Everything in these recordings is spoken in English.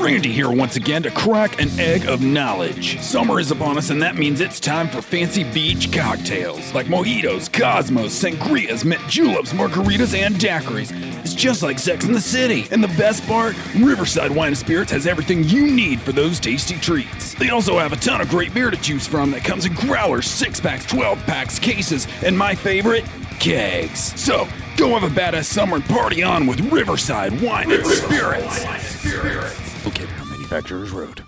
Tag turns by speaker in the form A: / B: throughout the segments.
A: Randy here once again to crack an egg of knowledge. Summer is upon us, and that means it's time for fancy beach cocktails like mojitos, cosmos, sangrias, mint juleps, margaritas, and daiquiris. It's just like Sex in the City. And the best part, Riverside Wine and Spirits has everything you need for those tasty treats. They also have a ton of great beer to choose from that comes in growlers, six packs, 12 packs, cases, and my favorite, kegs. So go have a badass summer and party on with Riverside Wine and Spirits. Okay, now Manufacturers Road.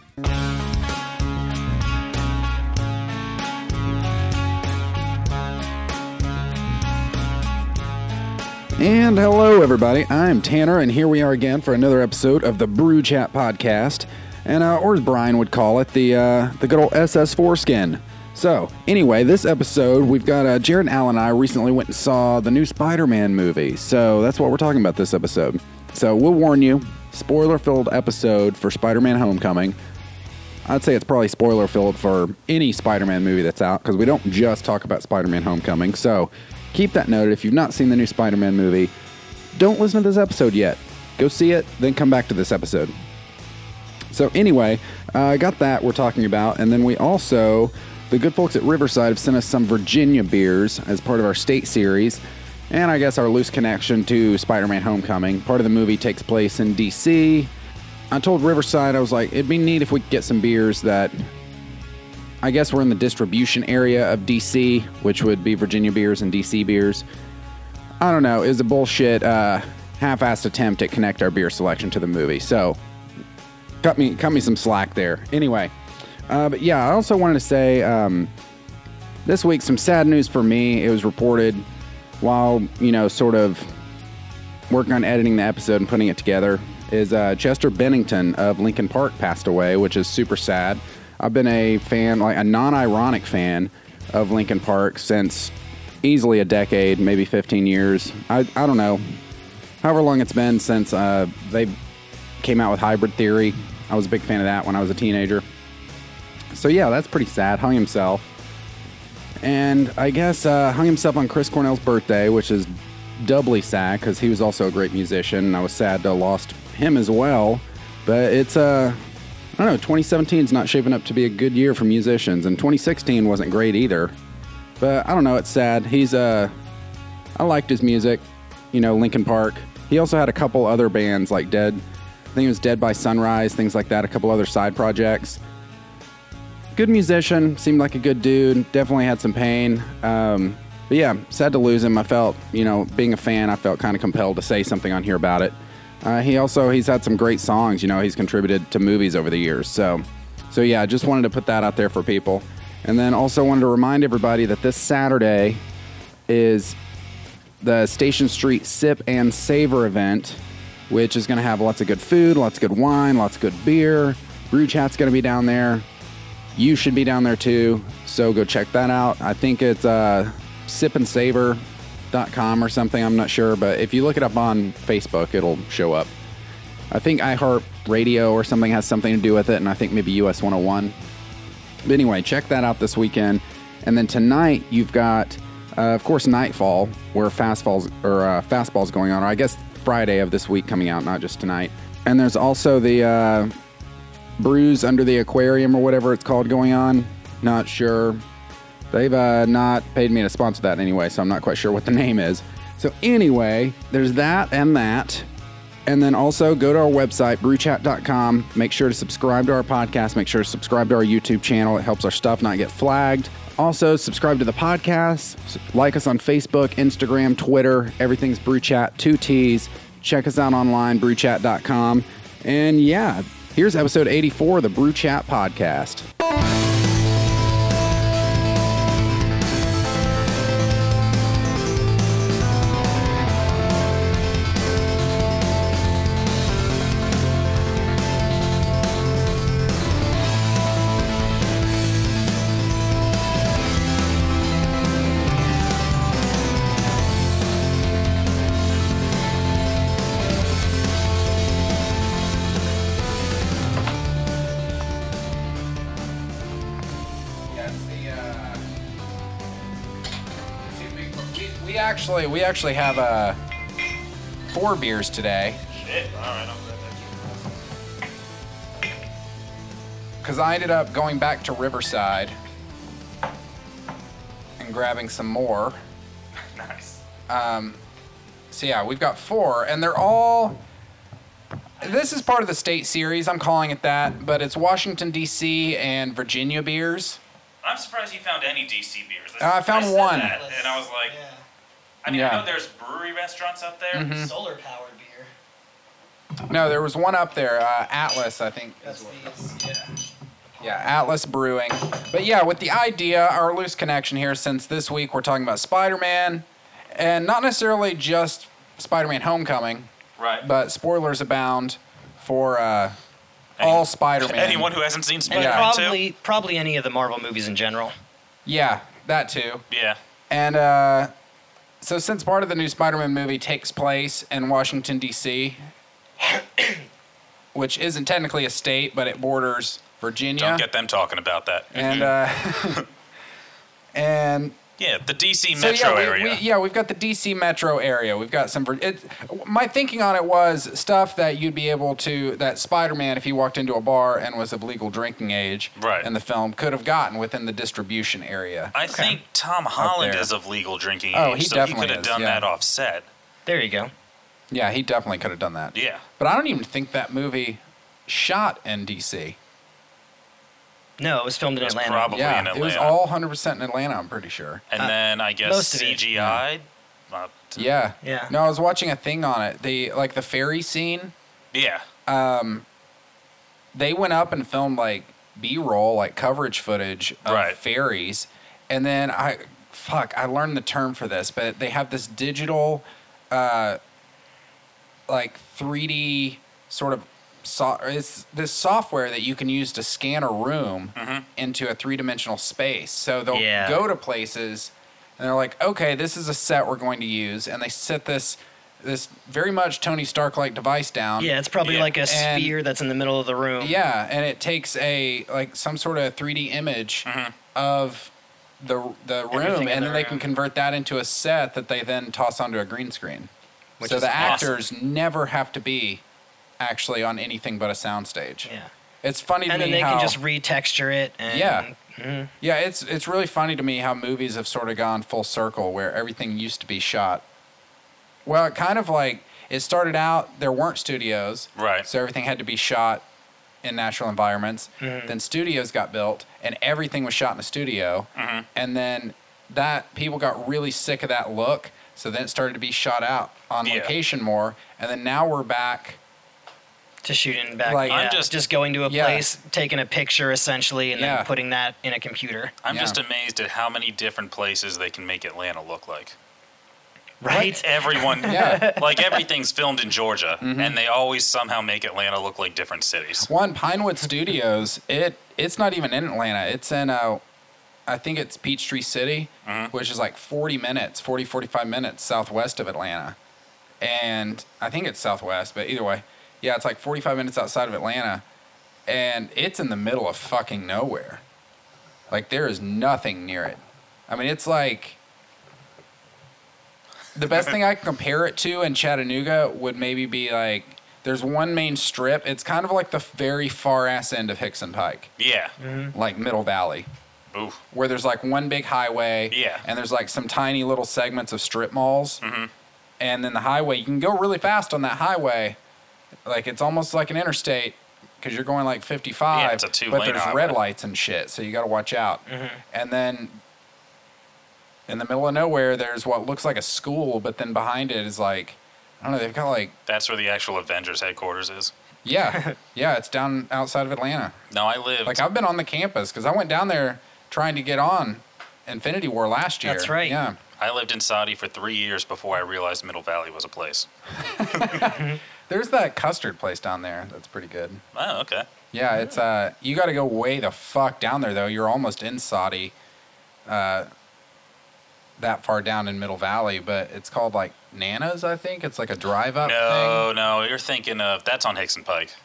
B: And hello, everybody. I'm Tanner, and here we are again for another episode of the Brew Chat podcast, and uh, or as Brian would call it, the uh, the good old SS4 skin. So, anyway, this episode we've got uh, Jared and Al and I recently went and saw the new Spider-Man movie, so that's what we're talking about this episode. So we'll warn you, spoiler-filled episode for Spider-Man: Homecoming. I'd say it's probably spoiler filled for any Spider Man movie that's out because we don't just talk about Spider Man Homecoming. So keep that noted. If you've not seen the new Spider Man movie, don't listen to this episode yet. Go see it, then come back to this episode. So, anyway, uh, I got that we're talking about. And then we also, the good folks at Riverside have sent us some Virginia beers as part of our state series. And I guess our loose connection to Spider Man Homecoming. Part of the movie takes place in D.C. I told Riverside, I was like, it'd be neat if we could get some beers that I guess we're in the distribution area of DC, which would be Virginia beers and DC beers. I don't know. It was a bullshit, uh, half-assed attempt at connect our beer selection to the movie. So, cut me, cut me some slack there. Anyway, uh, but yeah, I also wanted to say um, this week some sad news for me. It was reported while you know, sort of working on editing the episode and putting it together is uh, Chester Bennington of Lincoln Park passed away, which is super sad. I've been a fan, like a non-ironic fan of Lincoln Park since easily a decade, maybe 15 years. I, I don't know. However long it's been since uh, they came out with Hybrid Theory. I was a big fan of that when I was a teenager. So yeah, that's pretty sad. Hung himself and I guess uh, hung himself on Chris Cornell's birthday, which is doubly sad because he was also a great musician, and I was sad to have lost him as well. But it's uh, I don't know, 2017 is not shaping up to be a good year for musicians, and 2016 wasn't great either. But I don't know, it's sad. He's uh, I liked his music, you know, Linkin Park. He also had a couple other bands like Dead, I think it was Dead by Sunrise, things like that, a couple other side projects good musician, seemed like a good dude, definitely had some pain. Um, but yeah, sad to lose him. I felt, you know, being a fan, I felt kind of compelled to say something on here about it. Uh, he also he's had some great songs, you know, he's contributed to movies over the years. So, so yeah, I just wanted to put that out there for people. And then also wanted to remind everybody that this Saturday is the Station Street Sip and Savor event, which is going to have lots of good food, lots of good wine, lots of good beer. Brew Chat's going to be down there you should be down there too. So go check that out. I think it's uh, sipandsaver.com or something. I'm not sure, but if you look it up on Facebook, it'll show up. I think iHeart Radio or something has something to do with it, and I think maybe US 101. But anyway, check that out this weekend. And then tonight you've got, uh, of course, Nightfall, where fastballs or uh, fastballs going on, or I guess Friday of this week coming out, not just tonight. And there's also the uh, brews under the aquarium or whatever it's called going on. Not sure. They've uh, not paid me to sponsor that anyway, so I'm not quite sure what the name is. So anyway, there's that and that. And then also go to our website, brewchat.com. Make sure to subscribe to our podcast. Make sure to subscribe to our YouTube channel. It helps our stuff not get flagged. Also, subscribe to the podcast. S- Like us on Facebook, Instagram, Twitter. Everything's Brewchat, two T's. Check us out online, brewchat.com. And yeah, here's episode 84 of the Brew Chat Podcast. We, we actually we actually have uh, four beers today.
C: Shit, alright, I'm good.
B: Because I ended up going back to Riverside and grabbing some more.
C: Nice.
B: So yeah, we've got four, and they're all. This is part of the state series. I'm calling it that, but it's Washington D.C. and Virginia beers.
C: I'm surprised you found any DC beers.
B: Uh, I found
C: said
B: one.
C: that, and I was like,
D: yeah.
C: I mean,
B: Yeah. Mm-hmm.
C: I know there's brewery restaurants up there.
D: solar powered beer.
B: No, there was one up there, uh, Atlas, I think.
D: That's these. Yeah.
B: Yeah, Atlas Brewing. But yeah, with the idea, our loose connection here, since this week we're talking about Spider Man, and not necessarily just Spider Man Homecoming,
C: Right.
B: but spoilers abound for uh, all Spider Man.
C: Anyone who hasn't seen
D: And
C: Spider-Man
B: Yeah.
D: probably probably any of the Marvel movies in general.
B: Yeah, that too.
C: 2? Yeah.
B: And uh, so, since part of the new Spider Man movie takes place in Washington, D.C., which isn't technically a state, but it borders Virginia.
C: Don't get them talking about that.
B: and uh, and
C: yeah, the DC
B: so
C: metro
B: yeah, we,
C: area.
B: We, yeah, we've got the DC metro area. We've got some. Vir- It, my thinking on it was stuff that you'd be able to that Spider-Man, if he walked into a bar and was of legal drinking age,
C: Right.
B: in the film, could have gotten within the distribution area.
C: I think Tom Holland
B: there.
C: is of legal drinking
B: Oh,
C: age,
B: he
C: so he
B: definitely
C: could have
B: is,
C: done
B: yeah.
C: that offset.
D: There you go.
B: yeah, he definitely could have done that.
C: Yeah.
B: But I don't even think that movie shot in DC.
D: No, it was filmed in
C: It's
D: Atlanta.
C: probably
B: yeah,
C: in
B: it was
C: Atlanta.
B: all 100% in Atlanta. I'm pretty sure.
C: and then I guess
D: most of it,
C: CGI. Yeah.
B: Yeah.
D: Yeah.
B: No, I was watching a thing on it. The like the ferry scene.
C: yeah.
B: they went up and filmed like b-roll like coverage footage of
C: Right.
B: ferries and then i fuck i learned the term for this but they have this digital uh like 3d sort of so- it's this software that you can use to scan a room into a three-dimensional space so they'll
D: Mm-hmm. Yeah.
B: go to places and they're like okay this is a set we're going to use and they set this this very much tony stark like device down
D: Yeah, it's probably
C: Yeah,
D: like a
B: um, and-
D: sphere that's in the middle of the room.
B: yeah, and it takes a like some sort of 3D image of the the
D: Mm-hmm. Everything
B: room,
D: in
B: and
D: the
B: then they can
D: room.
B: convert that into a set that they then toss onto a green screen.
D: Which
B: so
D: is
B: the
C: awesome.
B: actors never have to be actually on anything but a soundstage.
D: Yeah.
B: It's funny to
D: And
B: me
D: then they
B: how
D: can just retexture it. And
B: yeah. Yeah, it's it's really funny to me how movies have sort of gone full circle where everything used to be shot. Well, it kind of like it started out there weren't studios.
C: Right.
B: So everything had to be shot in natural environments.
C: Mm-hmm.
B: Then studios got built and everything was shot in a studio.
C: Mm-hmm.
B: And then that people got really sick of that look, so then it started to be shot out on
C: Yeah.
B: location more. And then now we're back
D: To shoot in back.
B: Like-
D: yeah,
C: I'm just-
D: just, going to a
B: Yeah.
D: place, taking a picture essentially, and
B: Yeah.
D: then putting that in a computer.
C: I'm
B: Yeah.
C: just amazed at how many different places they can make Atlanta look like.
D: Right?
C: Everyone,
B: Yeah.
C: like everything's filmed in Georgia, and they always somehow make Atlanta look like different cities.
B: One Pinewood Studios. It it's not even in Atlanta. It's in uh, I think it's Peachtree City, which is like 40 minutes, 40 45 minutes southwest of Atlanta. And I think it's southwest, but either way, yeah, it's like 45 minutes outside of Atlanta and it's in the middle of fucking nowhere. Like there is nothing near it. I mean, it's like the best thing I can compare it to in Chattanooga would maybe be like there's one main strip. It's kind of like the very far ass end of Hickson Pike,
C: Yeah.
B: like Middle Valley,
C: Ooh.
B: where there's like one big highway.
C: Yeah. Mm-hmm.
B: And there's like some tiny little segments of strip malls. And then the highway, you can go really fast on that highway. Like it's almost like an interstate because you're going like 55.
C: Yeah, it's a two-lane
B: But there's red
C: highway. Mm-hmm.
B: lights and shit. So you got to watch out. And then in the middle of nowhere, there's what looks like a school, but then behind it is like, I don't know, they've got like,
C: That's where the actual Avengers headquarters is.
B: yeah, yeah, it's down outside of Atlanta.
C: No, I lived.
B: Like I've been on the campus because I went down there trying to get on Infinity War last year.
D: That's right.
B: Yeah.
C: I lived in Saudi for three years before I realized Middle Valley was a place.
B: There's that custard place down there. That's pretty good.
C: Oh, okay.
B: Yeah, it's uh, you got to go way the fuck down there though. You're almost in Saudi, uh, that far down in Middle Valley. But it's called like Nana's, I think. It's like a drive up
C: No, no, you're thinking of that's on Hickson Pike.
B: thing.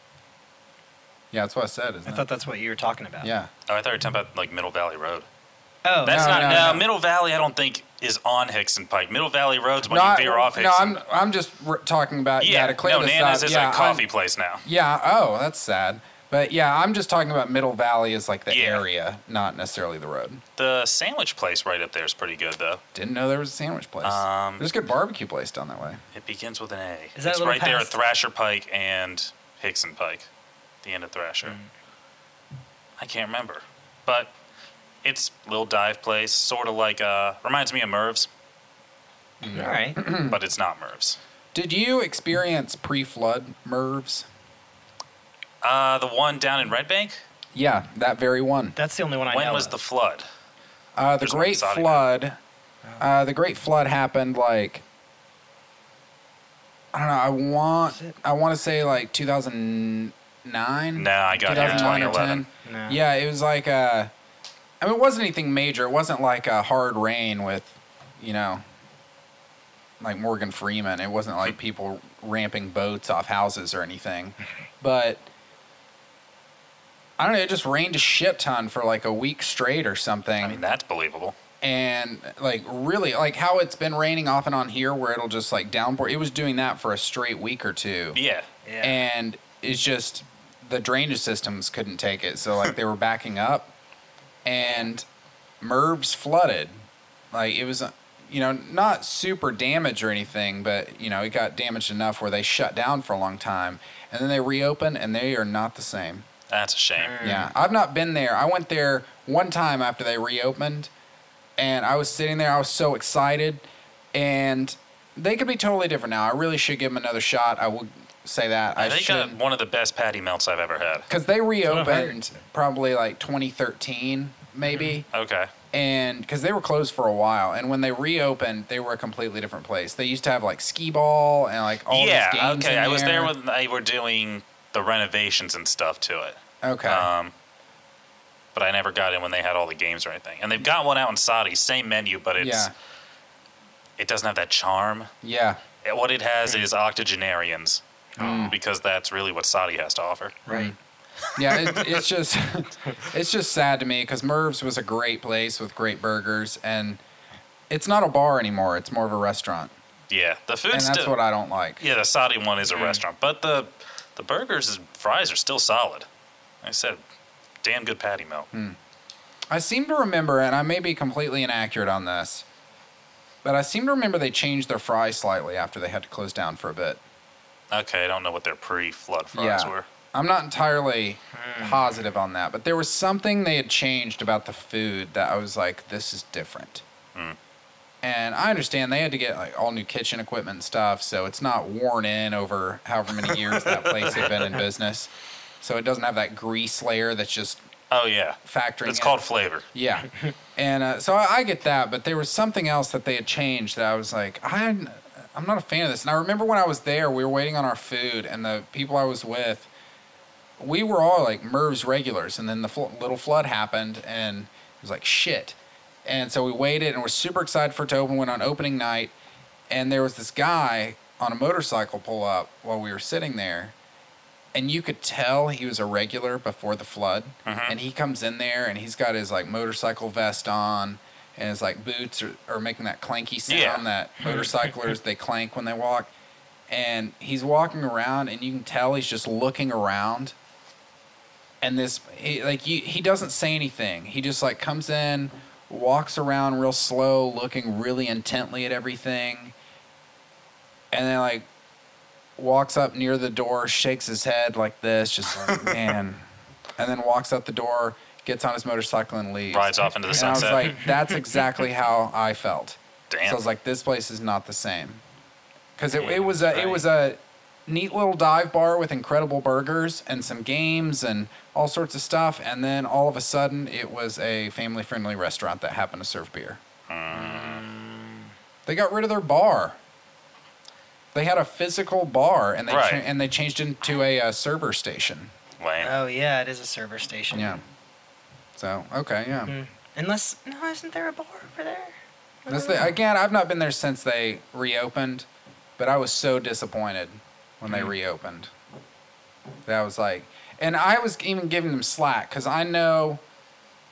B: Yeah, that's what I said. Isn't
D: I
B: it?
D: thought that's what you were talking about.
B: yeah.
C: Oh, I thought you were talking about like Middle Valley Road.
D: Oh,
C: That's
B: No,
C: not
B: no,
C: no,
B: no.
C: Middle Valley. I don't think is on Hickson Pike. Middle Valley Road's when
B: no,
C: you
B: I-
C: veer off
B: no, I'm
C: Hickson.
B: I'm just re- talking about yeah,
C: yeah,
B: to clear
C: no,
B: this
C: Nana's
B: up.
C: is
B: yeah,
C: a
B: I'm-
C: coffee place now.
B: Yeah. Oh, that's sad. But yeah, I'm just talking about Middle Valley as like the
C: Yeah.
B: area, not necessarily the road.
C: The sandwich place right up there is pretty good though.
B: Didn't know there was a sandwich place.
C: Um,
B: There's a good barbecue place down that way.
C: It begins with an A.
D: Is that a
C: it's
D: little
C: right there at
D: past-
C: Thrasher Pike and Hickson Pike, the end of Thrasher. Hmm. I can't remember, but it's little dive place, sort of like uh, reminds me of Merv's,
D: All right.
C: but it's not Merv's.
B: Did you experience pre-flood Mervs?
C: Uh, the one down in Red Bank.
B: Yeah, that very one.
D: That's the only one I know.
C: when was
D: of.
C: the flood?
B: Uh, the
C: There's one
B: Great
C: beside it.
B: Flood. Uh, the Great Flood happened like I don't know. I want
D: Is it-
B: I want to say like 2009.
C: Nah, I got here in
B: 2009 or
C: 2011.
B: 10.
D: No.
B: Yeah, it was like uh I mean, it wasn't anything major. It wasn't like a hard rain with, you know, like Morgan Freeman. It wasn't
C: Hmm.
B: like people ramping boats off houses or anything. But I don't know. It just rained a shit ton for like a week straight or something
C: I mean, that's believable.
B: and like really like how it's been raining off and on here where it'll just like downpour it was doing that for a straight week or two
C: Yeah.
D: Yeah.
B: and it's just the drainage systems couldn't take it so like they were backing up and merv's flooded like it was uh, you know not super damaged or anything but you know it got damaged enough where they shut down for a long time and then they reopen and they are not the same
C: That's a shame.
B: yeah, I've not been there. I went there one time after they reopened, and I was sitting there. I was so excited, and they could be totally different now. I really should give them another shot. I would say that. I,
C: I think uh,
B: should
C: one of the best patty melts I've ever had.
B: because they
D: heard.
B: reopened probably like 2013, maybe,
C: Okay.
B: and because they were closed for a while. And when they reopened, they were a completely different place. They used to have like skee ball and like all
C: yeah.
B: these games.
C: Okay.
B: in
C: I was there
B: there
C: when they were doing the renovations and stuff to it.
B: okay.
C: Um, but I never got in when they had all the games or anything. And they've got one out in Saudi, same menu, but it's
B: Yeah.
C: it doesn't have that charm.
B: yeah.
C: It- what it has is octogenarians,
B: Mm.
C: because that's really what Saudi has to offer.
D: Right.
B: yeah, it, it's just it's just sad to me because Merv's was a great place with great burgers, and it's not a bar anymore. It's more of a restaurant,
C: Yeah, the
B: and
C: food's
B: that's
C: still.
B: what I Mm. don't like.
C: yeah, the Saudi one is a restaurant, but the the burgers and fries are still solid. Like I said, damn good patty melt.
B: Mm. I seem to remember, and I may be completely inaccurate on this, but I seem to remember they changed their fries slightly after they had to close down for a bit.
C: Okay, I don't know what their pre-flood fries were.
B: I'm not entirely
C: Hmm.
B: positive on that, but there was something they had changed about the food that I was like, this is different.
C: Hmm.
B: And I understand they had to get like all new kitchen equipment and stuff, so it's not worn in over however many years that place had been in business. So it doesn't have that grease layer that's just
C: Oh yeah,
B: factoring.
C: it's
B: in.
C: called flavor.
B: Yeah, and uh, so I, I get that, but there was something else that they had changed that I was like, I, hadn't- I'm not a fan of this. And I remember when I was there, we were waiting on our food, and the people I was with, we were all like Merv's regulars, and then the fl- little flood happened, and it was like shit. And so we waited, and we're super excited for it to open. Went on opening night, and there was this guy on a motorcycle pull up while we were sitting there, and you could tell he was a regular before the flood. And he comes in there, and he's got his like motorcycle vest on, and his like boots are, are making that clanky sound
C: Yeah.
B: that motorcyclers they clank when they walk. And he's walking around, and you can tell he's just looking around and this he, like you, he doesn't say anything he just like comes in walks around real slow looking really intently at everything and then like walks up near the door shakes his head like this just like man and then walks out the door gets on his motorcycle and leaves
C: Rides off into the
B: and
C: sunset.
B: i was like that's exactly how i felt
C: Damn.
B: so i was like this place is not the same because it, it was a it
D: right.
B: was a neat little dive bar with incredible burgers and some games and all sorts of stuff and then all of a sudden it was a family friendly restaurant that happened to serve beer they got rid of their bar they had a physical bar and they
C: Right.
B: cha- and they changed it into a uh, server station
C: Lame.
D: Oh yeah, it is a server station.
B: yeah so okay yeah
D: Mm. Unless no, isn't there a bar over there?
B: That's the, again, I've not been there since they reopened, but I was so disappointed when
C: Mm-hmm.
B: they reopened. That was like, and I was even giving them slack because I know.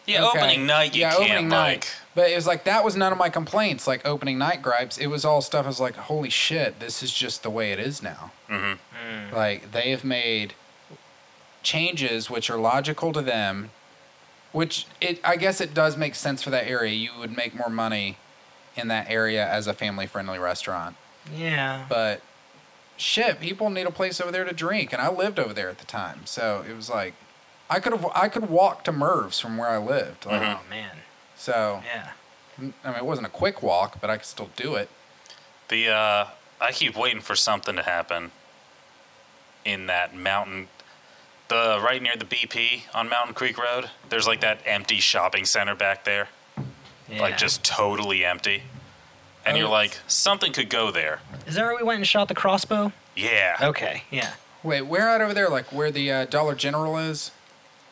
C: yeah,
B: okay,
C: opening night you
B: yeah,
C: can't like.
B: night. But it was like that was none of my complaints. Like opening night gripes, it was all stuff. I was like, holy
C: mm-hmm.
B: shit, this is just the way it is now.
C: Mhm.
B: Like they have made changes which are logical to them, which it I guess it does make sense for that area. You would make more money in that area as a family friendly restaurant.
D: Yeah.
B: But shit, people need a place over there to drink, and I lived over there at the time, so it was like I could have I could walk to Merv's from where I lived. Like,
D: oh man.
B: So
D: Yeah.
B: I mean, it wasn't a quick walk, but I could still do it.
C: The uh, I keep waiting for something to happen in that mountain. The right near the BP on Mountain Creek Road. There's like that empty shopping center back there,
D: yeah.
C: like just totally empty. And
D: Oh,
C: you're
D: it's-
C: like, something could go there.
D: Is that where we went and shot the crossbow?
C: Yeah.
B: Oh.
D: Okay. Yeah.
B: Wait, where out over there? Like where the uh, Dollar General is?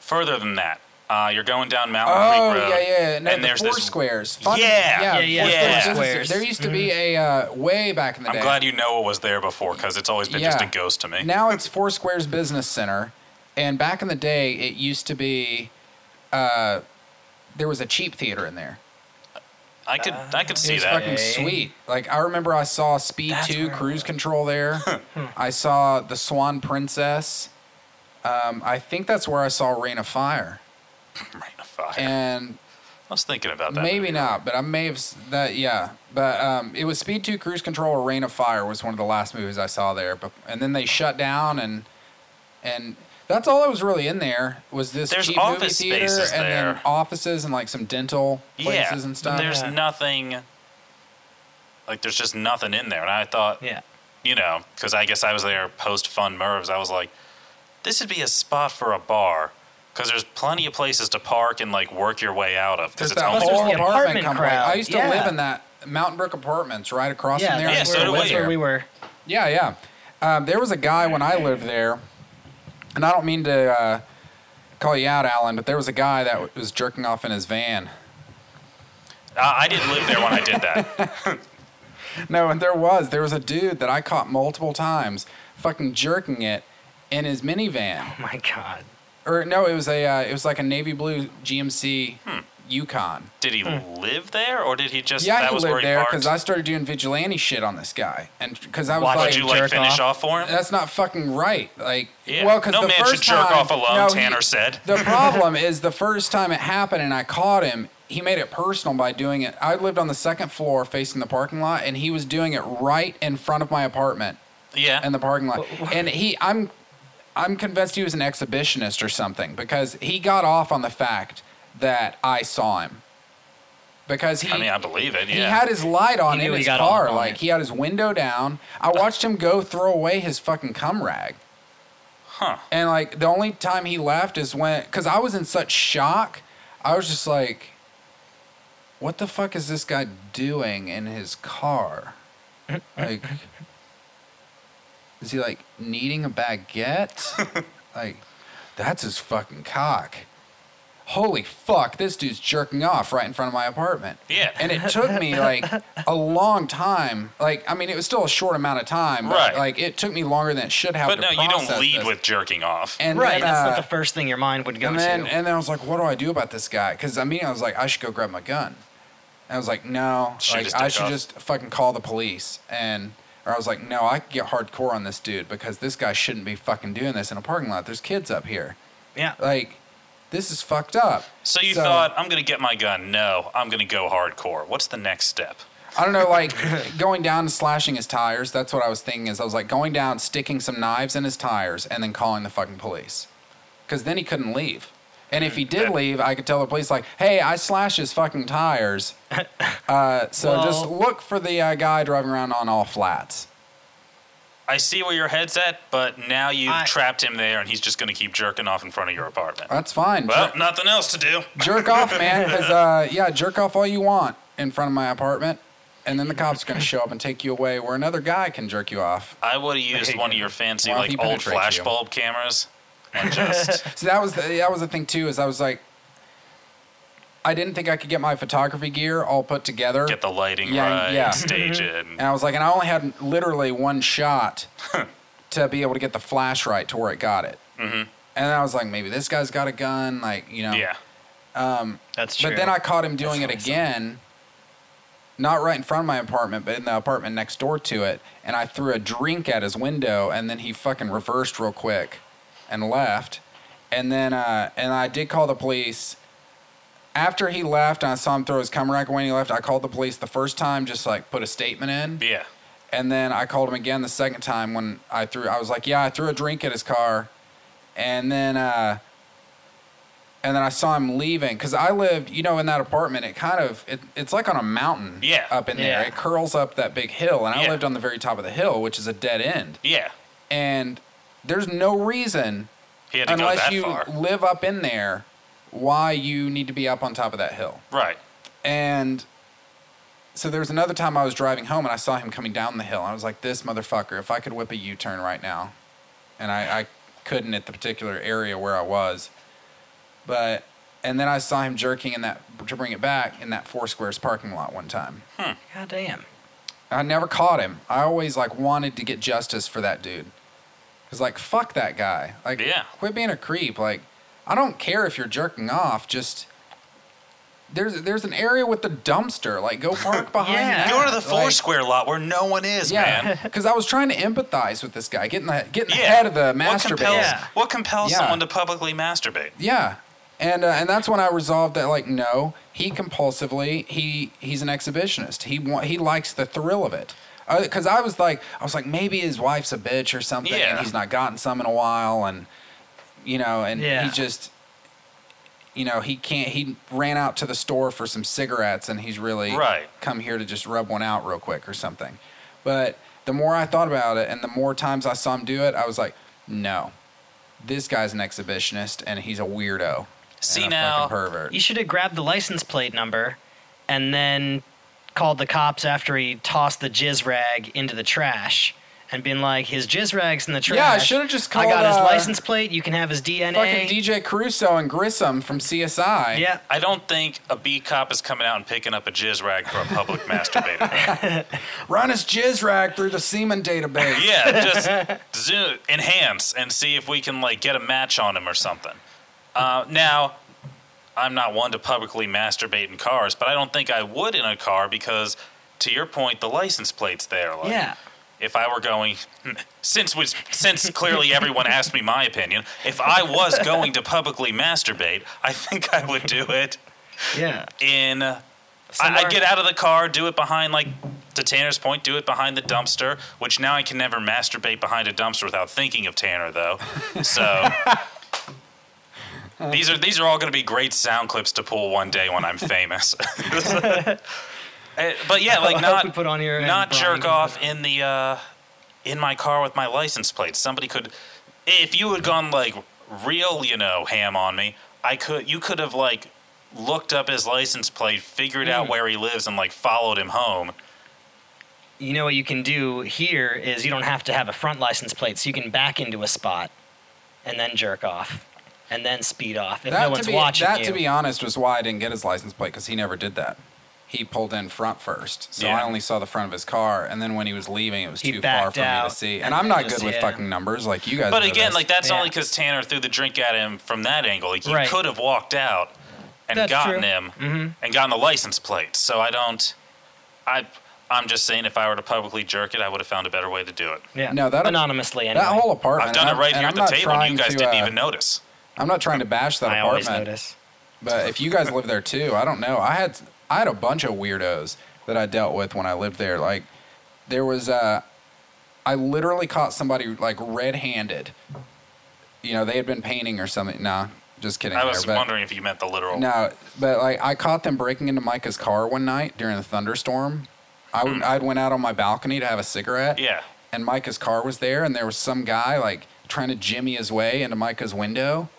C: Further than that, uh, you're going down Mountain
B: Oh
C: Creek Road.
B: yeah, yeah. No,
C: and
B: the
C: there's
B: four
C: this.
B: squares.
C: Yeah.
B: yeah,
D: Yeah,
B: four
D: yeah,
B: square
C: yeah. Mm-hmm.
B: businesses.
D: Squares.
B: There used to be a uh, way back in the
C: I'm
B: day.
C: glad you know what was there before, because it's always been just a
B: Yeah.
C: ghost to me.
B: Now it's Four Squares Business Center, and back in the day, it used to be. Uh, there was a cheap theater in there.
C: I could, I
B: it
C: could see
B: was
C: that.
B: uh, fucking sweet. Like I remember, I saw Speed
D: That's
B: Two
D: where it
B: Cruise
D: was.
B: Control there.
C: Hmm.
B: I saw the Swan Princess. Um, I think that's where I saw Rain of Fire,
C: Right in the fire.
B: and
C: I was thinking about that.
B: Maybe not, but I may have s- that. Yeah, but um, it was Speed Two, Cruise Control, or Rain of Fire was one of the last movies I saw there. But and then they shut down, and and that's all that was really in there was this
C: There's
B: cheap movie
C: office
B: theater
C: spaces
B: and then
C: there.
B: offices and like some dental
C: yeah,
B: places and stuff.
C: There's
D: Yeah.
C: nothing. Like there's just nothing in there, and I thought,
D: Yeah.
C: you know, because I guess I was there post Fun Mervs. I was like, this would be a spot for a bar, because there's plenty of places to park and like work your way out of. Because
B: There's
C: it's
B: that
C: almost
D: Plus, there's
B: whole
D: the
B: apartment,
D: apartment
B: complex.
D: crowd.
B: I used to
D: Yeah.
B: live in that Mountain Brook Apartments right across
D: Yeah.
B: from there.
C: Yeah,
D: that's
C: so
D: where,
C: do we.
D: that's where we were.
B: Yeah, yeah. Um, there was a guy when I lived there, and I don't mean to uh, call you out, Alan, but there was a guy that w- was jerking off in his van.
C: I, I didn't live there when I did
B: Hmm.
C: that.
B: No, and there was there was a dude that I caught multiple times, fucking jerking it in his minivan.
D: Oh my god.
B: Or no, it was a uh, it was like a navy blue GMC
C: Hmm.
B: Yukon.
C: Did he live there, or did he just?
B: Yeah,
C: that
B: he
C: was where
B: lived
C: he
B: there
C: parked.
B: because I started doing vigilante shit on this guy, and because I was
D: Why
C: Would
B: like,
C: you like
D: jerk
C: finish
D: off?
C: off, for him?
B: That's not fucking right. Like,
C: Yeah.
B: well, because
C: No
B: the
C: man
B: first
C: should jerk
B: time-
C: off alone,
B: No, he-
C: Tanner said.
B: The problem is the first time it happened and I caught him, he made it personal by doing it. I lived on the second floor facing the parking lot, and he was doing it right in front of my apartment
C: yeah,
B: in the parking lot. And he, I'm, I'm convinced he was an exhibitionist or something because he got off on the fact that I saw him. Because he,
C: I mean, I believe it. Yeah,
B: he had his light on
D: He knew
B: in
D: he
B: his
D: got off
B: car.
D: on
B: Like
D: it.
B: he had his window down. I watched him go throw away his fucking cum rag.
C: huh?
B: And like the only time he left is when, because I was in such shock, I was just like, "What the fuck is this guy doing in his car? Like, is he like needing a baguette? like, that's his fucking cock." Holy fuck, this dude's jerking off right in front of my apartment.
C: Yeah.
B: And it took me like a long time. Like, I mean, it was still a short amount of time, but
C: Right.
B: like it took me longer than it should have.
C: But
B: to
C: no, you don't
B: process
C: lead
B: this.
C: with jerking off.
B: And
D: right.
B: then,
D: that's
B: uh,
D: not the first thing your mind would go
B: and then, uh,
D: to.
B: and then I was like, what do I do about this guy? Because I mean, I was like, I should go grab my gun. And I was like, no,
C: Shoot
B: like
C: his
B: I
C: dick
B: should
C: off.
B: just fucking call the police. And or I was like, no, I could get hardcore on this dude because this guy shouldn't be fucking doing this in a parking lot. There's kids up here.
D: yeah.
B: Like, this is fucked up.
C: So you thought I'm gonna get my gun? No, I'm gonna go hardcore. What's the next step?
B: I don't know, like going down and slashing his tires. That's what I was thinking. Is I was like going down, sticking some knives in his tires, and then calling the fucking police, because then he couldn't leave. And if he did
C: That-
B: leave, I could tell the police like, "Hey, I slashed his fucking tires." Uh, so just
D: Well-
B: look for the uh, guy driving around on all flats.
C: I see where your head's at, but now you've
D: I-
C: trapped him there, and he's just gonna keep jerking off in front of your apartment.
B: That's fine.
C: well,
B: Jer-
C: nothing else to do.
B: jerk off, man. Because uh, yeah, jerk off all you want in front of my apartment, and then the cops are gonna show up and take you away, where another guy can jerk you off.
C: I would have used one of your fancy
B: Well, he
C: like old
B: penetrates you.
C: flashbulb cameras and just
B: So that was the, that was the thing too. Is I was like, I didn't think I could get my photography gear all put together,
C: get the lighting
B: Yeah,
C: right,
B: yeah.
C: stage it.
B: and I was like, and I only had literally one shot to be able to get the flash right to where it got it. Mm-hmm. And I was like, maybe this guy's got a gun, like you know.
C: yeah,
D: That's true.
B: But then I caught him doing
D: That's
B: it
D: awesome.
B: again, not right in front of my apartment, but in the apartment next door to it. And I threw a drink at his window, and then he fucking reversed real quick and left. and then uh, and I did call the police. After he left, and I saw him throw his cum rack away. And he left. I called the police the first time, just to, like put a statement in.
C: Yeah.
B: And then I called him again the second time when I threw. I was like, "Yeah, I threw a drink at his car," and then, uh, and then I saw him leaving because I lived, you know, in that apartment. It kind of, it, it's like on a mountain.
C: Yeah.
B: Up in there,
D: Yeah.
B: it curls up that big hill, and I
C: Yeah.
B: lived on the very top of the hill, which is a dead end.
C: Yeah.
B: And there's no reason,
C: He had to go
B: unless
C: that
B: you
C: far.
B: live up in there, why you need to be up on top of that hill.
C: Right.
B: And so there was another time I was driving home and I saw him coming down the hill. I was like, this motherfucker, if I could whip a U turn right now. And I, I couldn't at the particular area where I was. But, and then I saw him jerking in that, to bring it back, in that Four Squares parking lot one time.
D: God damn.
B: I never caught him. I always like wanted to get justice for that dude. Cause like fuck that guy. Like
C: Yeah.
B: quit being a creep. Like I don't care if you're jerking off. Just there's there's an area with the dumpster. Like go park behind.
D: Yeah.
B: that.
C: Go to the
B: Like,
C: four square lot where no one is,
B: Yeah.
C: man.
B: Because I was trying to empathize with this guy, getting the getting
C: Yeah.
B: ahead of the
C: What
B: masturbate.
C: compels,
D: Yeah.
C: what compels
B: Yeah.
C: someone to publicly masturbate?
B: Yeah, and uh, and that's when I resolved that like no, he compulsively he he's an exhibitionist. He wa- he likes the thrill of it. Because I was like I was like maybe his wife's a bitch or something,
C: Yeah.
B: and he's not gotten some in a while, and you know, and
D: Yeah.
B: he just. You know he can't. He ran out to the store for some cigarettes, and he's really
C: Right.
B: come here to just rub one out real quick or something. But the more I thought about it, and the more times I saw him do it, I was like, no, this guy's an exhibitionist and he's a weirdo.
C: See
B: and a
C: now-
B: fucking pervert.
D: You should have grabbed the license plate number and then called the cops after he tossed the jizz rag into the trash and been like, his jizz rag's in the trash.
B: Yeah, I should've just
D: I got
B: called,
D: his
B: uh,
D: license plate. You can have his
B: Fucking
D: DNA.
B: DJ Caruso and Grissom from CSI.
D: yeah.
C: I don't think a B cop is coming out and picking up a jizz rag for a public masturbator.
B: Run his jizz rag through the semen database.
C: Yeah, just zoom, enhance, and see if we can like get a match on him or something. Uh, now, I'm not one to publicly masturbate in cars, but I don't think I would in a car because, to your point, the license plate's there. Like,
D: Yeah.
C: if I were going, since was since clearly everyone asked me my opinion, if I was going to publicly masturbate, I think I would do it
D: Yeah.
C: in. uh, I,
D: Somewhere-
C: I'd get out of the car, do it behind like to Tanner's point, do it behind the dumpster. Which now I can never masturbate behind a dumpster without thinking of Tanner though. So. These are these are all going to be great sound clips to pull one day when I'm famous. Eh, but yeah, like
D: hope
C: not
D: we put on here and
C: not
D: Brian can
C: jerk
D: put
C: off in the uh, in my car with my license plate. Somebody could, if you had gone like real, you know, ham on me, I could. You could have like looked up his license plate, figured
D: Hmm.
C: out where he lives, and like followed him home.
D: You know what you can do here is you don't have to have a front license plate, so you can back into a spot and then jerk off and then speed off if
B: That,
D: no one's
B: to, be,
D: watching
B: that
D: you.
B: to be honest, was why I didn't get his license plate because he never did that. He pulled in front first, so
C: Yeah.
B: I only saw the front of his car. And then when he was leaving, it was
D: He
B: too far
D: backed
B: for me
D: out,
B: to see.
D: and
B: And I'm
D: then
B: not
D: just-
B: good with
D: yeah.
B: fucking numbers, like you guys.
C: But
B: know
C: again,
B: this.
C: like that's
D: Yeah.
C: only because Tanner threw the drink at him from that angle. Like you
D: Right.
C: could have walked out and
D: That's
C: gotten
D: true. Mm-hmm.
C: him and gotten the license plate. So I don't. I I'm just saying, if I were to publicly jerk it, I would have found a better way to do it.
D: yeah.
B: No, that'll-
D: anonymously anyway.
B: that whole apartment.
C: I've done
B: and
C: it right
B: I'm-
C: here
B: and
C: at the
B: I'm not
C: table, and
B: trying
C: you guys
B: to,
C: didn't
B: uh,
C: even notice.
B: I'm not trying to bash that
D: I always
B: apartment.
D: notice.
B: But if you guys live there too, I don't know. I had I had a bunch of weirdos that I dealt with when I lived there. Like there was uh I literally caught somebody like red-handed. You know, they had been painting or something. Nah, just kidding.
C: I
B: there,
C: was
B: but-
C: wondering if you meant the literal.
B: No, but like I caught them breaking into Micah's car one night during a thunderstorm. I would, I'd went out on my balcony to have a cigarette.
C: Hmm. Yeah.
B: And Micah's car was there, and there was some guy like trying to jimmy his way into Micah's window.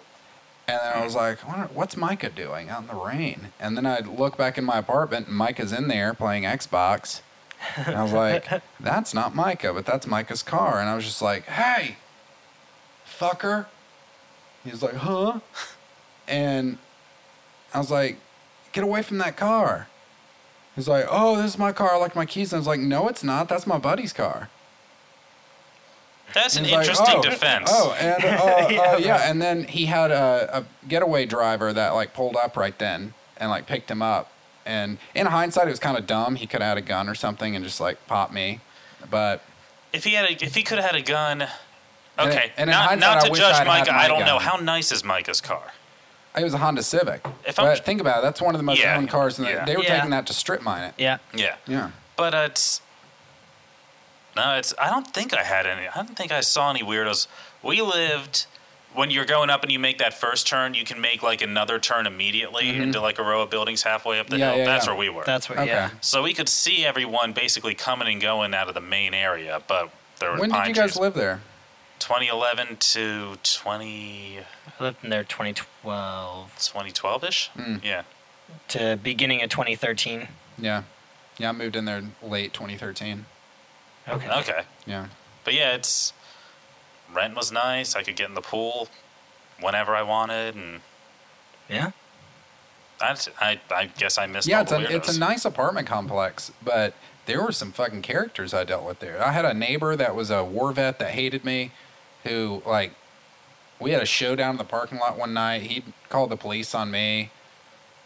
B: And then I was like, I wonder- what's Micah doing out in the rain? And then I look back in my apartment, and Micah's in there playing Xbox. And I was like, that's not Micah, but that's Micah's car. And I was just like, hey, fucker. He was like, huh? And I was like, get away from that car. He's like, oh, this is my car. I like my keys. And I was like, no, it's not. That's my buddy's car.
C: That's an
B: He's like,
C: interesting
B: "Oh,
C: defense.
B: Oh, and uh, uh, yeah, and then he had a, a getaway driver that like pulled up right then and like picked him up. And in hindsight, it was kind of dumb. He could have had a gun or something and just like popped me. But
C: If he had, a, if he could have had a gun,
B: And-
C: Okay,
B: and in
C: not,
B: hindsight,
C: not
B: I
C: to
B: wish
C: judge
B: I'd had
C: Micah,
B: my
C: I don't
B: gun.
C: know. How nice is Micah's car?
B: It was a Honda Civic.
C: If I'm-
B: but think about it, that's one of the most
C: Yeah,
B: owned cars, and
C: yeah.
B: they were
D: Yeah.
B: taking that to strip mine it.
D: Yeah.
C: Yeah.
B: Yeah.
C: But uh, it's no, it's. I don't think I had any. I don't think I saw any weirdos. We lived when you're going up and you make that first turn. You can make like another turn immediately into like a row of buildings halfway up the
B: Mm-hmm. Yeah,
C: hill.
B: yeah,
C: That's
B: yeah.
C: where we were.
D: That's what.
B: Okay.
D: Yeah.
C: so we could see everyone basically coming and going out of the main area. But there were
B: When did
C: pine
B: you guys
C: trees.
B: live there?
C: 2011 to 20,
D: I lived in there 2012
C: 2012 ish.
B: Hmm.
C: Yeah.
D: to beginning of 2013.
B: Yeah. Yeah, I moved in there late 2013.
D: Okay.
C: Okay.
B: Yeah.
C: But yeah, it's rent was nice. I could get in the pool whenever I wanted, and
D: Yeah.
C: that's, I I guess I missed.
B: yeah,
C: all
B: it's
C: the
B: a, it's
C: weirdos.
B: a nice apartment complex, but there were some fucking characters I dealt with there. I had a neighbor that was a war vet that hated me, who, like, we had a showdown in the parking lot one night. He called the police on me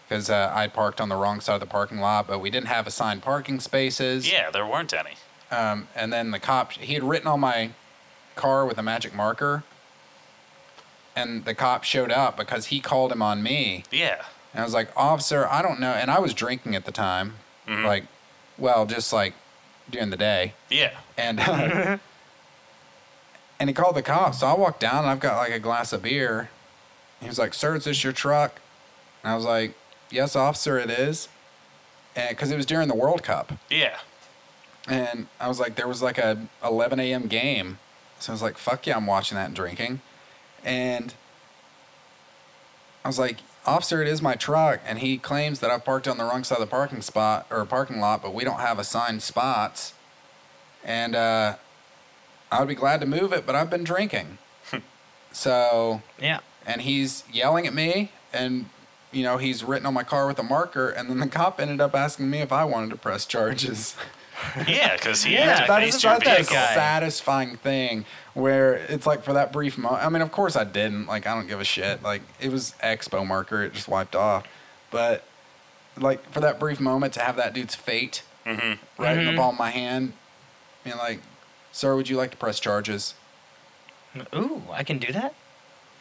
B: because uh, I parked on the wrong side of the parking lot, but we didn't have assigned parking spaces.
C: Yeah, there weren't any.
B: Um, and then the cop, he had written on my car with a magic marker. And the cop showed up because he called him on me.
C: Yeah,
B: And I was like, Officer, I don't know. And I was drinking at the time.
C: Mm. Mm-hmm.
B: Like, well, just like during the day.
C: yeah,
B: And, uh, and he called the cops. So I walked down and I've got like a glass of beer. He was like, Sir, is this your truck? And I was like, Yes, officer, it is. Because it was during the World Cup
C: yeah.
B: and I was like, there was like a 11 a.m. game, so I was like, fuck yeah, I'm watching that and drinking, and I was like, officer, it is my truck, and he claims that I parked on the wrong side of the parking spot or parking lot, but we don't have assigned spots, and uh, I would be glad to move it, but I've been drinking, so
D: Yeah.
B: and he's yelling at me and you know he's written on my car with a marker and then the cop ended up asking me if i wanted to press charges
C: Yeah, because he
D: Yeah,
B: that
C: defaced
B: is
C: your
B: not that
C: vehicle.
D: guy.
B: satisfying thing where it's like for that brief moment. I mean, of course I didn't. Like I don't give a shit. Like it was expo marker. It just wiped off. But like for that brief moment to have that dude's fate
C: Mm-hmm.
B: right in the
D: Mm-hmm.
B: palm of my hand, being like, "Sir, would you like to press charges?"
D: Ooh, I can do that.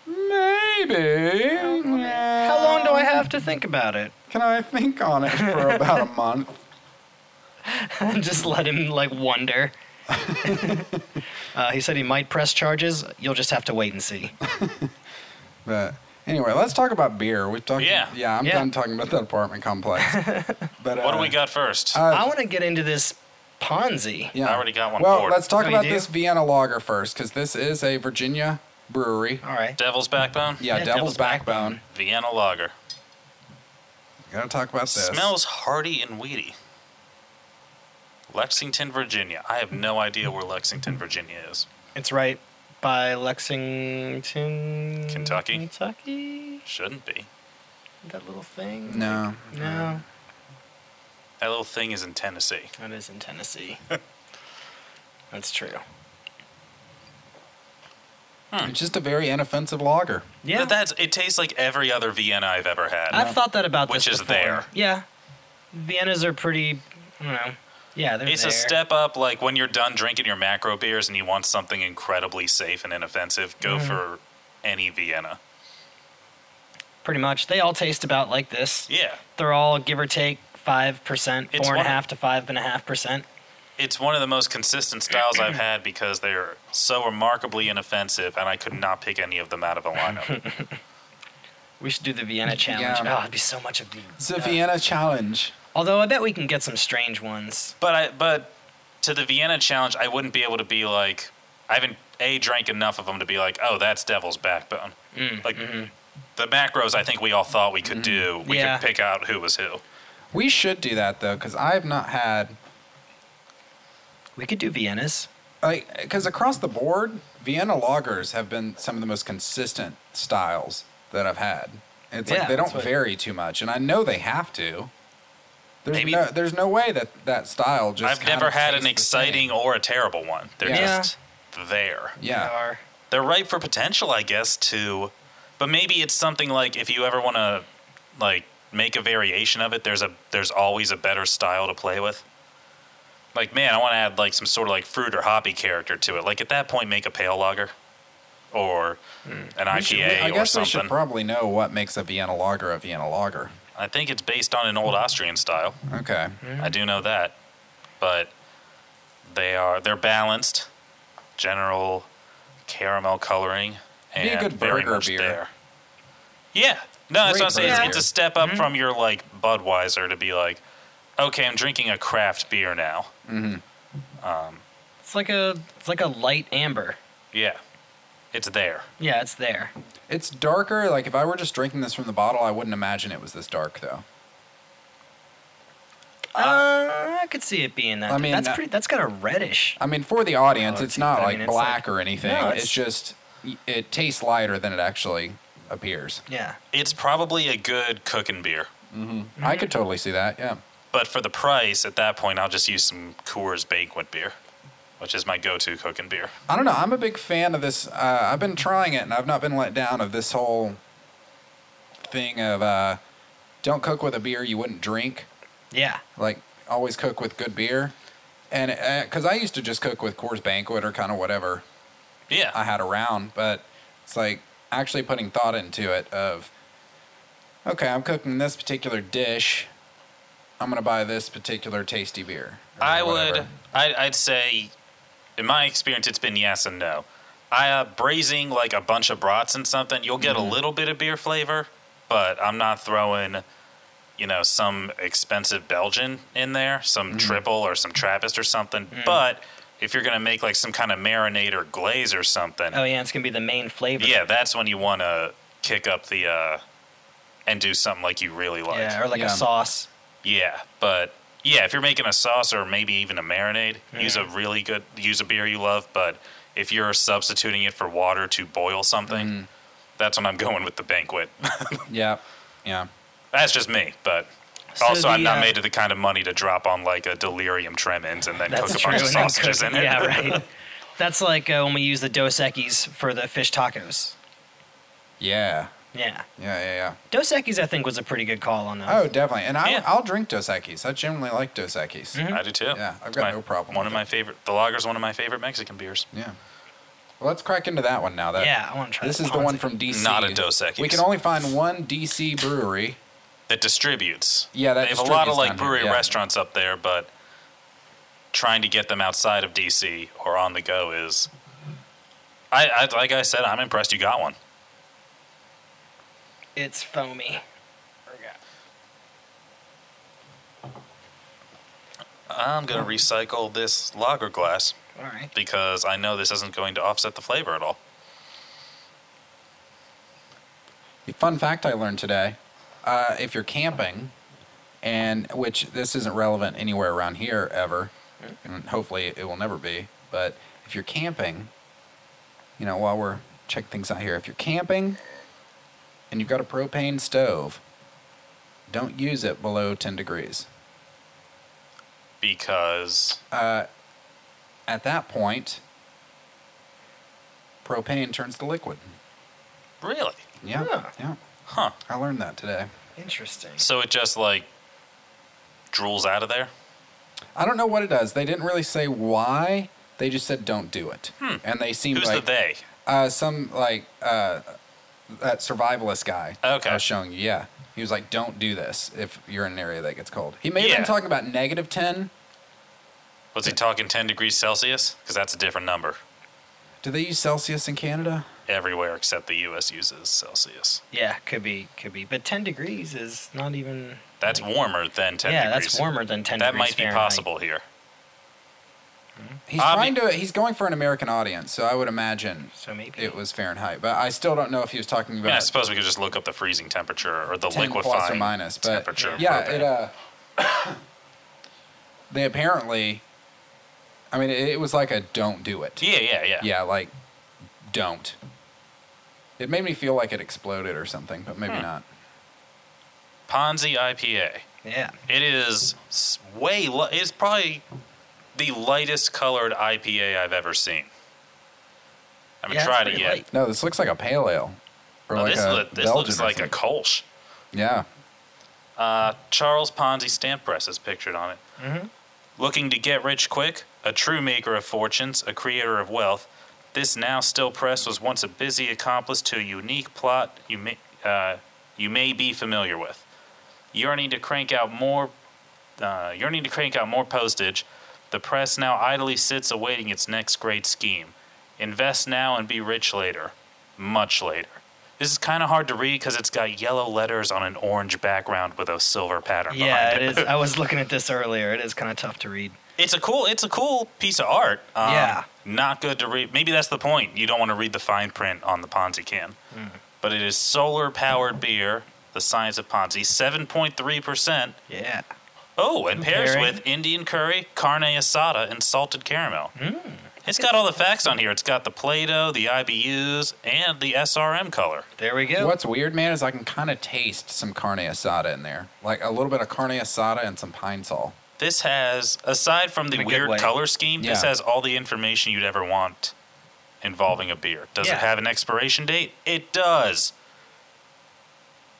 B: Maybe.
D: How long do I have to think about it?
B: Can I think on it for about a month?
D: Just let him like wonder. uh, he said he might press charges. You'll just have to wait and see.
B: Uh, But anyway, let's talk about beer. We've talked.
C: Yeah.
B: Yeah, I'm
D: Yeah.
B: done talking about that apartment complex. but
C: What do
B: uh,
C: we got first?
B: uh,
D: I want to get into this Ponzi.
B: Yeah.
C: I already got one
B: Well,
C: poured.
B: let's talk
D: Oh, you
B: about
D: do?
B: this Vienna lager first, because this is a Virginia brewery.
D: All right.
C: Devil's Backbone,
B: Yeah,
D: Yeah,
B: Devil's,
D: Devil's
B: Backbone.
D: Backbone.
C: Vienna Lager.
B: Gotta talk about this.
C: Smells hearty and weedy. Lexington, Virginia. I have no idea where Lexington, Virginia is.
D: It's right by Lexington,
C: Kentucky?
D: Kentucky,
C: Shouldn't be.
D: that little thing.
B: No.
D: No,
C: That little thing is in Tennessee.
D: that is in Tennessee. That's true.
B: It's just a very inoffensive lager.
D: Yeah,
C: But that's it tastes like every other Vienna I've ever had.
D: I've thought that about
C: Which
D: this
C: is
D: before.
C: there.
D: Yeah, Viennas are pretty. You know, yeah, they're
C: It's
D: there.
C: a step up. Like when you're done drinking your macro beers and you want something incredibly safe and inoffensive, go
D: Mm-hmm.
C: for any Vienna.
D: Pretty much, they all taste about like this.
C: Yeah,
D: They're all give or take five percent,
C: It's
D: four and a
C: one-
D: half to five and a half percent.
C: it's one of the most consistent styles I've had because they're so remarkably inoffensive, and I could not pick any of them out of a lineup.
D: We should do the Vienna challenge.
B: Yeah.
D: Oh, it'd be so much of the.
B: It's a Vienna challenge.
D: Although I bet we can get some strange ones.
C: but I, but to the Vienna challenge, I wouldn't be able to be like I haven't a drank enough of them to be like, oh, that's Devil's Backbone.
B: Mm,
C: like
B: mm-hmm.
C: the macros, I think we all thought we could do. We
D: Yeah.
C: could pick out who was who.
B: We should do that though, because I have not had
D: We could do Viennas.
B: like because across the board, Vienna lagers have been some of the most consistent styles that I've had. It's
D: Yeah,
B: like they
D: that's
B: don't
D: what-
B: vary too much, and I know they have to. There's
C: Maybe-
B: no, there's no way that that style just.
C: I've
B: kind
C: never
B: of
C: had
B: tastes
C: an
B: the
C: exciting
B: same.
C: or a terrible one. They're
B: Yeah.
C: just there.
D: They
B: Yeah.
D: are.
C: They're ripe for potential, I guess, to but maybe it's something like if you ever want to like make a variation of it, there's a there's always a better style to play with. Like, man, I want to add like some sort of like fruit or hoppy character to it. Like at that point make a pale lager. or an
B: Hmm. We should-
C: IPA
B: I
C: or
B: guess we should
C: something.
B: probably know what makes a Vienna lager a Vienna lager.
C: I think it's based on an old Austrian style.
B: Okay.
C: I do know that, but they are they're balanced, general caramel coloring, and
B: Be a good
C: very
B: burger
C: much
B: beer.
C: there. Yeah, no, that's
B: Great Mm-hmm.
C: what I'm saying.
D: burger
C: It's, it's a step up from your like Budweiser to be like, okay, I'm drinking a craft beer now.
D: It's like a it's like a light amber.
C: Yeah, it's there.
D: Yeah, it's there.
B: It's darker. Like if I were just drinking this from the bottle, I wouldn't imagine it was this dark though.
D: Uh, I could see it being that.
B: I mean,
D: that's
B: uh,
D: pretty. That's got a reddish.
B: I mean, for the audience,
D: Oh,
B: it's
D: gee,
B: not
D: I
B: like
D: mean, it's
B: black
D: like-
B: or anything.
D: No,
B: it's,
D: it's-
B: just it tastes lighter than it actually appears.
D: Yeah.
C: It's probably a good cooking beer,
B: I could
D: Mm-hmm.
B: totally see that. Yeah.
C: but for the price at that point, I'll just use some Coors Banquet beer, which is my go-to cooking beer.
B: I don't know. I'm a big fan of this. Uh, I've been trying it, and I've not been let down of this whole thing of uh, don't cook with a beer you wouldn't drink.
D: Yeah.
B: Like always cook with good beer, and because I used to just cook with Coors Banquet or kind of whatever
C: Yeah,
B: I had around, but it's like actually putting thought into it of okay, I'm cooking this particular dish. I'm gonna buy this particular tasty beer. or
C: I
B: whatever.
C: would. I, I'd say, in my experience, it's been yes and no. I uh, braising like a bunch of brats and something, you'll get
D: Mm-hmm.
C: a little bit of beer flavor, but I'm not throwing, you know, some expensive Belgian in there, some
D: Mm.
C: triple or some Trappist or something. But if you're gonna make like some kind of marinade or glaze or something,
D: Oh yeah, it's gonna be the main flavor.
C: yeah, that's when you want to kick up the uh, and do something like you really like.
D: Yeah, or like
B: Yeah.
D: a sauce.
C: Yeah, but yeah, if you're making a sauce or maybe even a marinade,
D: Mm-hmm.
C: use a really good use a beer you love. But if you're substituting it for water to boil something,
D: Mm.
C: that's when I'm going with the banquet.
B: Yeah, yeah.
C: that's just me, but.
D: So
C: also, I'm
D: the,
C: not
D: uh,
C: made of the kind of money to drop on like a delirium tremens and then
D: That's
C: cook a
D: true.
C: bunch of
D: and then
C: sausages
D: cook-
C: in it.
D: Yeah, right. That's like uh, when we use the Dos Equis for the fish tacos.
B: Yeah.
D: Yeah.
B: Yeah, yeah, yeah.
D: Dos Equis, I think, was a pretty good call on those.
B: Oh, definitely. And I,
C: Yeah. Mm-hmm.
B: I'll drink Dos Equis. I generally like Dos Equis.
C: I do too.
B: Yeah, I've
C: It's
B: got
C: my-
B: no problem
C: One
B: with
C: of my favorite, the lager's one of my favorite Mexican beers.
B: Yeah. Well, let's crack into that one now. That
D: yeah, I want to try.
B: This
D: that
B: is the one
D: Ponzi.
B: from DC.
C: Not a Dos Equis.
B: We can only find one DC brewery.
C: that distributes.
B: Yeah, that
C: they have a lot of
B: distributes
C: like
B: down here,
C: brewery
B: yeah.
C: restaurants up there, but trying to get them outside of DC or on the go is. I, I like I said, I'm impressed you got one.
D: It's foamy.
C: I'm gonna recycle this lager glass
D: All right.
C: because I know this isn't going to offset the flavor at all.
B: Fun fact I learned today: uh, if you're camping, and which this isn't relevant anywhere around here ever, and hopefully it will never be, but if you're camping, you know, while we're check things out here, if you're camping and you've got a propane stove, don't use it below 10 degrees.
C: Because
B: Uh, at that point, propane turns to liquid.
C: really,
B: Yeah,
D: Huh.
B: yeah.
C: huh?
B: I learned that today.
D: Interesting.
C: So it just like drools out of there.
B: I don't know what it does. They didn't really say why. They just said don't do it. And they seemed
C: Hmm. Who's
B: like
C: the they?
B: Uh, some like uh, that survivalist guy.
C: Okay.
B: I was showing you. Yeah, he was like, don't do this if you're in an area that gets cold. He may have
C: Yeah.
B: been talking about negative ten.
C: Was he talking 10 degrees Celsius? Because that's a different number
B: Do they use Celsius in Canada?
C: everywhere except the U.S. uses Celsius.
D: Yeah, could be, could be. But 10 degrees is not even.
C: That's warmer than 10
D: yeah,
C: degrees.
D: that's warmer than 10
C: That
D: degrees.
C: might be
D: Fahrenheit.
C: possible here.
B: He's
C: I
B: trying to. He's going for an American audience, so I would imagine
D: So maybe.
B: it was Fahrenheit. But I still don't know if he was talking
C: I
B: about
C: mean, I suppose we could just look up the freezing temperature or the
B: 10
C: liquefying
B: plus or minus. But
C: temperature. of
B: yeah,
C: propane.
B: it. Uh, they apparently. I mean, it, it was like a don't do it.
C: yeah, yeah, yeah,
B: yeah, like don't. It made me feel like it exploded or something, but
C: Hmm.
B: maybe not.
C: Ponzi IPA.
D: yeah.
C: It is s- way. Li- it's probably the lightest colored IPA I've ever seen. I haven't
D: Yeah, it's
C: tried it
D: pretty
C: yet.
D: light.
B: No, this looks like a pale ale. Or
C: No,
B: like
C: this
B: a
C: loo- this
B: Belgian
C: looks
B: or
C: like a
B: something.
C: Kolsch.
B: yeah.
C: Uh, Charles Ponzi stamp press is pictured on it. Looking to get rich quick, a true maker of fortunes, a creator of wealth, This now still press was once a busy accomplice to a unique plot you may, uh, you may be familiar with. Yearning to crank out more, uh, yearning to crank out more postage, the press now idly sits awaiting its next great scheme. Invest now and be rich later, much later. This is kind of hard to read because it's got yellow letters on an orange background with a silver pattern
D: Yeah, it
C: behind it.
D: is. I was looking at this earlier. It is kind of tough to read.
C: It's a cool. It's a cool piece of art. Um,
D: Yeah.
C: Not good to read. Maybe that's the point. You don't want to read the fine print on the Ponzi can. But it is solar powered beer. The science of Ponzi. Seven point three percent.
D: Yeah.
C: Oh, and pairs
D: Pairing.
C: with Indian curry, carne asada, and salted caramel. It's got all the facts on here. It's got the Play-Doh, the IBUs, and the SRM color.
D: There we go.
B: What's weird, man, is I can kind of taste some carne asada in there, like a little bit of carne asada and some pine sol.
C: This has, aside from
D: In
C: the
D: a good
C: weird
D: way.
C: color scheme, this
B: Yeah.
C: has all the information you'd ever want involving a beer. Does
D: Yeah.
C: it have an expiration date? It does.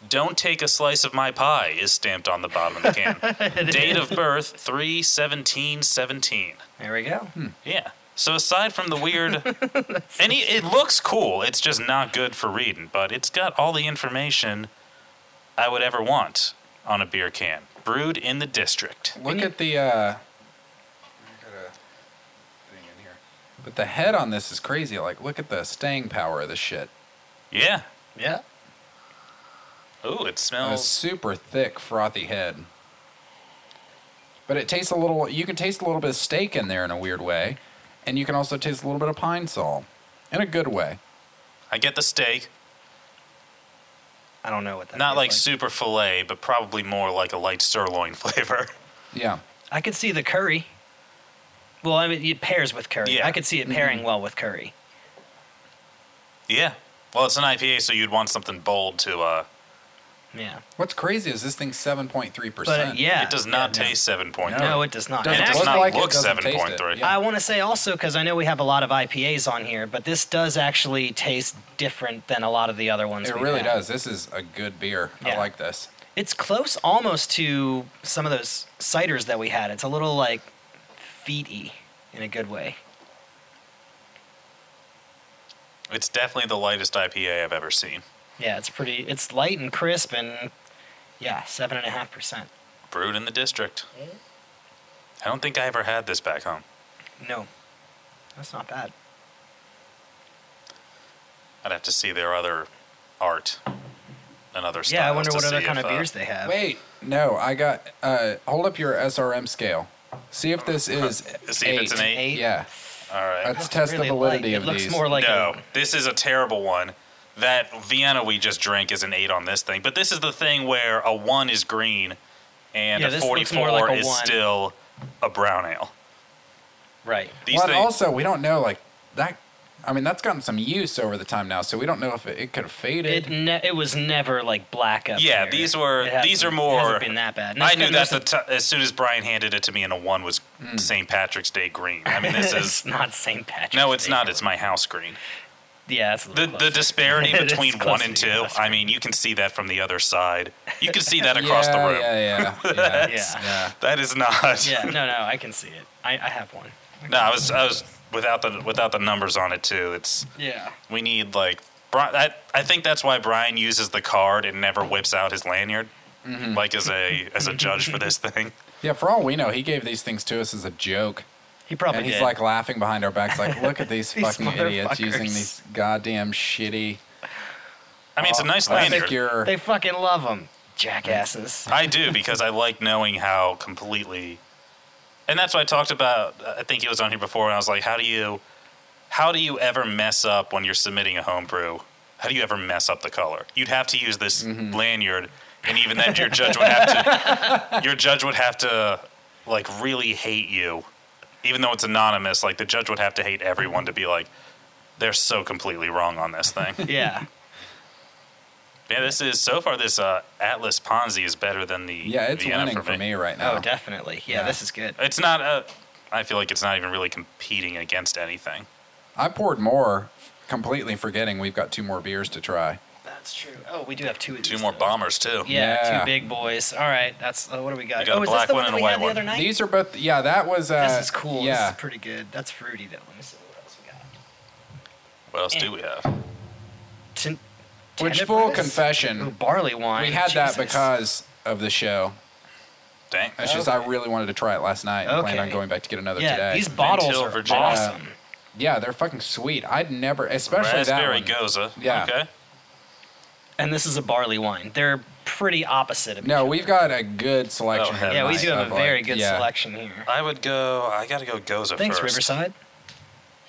C: Don't take a slice of my pie is stamped on the bottom of the can. date of birth 3 17 17.
D: There we go.
B: Hmm.
C: Yeah. So aside from the weird, and he, it looks cool. It's just not good for reading, but it's got all the information I would ever want on a beer can. Brewed in the district.
B: Look at the. Uh, I got a thing in here. But the head on this is crazy. Like, look at the staying power of this shit.
C: Yeah.
D: Yeah.
C: Ooh, it
B: A
C: smells.
B: super thick, frothy head. But it tastes a little. You can taste a little bit of steak in there in a weird way, and you can also taste a little bit of pine sol, in a good way.
C: I get the steak.
D: I don't know what that.
C: Not
D: tastes
C: like super filet, but probably more like a light sirloin flavor.
B: Yeah.
D: I could see the curry. Well, I mean, it pairs with curry.
C: Yeah. Mm-hmm.
D: I could see it pairing well with curry.
C: yeah. Well, it's an IPA, so you'd want something bold to. uh
D: Yeah.
B: What's crazy is this thing's seven point three
D: But uh,
B: percent.
D: yeah.
C: It does not
D: yeah,
C: taste seven point
D: No.
C: three.
D: No, it does not.
C: And
B: Doesn't
C: it
D: And
C: does
B: look
D: actually,
C: not
B: like it,
C: look
B: doesn't taste
C: seven
B: it,
C: point three.
B: yeah.
D: I want to say also because I know we have a lot of IPAs on here, but this does actually taste different than a lot of the other ones.
B: It
D: we've
B: really
D: had.
B: does. This is a good beer. I
D: Yeah.
B: like this.
D: It's close almost to some of those ciders that we had. It's a little like feety in a good way.
C: It's definitely the lightest IPA I've ever seen.
D: Yeah, it's pretty. It's light and crisp, and yeah, seven and a half percent.
C: Brewed in the district. I don't think I ever had this back home.
D: No, that's not bad.
C: I'd have to see their other art and other styles.
D: yeah, I wonder
C: to
D: what other
C: see
D: kind
C: if,
D: of
C: uh,
D: beers they have.
B: Wait, no, I got. Uh, hold up your SRM scale. See if this is.
C: See if it's an eight.
D: Eight?
B: Yeah,
C: All right.
B: let's test
D: Really
B: the validity
D: light.
B: of
D: it looks
B: these.
D: more like
C: no,
D: a,
C: this is a terrible one. That Vienna we just drank is an eight on this thing, but this is the thing where a one is green, and
D: Yeah,
C: a
D: this looks
C: forty-four
D: more like a
C: is
D: one.
C: still a brown ale.
D: right.
C: These
B: well, and
C: things,
B: also we don't know like that. I mean, that's gotten some use over the time now, so we don't know if it, it could have faded.
D: It ne- it was never like black up.
C: Yeah,
D: there.
C: these were-
D: It hasn't-
C: these are
D: It
C: more-
D: hasn't been that bad. And
C: I
D: it's
C: knew
D: got
C: that
D: no-
C: the t- as soon as Brian handed it to me, and a one was
B: Hmm.
C: St. Patrick's Day green. I mean, this
D: it's
C: is
D: not St. Patrick's.
C: no, it's
D: Day.
C: not. It's my house green.
D: yeah, it's a
C: The
D: little
C: the
D: closer.
C: disparity
D: It is
C: between one
D: closer
C: and
D: to
C: two.
D: your
C: I mean, you can see that from the other side. You can see that across
B: yeah,
C: the room.
B: Yeah, yeah, yeah.
D: Yeah.
B: yeah.
C: That is not.
D: Yeah, no, no, I can see it. I, I have one.
C: No, I was I was without the without the numbers on it too. It's
D: Yeah.
C: we need like Brian. I, I think that's why Brian uses the card and never whips out his lanyard,
B: Mm-hmm.
C: like as a as a judge for this thing.
B: Yeah, for all we know, he gave these things to us as a joke.
D: He probably
B: and he's
D: did.
B: like laughing behind our backs, like, look at these,
D: These
B: fucking idiots using
D: motherfuckers.
B: these goddamn shitty.
C: I mean, it's a nice
B: I think
C: lanyard.
B: you're.
D: they fucking love him, jackasses.
C: I do because I like knowing how completely, and that's what I talked about. I think it was on here before, and I was like, how do you, how do you ever mess up when you're submitting a homebrew? How do you ever mess up the color? You'd have to use this
B: Mm-hmm.
C: lanyard, and even then, your judge would have to, your judge would have to, like really hate you, even though it's anonymous. Like the judge would have to hate everyone to be like, they're so completely wrong on this thing.
D: Yeah.
C: Yeah, this is so far. This uh, Atlas Ponzi is better than the
B: Yeah, it's
C: Vienna
B: winning for me. right now.
D: Oh, definitely. Yeah,
B: Yeah.
D: this is good.
C: It's not a. I feel like it's not even really competing against anything.
B: I poured more, completely forgetting we've got two more beers to try.
D: That's true. Oh, we do have two of these.
C: Two more
D: though.
C: bombers too.
D: Yeah,
B: Yeah.
D: two big boys. All right, that's uh, what do we got?
C: We got
D: oh,
C: a
D: is
C: black
D: this the
C: one and
D: one,
C: a
D: that we
C: white
D: had the
C: one.
D: other night?
B: These are both. Yeah, that was. Uh,
D: this is cool.
B: Yeah.
D: This is pretty good. That's fruity though. Let me see what else we got.
C: What else do we have?
D: Tin-
B: Which full
D: tenebris? Ooh,
B: confession,
D: barley wine.
B: we had that
D: Jesus.
B: because of the show.
C: Dang.
B: It's just I really wanted to try it last night. and planned on
D: Okay.
B: going back to get another
D: yeah,
B: today.
D: these bottles
C: Hill,
D: are
C: Virginia.
D: awesome.
B: yeah, they're fucking sweet. I'd never, especially that
C: Raspberry
B: one.
C: Goza.
B: Yeah.
C: Okay.
D: And this is a barley wine. They're pretty opposite of
B: No, we've got a good selection.
C: Oh, hell
D: each other. Yeah, we
C: nice.
D: do have
B: of,
D: a
B: like-
D: very good
B: yeah.
D: selection here.
C: I would go. I gotta go Goza
D: Thanks,
C: first.
D: Riverside.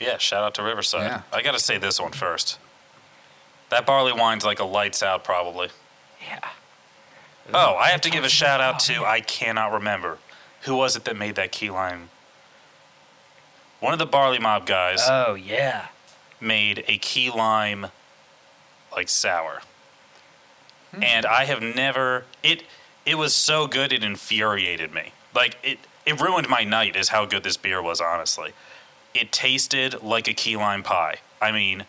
C: Yeah, shout out to Riverside.
B: Yeah.
C: I gotta say this one first. That barley wine's like a lights out, probably.
D: Yeah.
C: Oh, I have to give a shout out to I cannot remember who was it that made that key lime. One of the barley mob guys
D: Oh yeah.
C: made a key lime like sour. And I have never it it was so good it infuriated me. Like it it ruined my night is how good this beer was honestly. It tasted like a key lime pie. I mean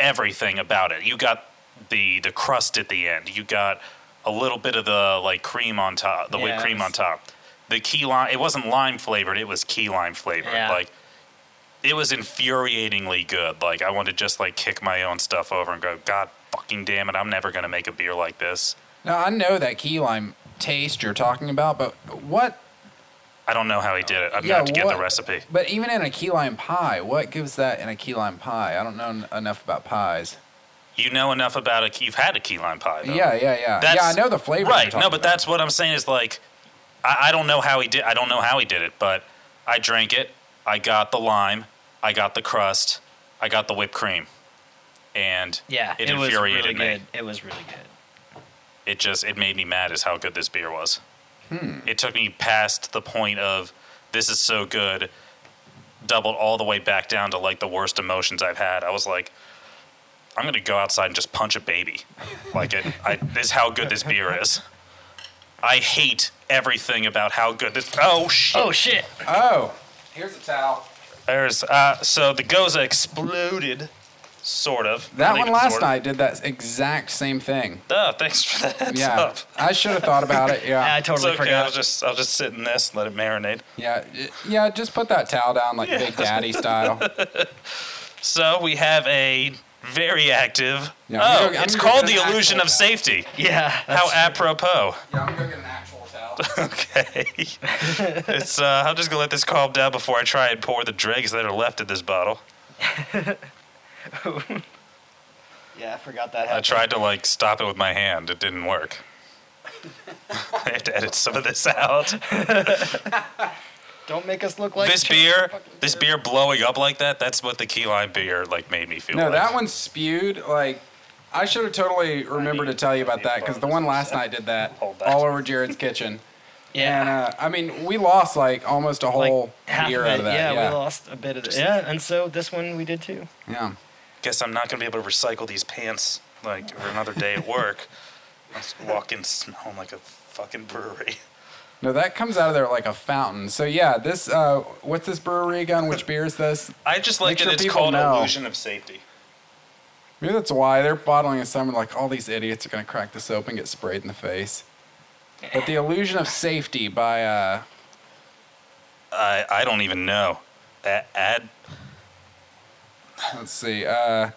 C: everything about it. You got the the crust at the end. You got a little bit of the like cream on top, the
D: Yeah,
C: whipped
D: it
C: cream
D: was-
C: on top. uh, The key lime it wasn't lime flavored, it was key lime flavored.
D: Yeah.
C: Like it was infuriatingly good. Like I wanted to just like kick my own stuff over and go, God fucking damn it, I'm never gonna make a beer like this.
B: Now I know that key lime taste you're talking about, but what?
C: I don't know how he did it. I'm gonna
B: yeah,
C: have to get
B: what,
C: the recipe.
B: But even in a key lime pie, what gives that in a key lime pie? I don't know en- enough about pies.
C: You know enough about it. You've had a key lime pie, though.
B: Yeah, yeah, yeah.
C: That's-
B: yeah, I know the flavor. you're
C: Right. No,
B: talking
C: but
B: about.
C: that's what I'm saying is like, I, I don't know how he did. I don't know how he did it, but I drank it. I got the lime. I got the crust. I got the whipped cream, and
D: Yeah.
C: it,
D: was
C: infuriated
D: really
C: me.
D: good. It was really good.
C: it just it made me mad is how good this beer was.
B: Hmm.
C: It took me past the point of this is so good, doubled all the way back down to like the worst emotions I've had. I was like, I'm gonna go outside and just punch a baby. Like it, I, this is how good this beer is. I hate everything about how good this. Oh shit!
D: Oh shit.
B: Oh, here's a towel.
C: There's uh, so the goza exploded, sort of.
B: That
C: Not
B: one
C: even
B: last
C: sort of.
B: night did that exact same thing.
C: Oh, thanks for that heads
B: yeah,
C: up.
B: I should have thought about it.
D: I
B: Yeah,
D: totally
C: it's okay. I'll
D: forgot.
C: just I'll just sit in this, and let it marinate.
B: yeah, y- yeah. Just put that towel down like Big Daddy style.
C: So we have a very active.
B: Yeah, I'm
C: oh,
B: gonna go- I'm
C: it's
B: gonna go
C: called
B: get
C: the
B: an
C: illusion
B: actual
C: of
B: towel.
C: safety.
D: Yeah.
C: How apropos.
B: Yeah, I'm gonna get an actual towel.
C: Okay. it's. Uh, I'm just gonna let this calm down before I try and pour the dregs that are left in this bottle.
D: Yeah, I forgot that
C: I
D: happened.
C: tried to like stop it with my hand. It didn't work. I have to edit some of this out.
D: Don't make us look like
C: this beer, this beer blowing up like that. That's what the key lime beer like made me feel.
B: No,
C: like.
B: that one spewed. Like, I should have totally remembered to tell you about that because the one last night did that
C: Hold that.
B: all over Jared's kitchen.
D: Yeah.
B: And uh, I mean, we lost like almost a
D: like
B: whole
D: half
B: year
D: of it.
B: out of that.
D: yeah,
B: Yeah,
D: we lost a bit of it. Yeah, and so this one we did too.
B: Yeah.
C: guess I'm not gonna be able to recycle these pants like for another day at work. I just walk in smelling like a fucking brewery.
B: No, that comes out of there like a fountain. So yeah, this uh, what's this brewery again? Which beer is this?
C: I just
B: Make
C: like
B: sure
C: that it's
B: people
C: called
B: know.
C: illusion of safety.
B: Maybe that's why they're bottling it somewhere. Like all these idiots are gonna crack this open, and get sprayed in the face. But the illusion of safety by uh,
C: I I don't even know. A- Ad
B: let's see, uh,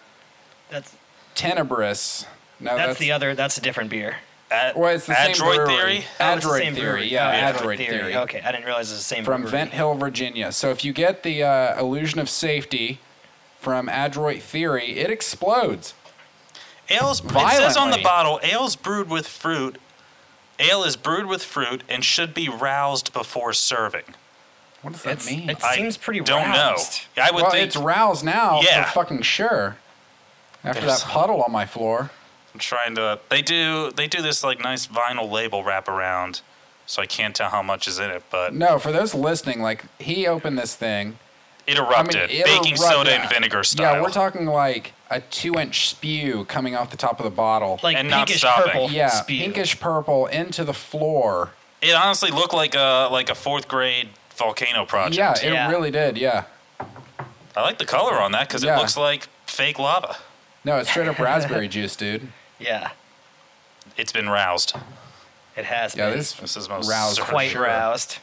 D: That's
B: Oh, Tenebris. No,
D: that's, the other. That's a different beer.
C: ad,
B: Well, it's the same
C: Adroit
B: brewery.
C: theory.
D: Oh, it's the
B: Adroid
D: same
B: theory,
D: brewery.
B: yeah,
D: Oh,
B: Adroid theory.
D: Okay, I didn't realize it was the same
B: from
D: brewery.
B: Vent Hill, Virginia. So if you get the uh, illusion of safety from Adroit Theory, it explodes.
C: Ales. It says on the
B: Violently.
C: bottle, ales brewed with fruit. Ale is brewed with fruit and should be roused before serving.
B: What does that
D: It's,
B: mean?
D: it
C: I
D: seems pretty
C: Don't
D: roused.
C: know. I would
B: well,
C: think.
B: it's roused now
C: Yeah.
B: for fucking sure. After
C: There's-
B: that puddle on my floor.
C: I'm trying to. They do. They do this like nice vinyl label wrap around, so I can't tell how much is in it. But
B: No, for those listening, like he opened this thing.
C: It
B: I
C: erupted.
B: mean, it
C: Baking
B: erupted-
C: soda and vinegar style.
B: Yeah, we're talking like a two-inch spew coming off the top of the bottle.
D: Like
C: And not
D: pinkish
C: stopping.
D: purple
B: yeah,
D: spew.
B: pinkish purple into the floor.
C: It honestly looked like a like a fourth grade volcano project.
B: Yeah, it
D: Yeah.
B: really did. Yeah.
C: I like the color on that because
B: Yeah.
C: it looks like fake lava.
B: No, it's straight up raspberry juice, dude.
D: Yeah,
C: It's been roused.
D: it has
B: Yeah,
D: been.
B: this
C: This is most
B: Roused
C: certain.
D: quite
B: sure.
D: roused.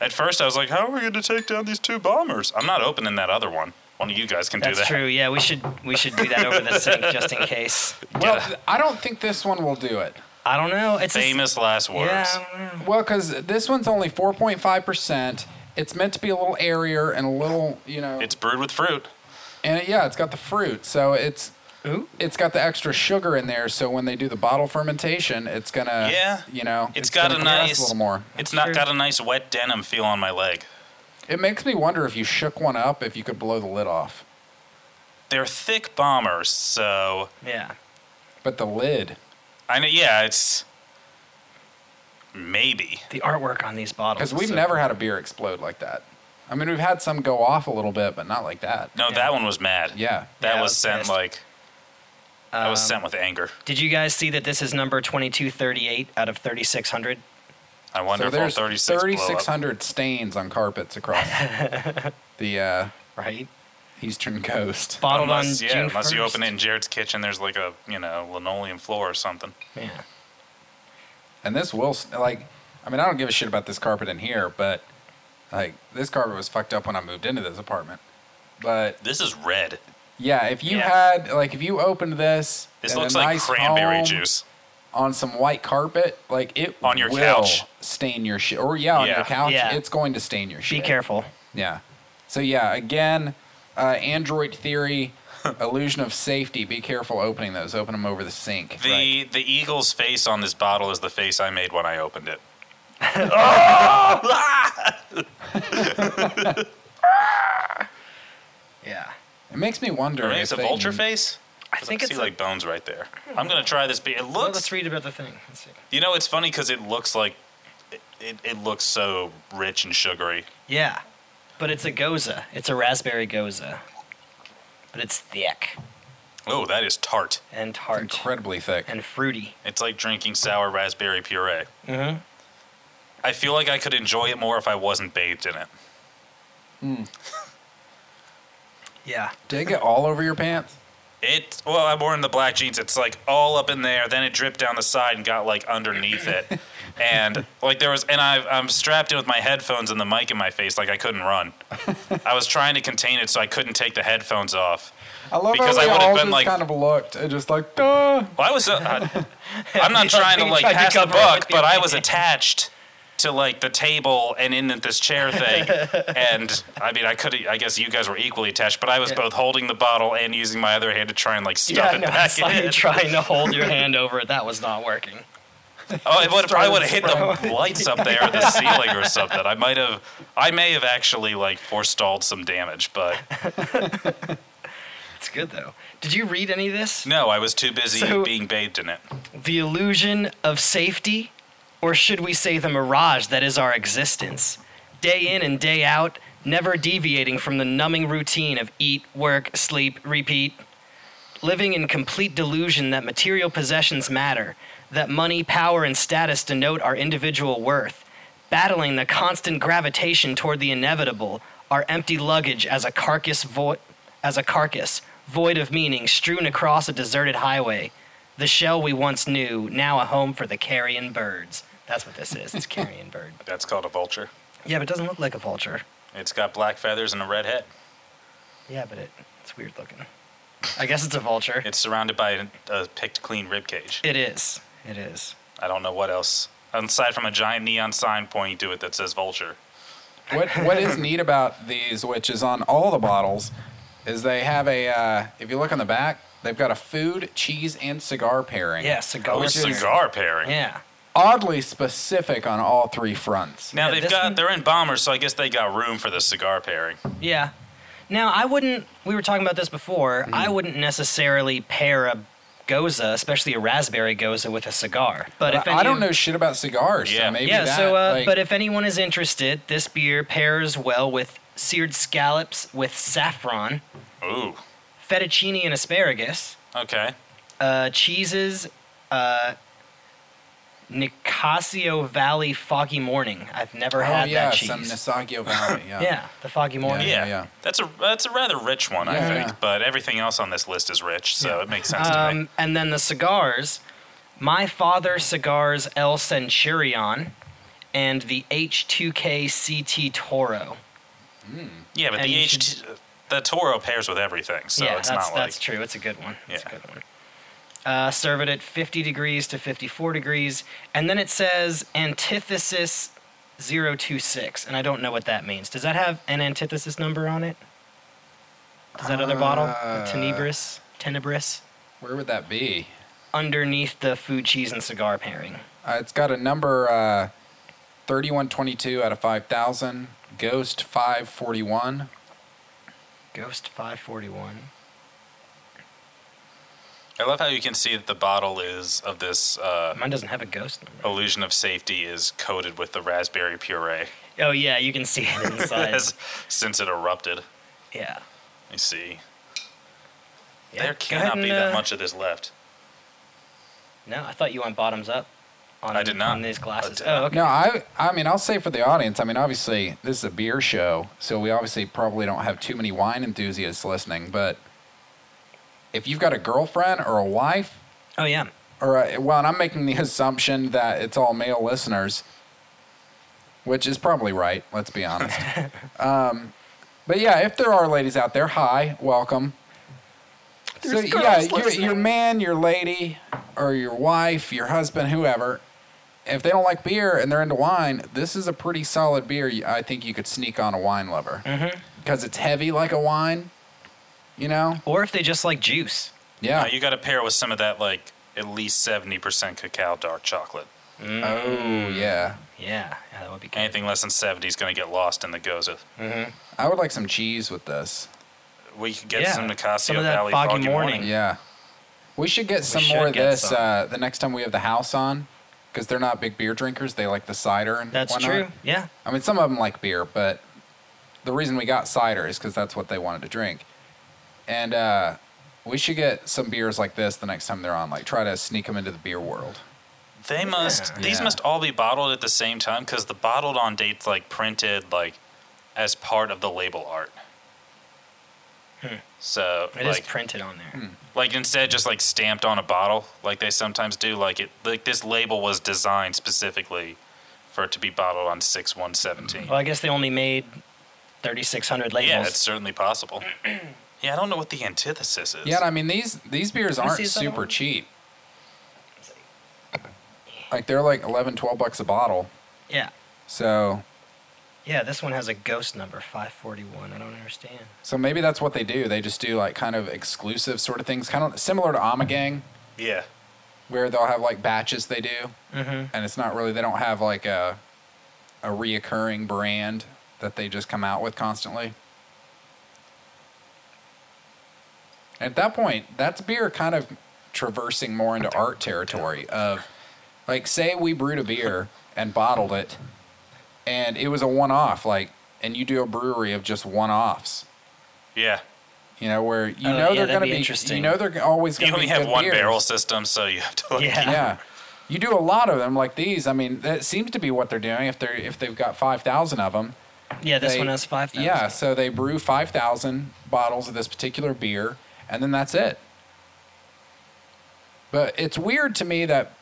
C: At first, I was like, "How are we going to take down these two bombers?" I'm not opening that other one. One of you guys can
D: That's
C: do that.
D: true. Yeah, we should we should do that over the sink just in case.
C: Get
B: Well,
C: a-
B: I don't think this one will do it.
D: I don't know. It's a-
C: Famous last words.
D: Yeah, I don't know.
B: Well, because this one's only 4.5%. It's meant to be a little airier and a little, you know,
C: It's brewed with fruit.
B: and it, yeah, it's got the fruit, so it's
D: Ooh.
B: it's got the extra sugar in there. So when they do the bottle fermentation, it's gonna,
C: Yeah.
B: you know,
C: it's got
B: gonna
C: a
B: compress
C: nice
B: a little more.
C: It's not
D: true.
C: got a nice wet denim feel on my leg.
B: It makes me wonder if you shook one up, if you could blow the lid off.
C: They're thick bombers, so
D: Yeah.
B: But the lid,
C: I know. Yeah, it's maybe.
D: The artwork on these bottles.
B: because
D: is
B: we've
D: so-
B: never had a beer explode like that. I mean, we've had some go off a little bit, but not like that.
C: No,
D: Yeah.
C: that one was mad.
B: Yeah.
C: that
D: Yeah, I
C: was
D: was
C: sent
D: pissed.
C: like that was
D: Um,
C: sent with anger.
D: Did you guys see that this is number 2238 out of 3600?
C: I wonder
B: so
C: if all
B: there's
C: 36 blow up.
B: 3,600 stains on carpets across the uh,
D: Right.
B: eastern coast.
D: Bottled
C: Unless,
D: on
C: yeah,
D: June
C: unless
D: 1st.
C: you open it in Jared's kitchen, there's like a you know linoleum floor or something.
D: Yeah.
B: And this will s- like, I mean, I don't give a shit about this carpet in here, but like this carpet was fucked up when I moved into this apartment. But
C: This is red.
B: yeah, if you
D: Yeah.
B: had like if you opened this,
C: This
B: in a
C: looks like
B: nice
C: cranberry
B: home
C: juice.
B: on some white carpet, like it
C: On your
B: will
C: couch.
B: stain your shit. Or yeah, on
C: Yeah.
B: your couch,
D: Yeah.
B: it's going to stain your
D: Be
B: shit.
D: careful.
B: Yeah. So yeah, again, uh, Android theory, illusion of safety. Be careful opening those. Open them over the sink.
C: The the eagle's face on this bottle is the face I made when I opened it.
D: Yeah.
B: It makes me wonder.
C: Or maybe
B: if
C: it's a
B: they-
C: vulture face.
D: I
C: 'Cause
D: think
C: can
D: it's
C: see
D: a-
C: like bones right there. I'm gonna try this beer. It
D: Well,
C: looks.
D: let's read about the thing. Let's see.
C: You know, it's funny because it looks like it, it, it looks so rich and sugary.
D: Yeah. But it's a goza. It's a raspberry goza. But it's thick
C: Oh, that is tart.
D: and
B: It's
D: hard
B: incredibly thick.
D: and fruity.
C: It's like drinking sour raspberry puree.
D: Mm-hmm.
C: I feel like I could enjoy it more if I wasn't bathed in it.
D: Yeah.
B: Did it get all over your pants?
C: It well, I'm wearing the black jeans. It's like all up in there. Then it dripped down the side and got like underneath it, and like there was. And I, I'm strapped in with my headphones and the mic in my face, like I couldn't run. I was trying to contain it, so I couldn't take the headphones off.
B: I love
C: Because
B: how
C: I
B: we
C: would've
B: all
C: been
B: just
C: like-
B: kind of looked and just like, duh.
C: Well, I was. Uh, I, I'm not trying to
D: He
C: like
D: tried to
C: pass the
D: cover up
C: buck,
D: with your
C: but I was
D: hand.
C: attached to like the table and in this chair thing, and I mean, I could. I guess you guys were equally attached, but I was
D: Yeah.
C: both holding the bottle and using my other hand to try and like stuff
D: yeah,
C: it
D: no, I
C: back
D: saw you
C: in.
D: trying to hold your hand over it. That was not working.
C: Oh, it would probably would have hit the lights up there, or the ceiling, or something. I might have. I may have actually like forestalled some damage, but
D: It's good though. Did you read any of this?
C: no, I was too busy
D: So-
C: being bathed in it.
D: The illusion of safety, or should we say the mirage that is our existence? Day in and day out, never deviating from the numbing routine of eat, work, sleep, repeat. Living in complete delusion that material possessions matter, that money, power, and status denote our individual worth. Battling the constant gravitation toward the inevitable, our empty luggage as a carcass void as a carcass, void of meaning, strewn across a deserted highway. The shell we once knew, now a home for the carrion birds. That's what this is. It's carrion bird.
C: That's called a vulture.
D: Yeah, but it doesn't look like a vulture.
C: It's got black feathers and a red head.
D: Yeah, but it, it's weird looking. I guess it's a vulture.
C: It's surrounded by a, a picked clean rib cage.
D: It is. It is.
C: I don't know what else. Aside from a giant neon sign pointing to it that says vulture.
B: What What is neat about these, which is on all the bottles, is they have a. Uh, if you look on the back, they've got a food, cheese, and cigar pairing.
D: Yeah, cigar.
C: Oh, a
D: is-
C: cigar pairing.
D: Yeah.
B: Oddly specific on all three fronts.
C: Now
D: Yeah,
C: they've
D: this
C: got
D: one-
C: they're in bombers, so I guess they got room for the cigar pairing.
D: Yeah. Now, I wouldn't, we were talking about this before, I
B: Mm-hmm.
D: wouldn't necessarily pair a goza, especially a raspberry goza, with a cigar. But if
B: I,
D: any
B: I don't
D: of-
B: know shit about cigars.
C: Yeah.
B: So maybe
D: Yeah,
B: that,
D: so, uh,
B: like-
D: but if anyone is interested, this beer pairs well with seared scallops with saffron,
C: Ooh.
D: fettuccine and asparagus,
C: Okay.
D: uh, cheeses, uh, Nicasio Valley Foggy Morning. I've never
B: oh
D: had
B: yeah,
D: that
B: some
D: cheese.
B: Nisagio Valley. Yeah.
D: yeah, the Foggy
C: Yeah.
D: Morning.
B: yeah.
C: That's a that's a rather rich one, I
B: Yeah.
C: think. But everything else on this list is rich, so it makes sense to me.
D: Um, and then the cigars, my father cigars El Centurion, and the H2K CT Toro.
C: Yeah, but
D: and
C: the
D: you
C: H
D: should-
C: two the Toro pairs with everything, so
D: yeah,
C: it's
D: that's,
C: not
D: that's
C: like
D: true. It's a good one. It's
C: Yeah.
D: a good one. Uh, serve it at 50 degrees to 54 degrees, and then it says antithesis 026, and I don't know what that means. Does that have an antithesis number on it? Does that other bottle,
B: Uh,
D: the Tenebris, Tenebris,
B: Where would that be?
D: underneath the food, cheese, and cigar pairing?
B: Uh, it's got a number uh, 3122 out of 5,000, Ghost 541.
D: Ghost 541.
C: I love how you can see that the bottle is of this uh,
D: Mine doesn't have a ghost number.
C: illusion of safety is coated with the raspberry puree
D: Oh yeah, you can see it inside.
C: as, since it erupted. Let
D: yeah.
C: me see. there
D: Yeah, go ahead
C: cannot be
D: and,
C: that
D: uh,
C: much of this left.
D: No, I thought you went bottoms up. On,
C: I did not.
D: On these glasses.
C: I did
D: Oh, okay.
B: No, I, I mean, I'll say for the audience, I mean, obviously, this is a beer show, so we obviously probably don't have too many wine enthusiasts listening, but if you've got a girlfriend or a wife,
D: Oh yeah.
B: or uh, well, and I'm making the assumption that it's all male listeners, which is probably right. Let's be honest. um, but yeah, if there are ladies out there, hi, welcome. so
D: There's
B: yeah,
D: girls
B: your, your
D: listening.
B: man, your lady, or your wife, your husband, whoever, if they don't like beer and they're into wine, this is a pretty solid beer. you- I think you could sneak on a wine lover
D: Mm-hmm.
B: because it's heavy like a wine. You know?
D: Or if they just like juice.
B: Yeah.
C: Now you got to pair with some of that like at least seventy percent cacao dark chocolate. Mm.
B: oh yeah.
D: Yeah, yeah, that would be good.
C: Anything less than seventy is going to get lost in the goza.
B: I would like some cheese with this.
C: We could get
D: Yeah,
C: some Nicasio
D: some of that
C: Valley
D: foggy
C: foggy morning.
D: morning.
B: Yeah. We should get some
D: should
B: more of
D: get
B: this
D: some.
B: Uh, the next time we have the house on because they're not big beer drinkers. They like the cider and
D: That's
B: whatnot.
D: true. Yeah.
B: I mean, some of them like beer, but the reason we got cider is because that's what they wanted to drink. And uh, we should get some beers like this the next time they're on. Like, try to sneak them into the beer world.
C: They must.
D: Yeah.
C: These
B: Yeah.
C: must all be bottled at the same time because the bottled on dates like printed like as part of the label art. So
D: Hmm. It is
C: like
D: printed on there.
B: Hmm.
C: like instead just like stamped on a bottle like they sometimes do like it like this label was designed specifically for it to be bottled on six one seventeen.
D: Well, I guess they only made 3,600 labels.
C: Yeah, it's certainly possible. yeah, I don't know what the antithesis is.
B: Yeah, and I mean these these beers
D: Can I see
B: aren't
D: this other
B: super
D: one?
B: cheap. Like they're like 11, 12 bucks a bottle.
D: yeah.
B: So
D: Yeah, this one has a ghost number, 541. I don't understand.
B: So maybe that's what they do. They just do like kind of exclusive sort of things, kind of similar to Amagang,
C: yeah.
B: where they'll have like batches they do,
D: Mm-hmm.
B: and it's not really they don't have like a a reoccurring brand that they just come out with constantly. At that point, that's beer kind of traversing more into art territory of like say we brewed a beer and bottled it and it was a one off like and you do a brewery of just one offs.
C: Yeah.
B: You know where you
D: Oh,
B: know
D: yeah,
B: they're
D: that'd
B: going to
D: be
B: be,
D: interesting.
B: You know they're always going
C: You
B: to be
C: only have
B: good
C: one
B: beers.
C: barrel system, so you have to like
D: Yeah.
B: Yeah, you do a lot of them like these. I mean, that seems to be what they're doing. If they're if they've got five thousand of them,
D: Yeah, this
B: they-
D: one has 5,000.
B: Yeah, so they brew five thousand bottles of this particular beer, and then that's it. But it's weird to me that,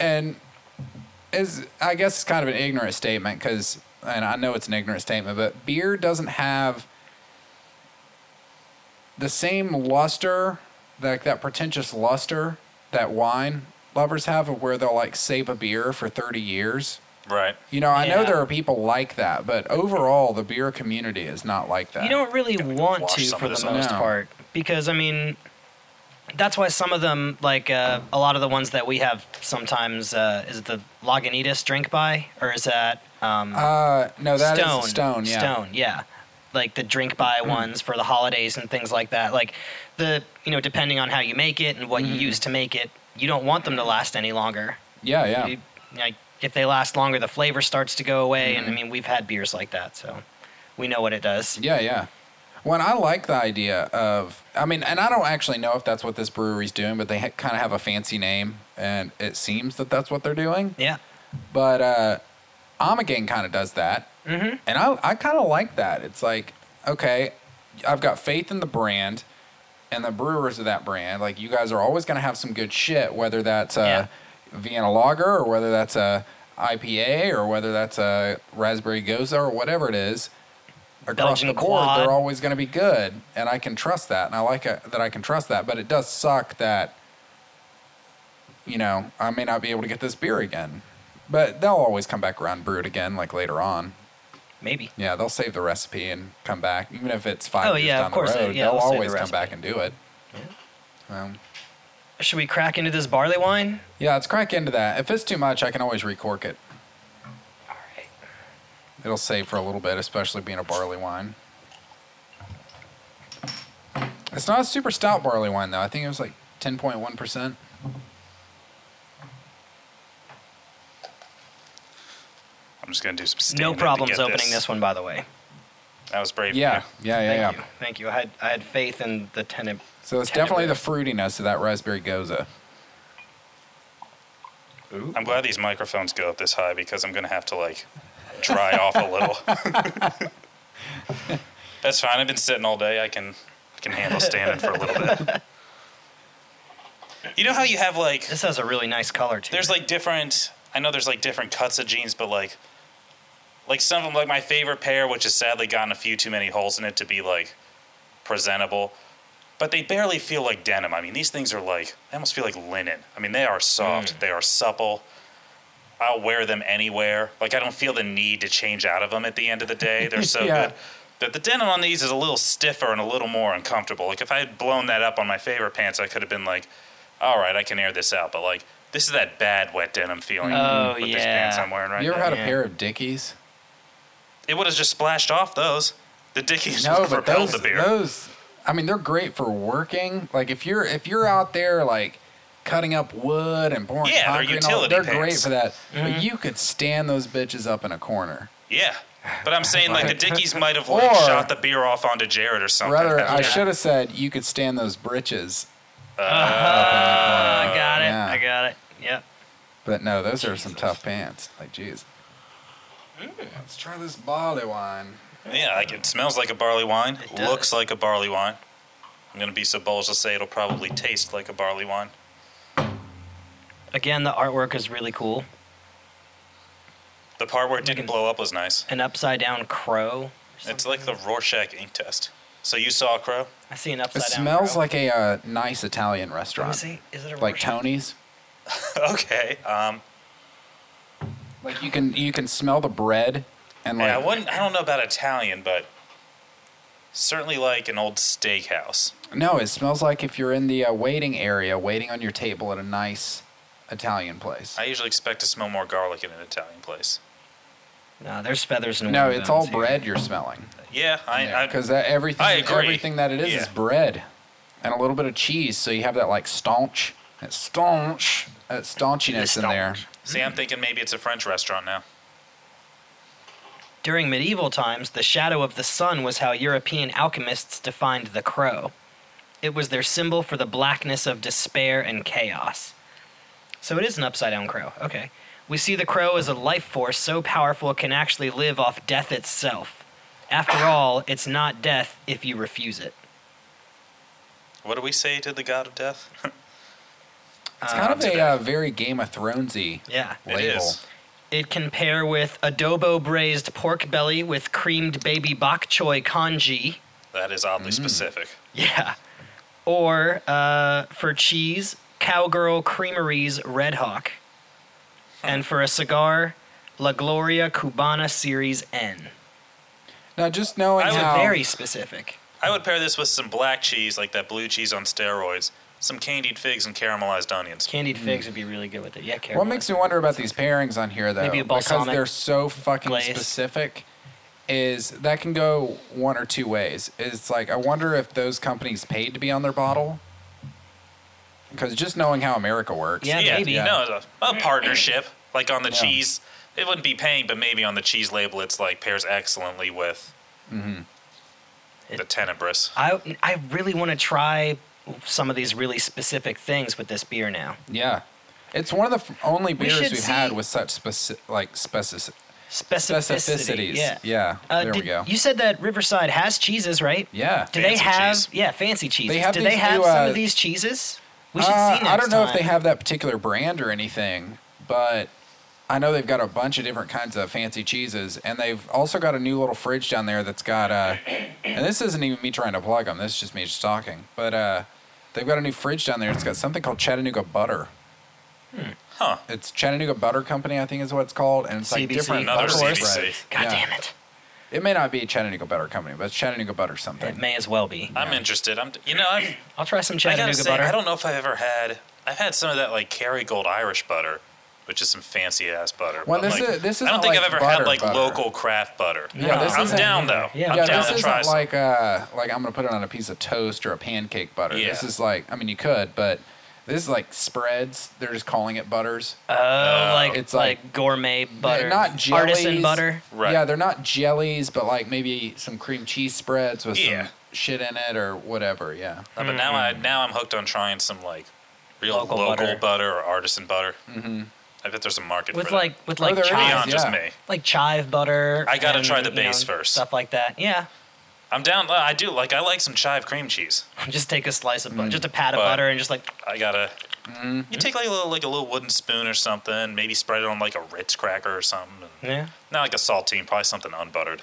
B: and is I guess it's kind of an ignorant statement because, and I know it's an ignorant statement, but beer doesn't have the same luster, like that pretentious luster that wine lovers have, of where they'll like save a beer for thirty years.
C: right.
B: You know, I know
D: Yeah.
B: there are people like that, but overall, the beer community is not like that.
D: You don't really want
C: wash
D: to
C: some
D: for
C: of
D: the
C: this
D: most
B: off.
D: part because I mean that's why some of them like uh, a lot of the ones that we have sometimes uh, is it the Lagunitas drink by or is that um,
B: Uh, no, that is
D: Stone
B: a Stone. Yeah.
D: Stone, yeah. Like the drink by ones for the holidays and things like that. Like the you know depending on how you make it and what you use to make it, you don't want them to last any longer.
B: Yeah, yeah.
D: You- like if they last longer, the flavor starts to go away, and I mean we've had beers like that, so we know what it does.
B: Yeah, yeah. When I like the idea of, I mean, and I don't actually know if that's what this brewery's doing, but they ha- kind of have a fancy name, and it seems that that's what they're doing.
D: Yeah.
B: But uh, Amagang kind of does that, mm-hmm. and I I kind of like that. It's like, okay, I've got faith in the brand and the brewers of that brand. Like you guys are always going to have some good shit, whether that's a Vienna Lager or whether uh, that's a IPA or whether that's a Raspberry Goza or whatever it is. across
D: Belgian
B: the board,
D: quad.
B: they're always going to be good, and I can trust that, and I like uh that I can trust that. But it does suck that, you know, I may not be able to get this beer again, but they'll always come back around brewed again, like later on.
D: Maybe.
B: Yeah, they'll save the recipe and come back, even if it's five
D: Oh,
B: years
D: yeah,
B: down
D: of course
B: the
D: they-
B: road.
D: yeah,
B: they'll
D: they'll save the
B: always come
D: recipe.
B: back and do it. Um,
D: Should we crack into this barley wine?
B: yeah, let's crack into that. If it's too much, I can always recork it.
D: All right.
B: It'll save for a little bit, especially being a barley wine. It's not a super stout barley wine though. I think it was like 10.1%.
C: I'm just gonna do some.
D: No
C: standing to
D: problems
C: get
D: opening this. one, by the way.
C: That was brave. of
B: Yeah,
C: you.
B: yeah, yeah, yeah.
D: Thank you. Thank you. I had I had faith in the tenant.
B: So it's definitely the fruitiness of that raspberry goza.
C: I'm glad these microphones go up this high because I'm gonna have to like dry off a little. That's fine. I've been sitting all day. I can I can handle standing for a little bit. You know how you have like
D: This has a really nice color to
C: there's
D: it.
C: like different i know there's like different cuts of jeans but like like some of them like my favorite pair which has sadly gotten a few too many holes in it to be like presentable but they barely feel like denim i mean these things are like they almost feel like linen i mean they are
B: Mm.
C: soft they are supple i'll wear them anywhere like i don't feel the need to change out of them at the end of the day they're so
B: Yeah.
C: good that the denim on these is a little stiffer and a little more uncomfortable like if i had blown that up on my favorite pants i could have been like all right, I can air this out, but like this is that bad wet denim feeling
D: Oh,
C: with this
D: yeah.
C: pants I'm wearing right
B: you ever
C: now.
B: had a
D: Yeah.
B: pair of Dickies?
C: it would have just splashed off those. The Dickies
B: No,
C: would
B: but
C: repelled
B: those,
C: the beer.
B: those I mean they're great for working. Like if you're if you're out there like cutting up wood and pouring
C: Yeah, they're
B: concrete and all,
C: utility
B: they're great
C: pants.
B: for that.
D: Mm-hmm.
B: But you could stand those bitches up in a corner.
C: Yeah, but I'm saying like the Dickies might have like
B: Or-
C: shot the beer off onto Jared or something.
B: Rather,
C: That
B: I
C: was-
B: should have said you could stand those britches.
D: I got it.
B: Uh, yeah.
D: I got it. Yep.
B: But no, those are some tough pants. Like, jeez.
D: Mm.
B: Let's try this barley wine.
C: yeah, like it smells like a barley wine.
D: It does.
C: Looks like a barley wine. I'm gonna be so bold as to say it'll probably taste like a barley wine.
D: Again, the artwork is really cool.
C: The part where it
B: Mm-hmm.
C: didn't blow up was nice.
D: An upside down crow.
C: It's like the Rorschach ink test. So you saw a crow?
D: I see an
B: It
D: upside down.
B: smells
D: crow.
B: like a uh, nice Italian
D: Let me
B: restaurant,
D: see. Is it a
B: like
D: Rorschach?
B: Tony's.
C: okay. Um,
B: Like you can you can smell the bread, and like
C: Yeah, I wouldn't. I don't know about Italian, but certainly like an old steakhouse.
B: no, it smells like if you're in the uh, waiting area, waiting on your table at a nice Italian place.
C: I usually expect to smell more garlic in an Italian place.
D: No, there's feathers in
B: no,
D: one of
B: it's
D: those
B: all
D: here.
B: bread you're smelling
C: Yeah, I, I
B: because everything
C: I agree.
B: everything that it is
C: Yeah.
B: is bread, and a little bit of cheese. So you have that like staunch, that staunch, that staunchiness in there.
C: see. I'm thinking maybe it's a French restaurant now.
D: During medieval times, the shadow of the sun was how European alchemists defined the crow. It was their symbol for the blackness of despair and chaos. So it is an upside down crow. Okay. We see the crow as a life force so powerful it can actually live off death itself. After all, it's not death if you refuse it.
C: What do we say to the god of death?
B: It's kind of
C: today.
B: a uh, very Game of Thronesy
D: Yeah.
C: It
B: label.
C: is.
D: It can pair with adobo braised pork belly with creamed baby bok choy congee.
C: That is oddly
B: Mm.
C: specific.
D: Yeah. Or uh, for cheese, Cowgirl Creamery's Red Hawk. And for a cigar, La Gloria Cubana Series N.
B: Now, just knowing
C: I would
B: how
D: Very specific.
C: I would pair this with some black cheese, like that blue cheese on steroids, some candied figs, and caramelized onions.
D: Candied figs would be really good with it. Yeah, caramel.
B: Hmm. what makes me wonder about these pairings on here, though,
D: Maybe a
B: because
D: balsamic
B: they're so fucking
D: glaze.
B: specific, is that can go one or two ways. It's like I wonder if those companies paid to be on their bottle, because just knowing how America works,
D: Yeah,
C: yeah,
D: maybe.
C: no, a, a partnership, like on the
B: Yeah.
C: cheese. It wouldn't be paying, but maybe on the cheese label, it's like pairs excellently with
B: Mm-hmm.
C: the tenebris.
D: I, I really want to try some of these really specific things with this beer now.
B: yeah. It's one of the f- only beers we
D: should
B: have had
D: see-
B: with such speci- like specific
D: Specificity.
B: specificities.
D: Yeah.
B: yeah.
D: Uh,
B: there
D: did,
B: we go.
D: You said that Riverside has cheeses, right?
B: yeah.
D: Do they
C: Fancy
D: have
C: cheese.
D: yeah fancy cheeses?
B: have
D: Do
B: these
D: they have
B: new,
D: some
B: uh,
D: of these cheeses? We should
B: Uh,
D: see next
B: I don't know if
D: time.
B: they have that particular brand or anything, but I know they've got a bunch of different kinds of fancy cheeses, and they've also got a new little fridge down there that's got. Uh, and this isn't even me trying to plug them. This is just me just talking. But uh, they've got a new fridge down there. It's got something called Chattanooga butter.
C: Huh.
B: It's Chattanooga Butter Company, I think is what it's called, and it's like
D: CBC.
B: different
C: Another
B: butter
C: CBC.
B: spreads.
D: God
B: Yeah.
D: damn it.
B: It may not be Chattanooga Butter Company, but it's Chattanooga Butter something.
D: It may as well be.
C: I'm interested. I'm. You know, I've,
D: I'll try some
C: I gotta
D: Chattanooga
C: say,
D: butter.
C: I don't know if I've ever had. I've had some of that like Kerrygold Irish butter, which is some fancy ass butter.
B: Well,
C: but,
B: this
C: like,
B: is- this
C: I don't
B: isn't
C: think
B: like
C: I've ever
B: butter
C: had like
B: butter.
C: local craft butter.
D: Yeah,
B: this
C: I'm
B: isn't-
C: down though.
D: Yeah.
C: I'm
D: Yeah,
C: down
B: this
C: to
B: isn't
C: try. some-
B: like uh like I'm gonna put it on a piece of toast or a pancake butter. This
C: Yeah.
B: is like I mean you could, but this is like spreads. They're just calling it butters.
D: Oh, like
B: It's
D: it's
B: like-
D: like, gourmet butter,
B: They're not jellies.
D: artisan butter.
C: Right.
B: Yeah, they're not jellies, but like maybe some cream cheese spreads with
C: Yeah.
B: some shit in it or whatever. Yeah.
C: No, but now I now I'm hooked on trying some like real
D: Local
C: local,
D: butter.
C: butter. or artisan butter. Mm-hmm. I bet there's a market
D: With
C: for that.
D: like with
B: Are
D: like
B: there any-
D: chive,
C: beyond just
B: yeah.
C: me.
D: like chive butter.
C: I gotta
D: and,
C: try the
D: you know,
C: base first.
D: Stuff like that. Yeah.
C: I'm down. I do like I like some chive cream cheese.
D: Just take a slice of butter, just a pat of
C: Mm, But-
D: butter, and just like
C: I gotta. You take like a little like a little wooden spoon or something. Maybe spread it on like a Ritz cracker or something. and-
D: yeah,
C: Not like a saltine, probably something unbuttered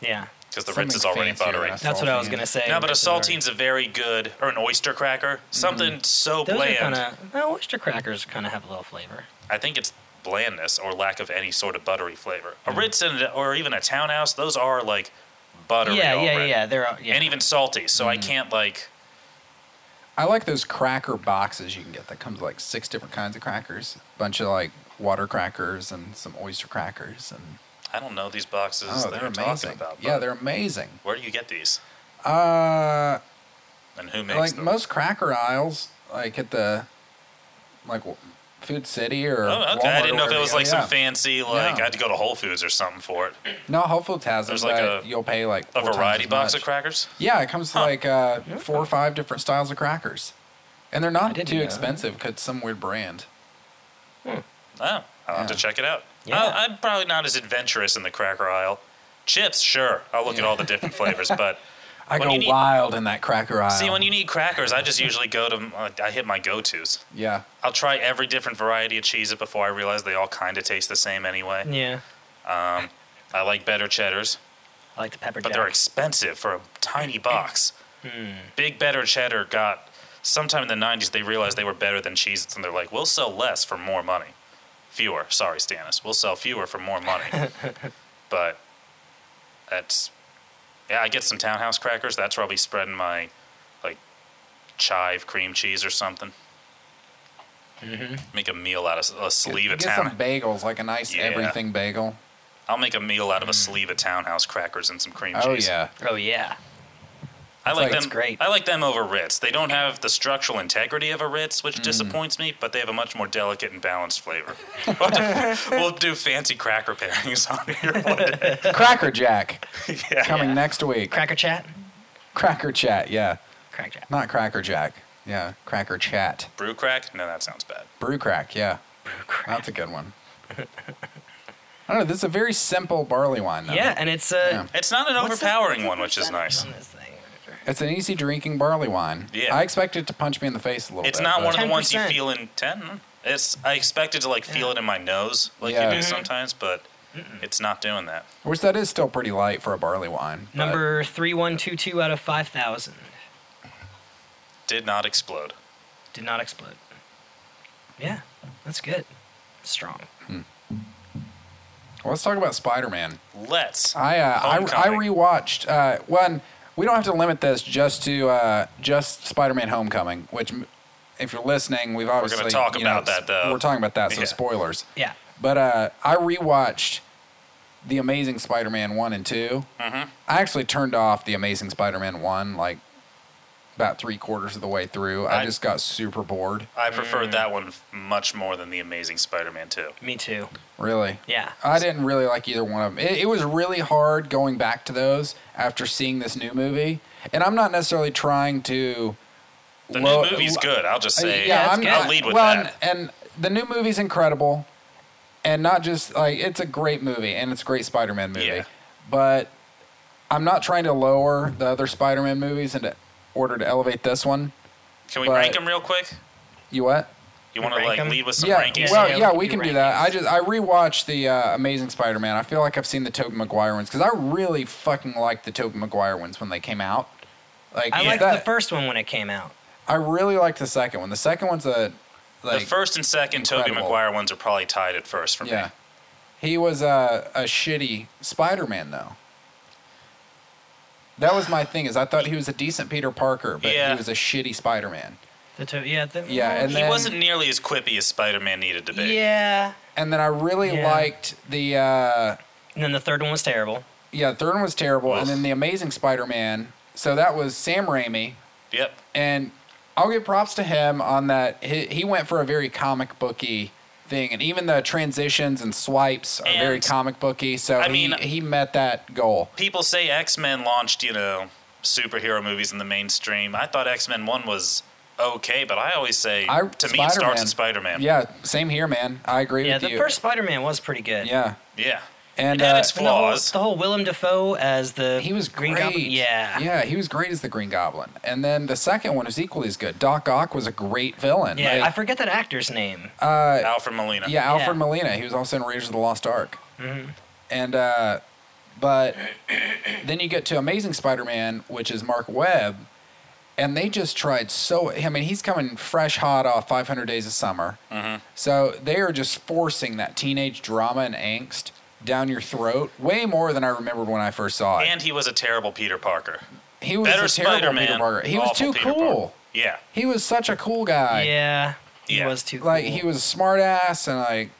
D: yeah.
C: because the Ritz
B: Something
C: is already
B: fancier,
C: buttery.
B: I
D: That's what I was
B: Saltine.
D: gonna say.
C: No, but a
D: This is already-
C: saltine's a very good, or an oyster cracker,
B: Mm-hmm.
C: something so
D: Those
C: bland.
D: are kind of no oyster crackers. Kind of have a little flavor.
C: I think it's blandness or lack of any sort of buttery flavor. A
B: Mm.
C: Ritz and, or even a townhouse, those are like buttery.
D: yeah, yeah,
C: already.
D: yeah. They're all- yeah.
C: And even salty, so
B: Mm-hmm.
C: I can't like.
B: I like those cracker boxes you can get that comes with, like six different kinds of crackers, bunch of like water crackers and some oyster crackers and
C: I don't know these boxes
B: oh,
C: that
B: they're
C: you're talking
B: amazing.
C: about.
B: yeah,
C: but
B: they're amazing.
C: Where do you get these?
B: Uh,
C: And who makes
B: like
C: them?
B: most cracker aisles, like at the like w- Food City or
C: Oh,
B: Walmart
C: okay. I
B: or
C: didn't know if it
B: wherever
C: was
B: you
C: like
B: go.
C: some
B: Yeah.
C: fancy, like
B: Yeah.
C: I had to go to Whole Foods or something for it.
B: No, Whole Foods has them.
C: There's like
B: but
C: a-
B: you'll pay like
C: A
B: four times
C: variety
B: as
C: box
B: much.
C: of crackers.
B: Yeah, it comes to like uh, four or five different styles of crackers, and they're not
D: didn't
B: too
D: know that.
B: expensive because it's some weird brand.
C: Oh, I'll have to
B: Yeah.
C: check it out.
D: Yeah.
C: I, I'm probably not as adventurous in the cracker aisle. Chips, sure. I'll look at all the different flavors, but
B: I
C: When
B: go
C: you need-
B: wild in that cracker aisle.
C: see, when you need crackers, I just usually go to. Uh, I hit my go-tos.
B: yeah,
C: I'll try every different variety of cheese it before I realize they all kind of taste the same anyway.
D: yeah.
C: I like better cheddars,
D: I like the pepper.
C: but
D: jack.
C: they're expensive for a
B: Mm.
C: tiny box.
B: Hmm.
C: Big better cheddar got sometime in the 90s they realized they were better than cheese and they're like, "We'll sell less for more money." Fewer, sorry Stannis. We'll sell fewer for more money. but that's yeah, I get some townhouse crackers. That's where I'll be spreading my like chive cream cheese or something. Make a meal out of a sleeve
B: you
C: of
B: Mm-hmm. get
C: town.
B: some bagels, like a nice
C: Yeah.
B: everything bagel.
C: I'll make a meal out of a sleeve of townhouse crackers and some cream
B: Mm. Oh
C: cheese.
B: yeah,
D: oh yeah.
C: I like,
B: like-
C: them.
D: it's great.
C: I like them over Ritz. They don't have the structural integrity of a Ritz,
D: Mm.
C: which disappoints me, but they have a much more delicate and balanced flavor. we'll, do, we'll do fancy cracker pairings on here one day.
B: Cracker Jack
C: Yeah.
B: coming next week.
D: Cracker chat.
B: cracker Chat, yeah,
D: Crack chat.
B: not Cracker Jack, yeah, Cracker Chat,
C: Brew crack? No, that sounds bad.
B: Brew Crack, yeah, that's a good one. I don't know. This is a very simple barley wine. Though.
D: Yeah, and it's uh,
B: Yeah.
C: It's not an
D: what's the-
C: overpowering
D: what's
C: one,
D: the
C: which is
D: percentage
C: nice.
D: on this thing?
B: It's an easy drinking barley wine.
C: Yeah.
B: I expect it to punch me in the face a little
C: It's
B: bit.
C: not
B: but-
C: one of the ones you
D: 10%.
C: feel in ten. It's I expected to like feel it in my nose, like
B: Yeah.
C: you do
B: Mhm.
C: sometimes, but it's not doing that.
B: Which that is still pretty light for a barley wine. but-
D: Number three one two two out of five thousand
C: Did not explode.
D: did not explode. Yeah, that's good. Strong.
B: Well, let's talk about Spider Man.
C: Let's.
B: I, uh, I I
C: Homecoming.
B: rewatched uh, one. We don't have to limit this just to uh, just Spider Man Homecoming, which m- if you're listening, we've obviously
C: talk
B: you know,
C: about that,
B: sp-
C: though.
B: We're talking about that, so
C: Yeah.
B: spoilers.
D: Yeah.
B: But uh, I rewatched the Amazing Spider Man one and 2 Mm-hmm. I actually turned off the Amazing Spider Man one like about three quarters of the way through. I
C: I-
B: just got super bored.
C: I
D: Mm.
C: preferred that one f- much more than the Amazing Spider-Man 2.
D: Me too.
B: Really?
D: Yeah.
B: I didn't really like either one of them. It, it was really hard going back to those after seeing this new movie. And I'm not necessarily trying to.
C: The
B: lo-
C: new movie's good. I'll just
B: Uh,
C: say.
D: yeah,
C: I'll
D: it's good.
C: lead with
B: well,
C: that.
B: And, and the new movie's incredible. And not just like it's a great movie and it's a great Spider Man movie.
C: Yeah.
B: But I'm not trying to lower the other Spider Man movies in order to elevate this one.
C: Can we
B: but-
C: rank them real quick?
B: You what?
C: You want to
D: Rank
C: like
D: 'em?
C: lead with some
B: yeah,
C: rankings?
B: Well,
D: Yeah,
B: yeah,
D: we
B: we
D: can
B: can
D: do
B: do that. I just I rewatched the uh, Amazing Spider-Man. I feel like I've seen the Tobey Maguire ones because I really fucking liked the Tobey Maguire ones when they came out. Like
D: I
B: yeah,
D: liked the
B: that-
D: first one when it came out.
B: I really liked the second one. The second one's a like
C: the first and second Toby
B: incredible.
C: Maguire ones are probably tied at first for me.
B: yeah. He was a a shitty Spider-Man though. That was my thing is I thought he was a decent Peter Parker, but
C: Yeah.
B: he was a shitty Spider-Man.
D: The to- yeah, the,
B: Yeah, and
C: he
B: then
C: wasn't nearly as quippy as Spider-Man needed to be.
D: yeah.
B: and then I really
D: Yeah.
B: liked the uh
D: And then the third one was terrible.
B: yeah, the third one was terrible
C: Ugh.
B: and then the Amazing Spider-Man. So that was Sam Raimi
C: Yep.
B: and I'll give props to him on that. He, he went for a very comic booky thing, and even the transitions and swipes are very
C: And-
B: comic booky. So
C: I
B: he,
C: mean-
B: he met that goal.
C: People say X-Men launched, you know, superhero movies in the mainstream. I thought X-Men 1 was okay, but I always say
B: I
C: to me it starts with Spider-Man.
B: Yeah, same here, man. I agree
D: Yeah,
B: with
D: the
B: you.
D: first Spider-Man was pretty good.
B: yeah,
C: Yeah.
B: and,
C: It had
B: uh,
C: its
D: And the whole,
C: flaws.
D: the whole Willem Dafoe as the
B: he was
D: Green
B: great.
D: Goblin. Yeah.
B: yeah, he was great as the Green Goblin. And then the second one was equally as good. Doc Ock was a great villain.
D: Yeah, I
B: Like,
D: forget that actor's name.
B: uh,
C: Alfred Molina.
B: Yeah, Alfred
D: Yeah.
B: Molina. He was also in Raiders of the Lost Ark.
C: Mm-hmm.
B: And uh, but then you get to Amazing Spider-Man, which is Mark Webb, and they just tried so. I mean, he's coming fresh hot off 500 Days of Summer, so they are just forcing that teenage drama and angst down your throat way more than I remembered when I first saw it.
C: And he was a terrible Peter Parker.
B: he was
C: Better
B: a terrible
C: Spider-Man.
B: Peter Parker. He was
C: awful
B: too
C: Peter
B: cool.
C: Parker. Yeah.
B: He was such a cool guy
D: yeah, he
C: Yeah.
D: was too.
B: like
D: cool.
B: he was a smart ass and like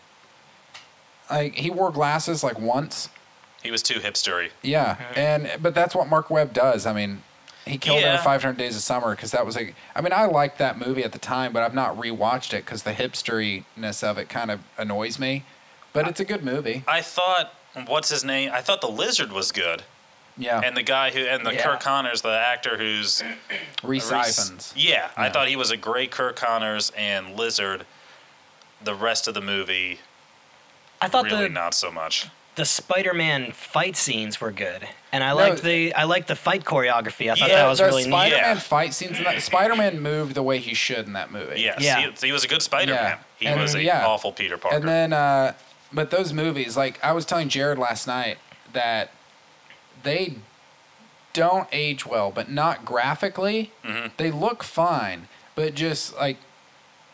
B: like he wore glasses like once
C: He was too hipstery.
B: yeah and but that's what mark webb does i mean he killed her
C: Yeah.
B: in 500 days of summer because that was a i mean i liked that movie at the time but i've not rewatched it because the hipsteriness of it kind of annoys me but it's a good movie
C: I thought what's his name? I thought the lizard was good.
B: yeah
C: And the guy who and the
D: Yeah.
C: Kirk Connors, the actor who's
B: reese
C: Reese-
B: Ivans.
C: Yeah, I thought he was a great Kirk Connors and Lizard. The rest of the movie,
D: I thought
C: really
D: the
C: not so much.
D: the Spider-Man fight scenes were good, and I liked the I liked the fight choreography. I thought
C: Yeah,
D: that was
B: the
D: really neat.
B: spider-man
C: Yeah.
B: fight scenes in that spider-man moved the way he should in that movie
C: Yes,
D: Yeah.
C: He, he was a good Spider Man.
B: Yeah.
C: He
B: And-
C: was an
B: yeah.
C: awful Peter Parker.
B: And then, uh, but those movies, like I was telling Jared last night, that they don't age well, but not graphically.
C: Mm-hmm.
B: They look fine, but just like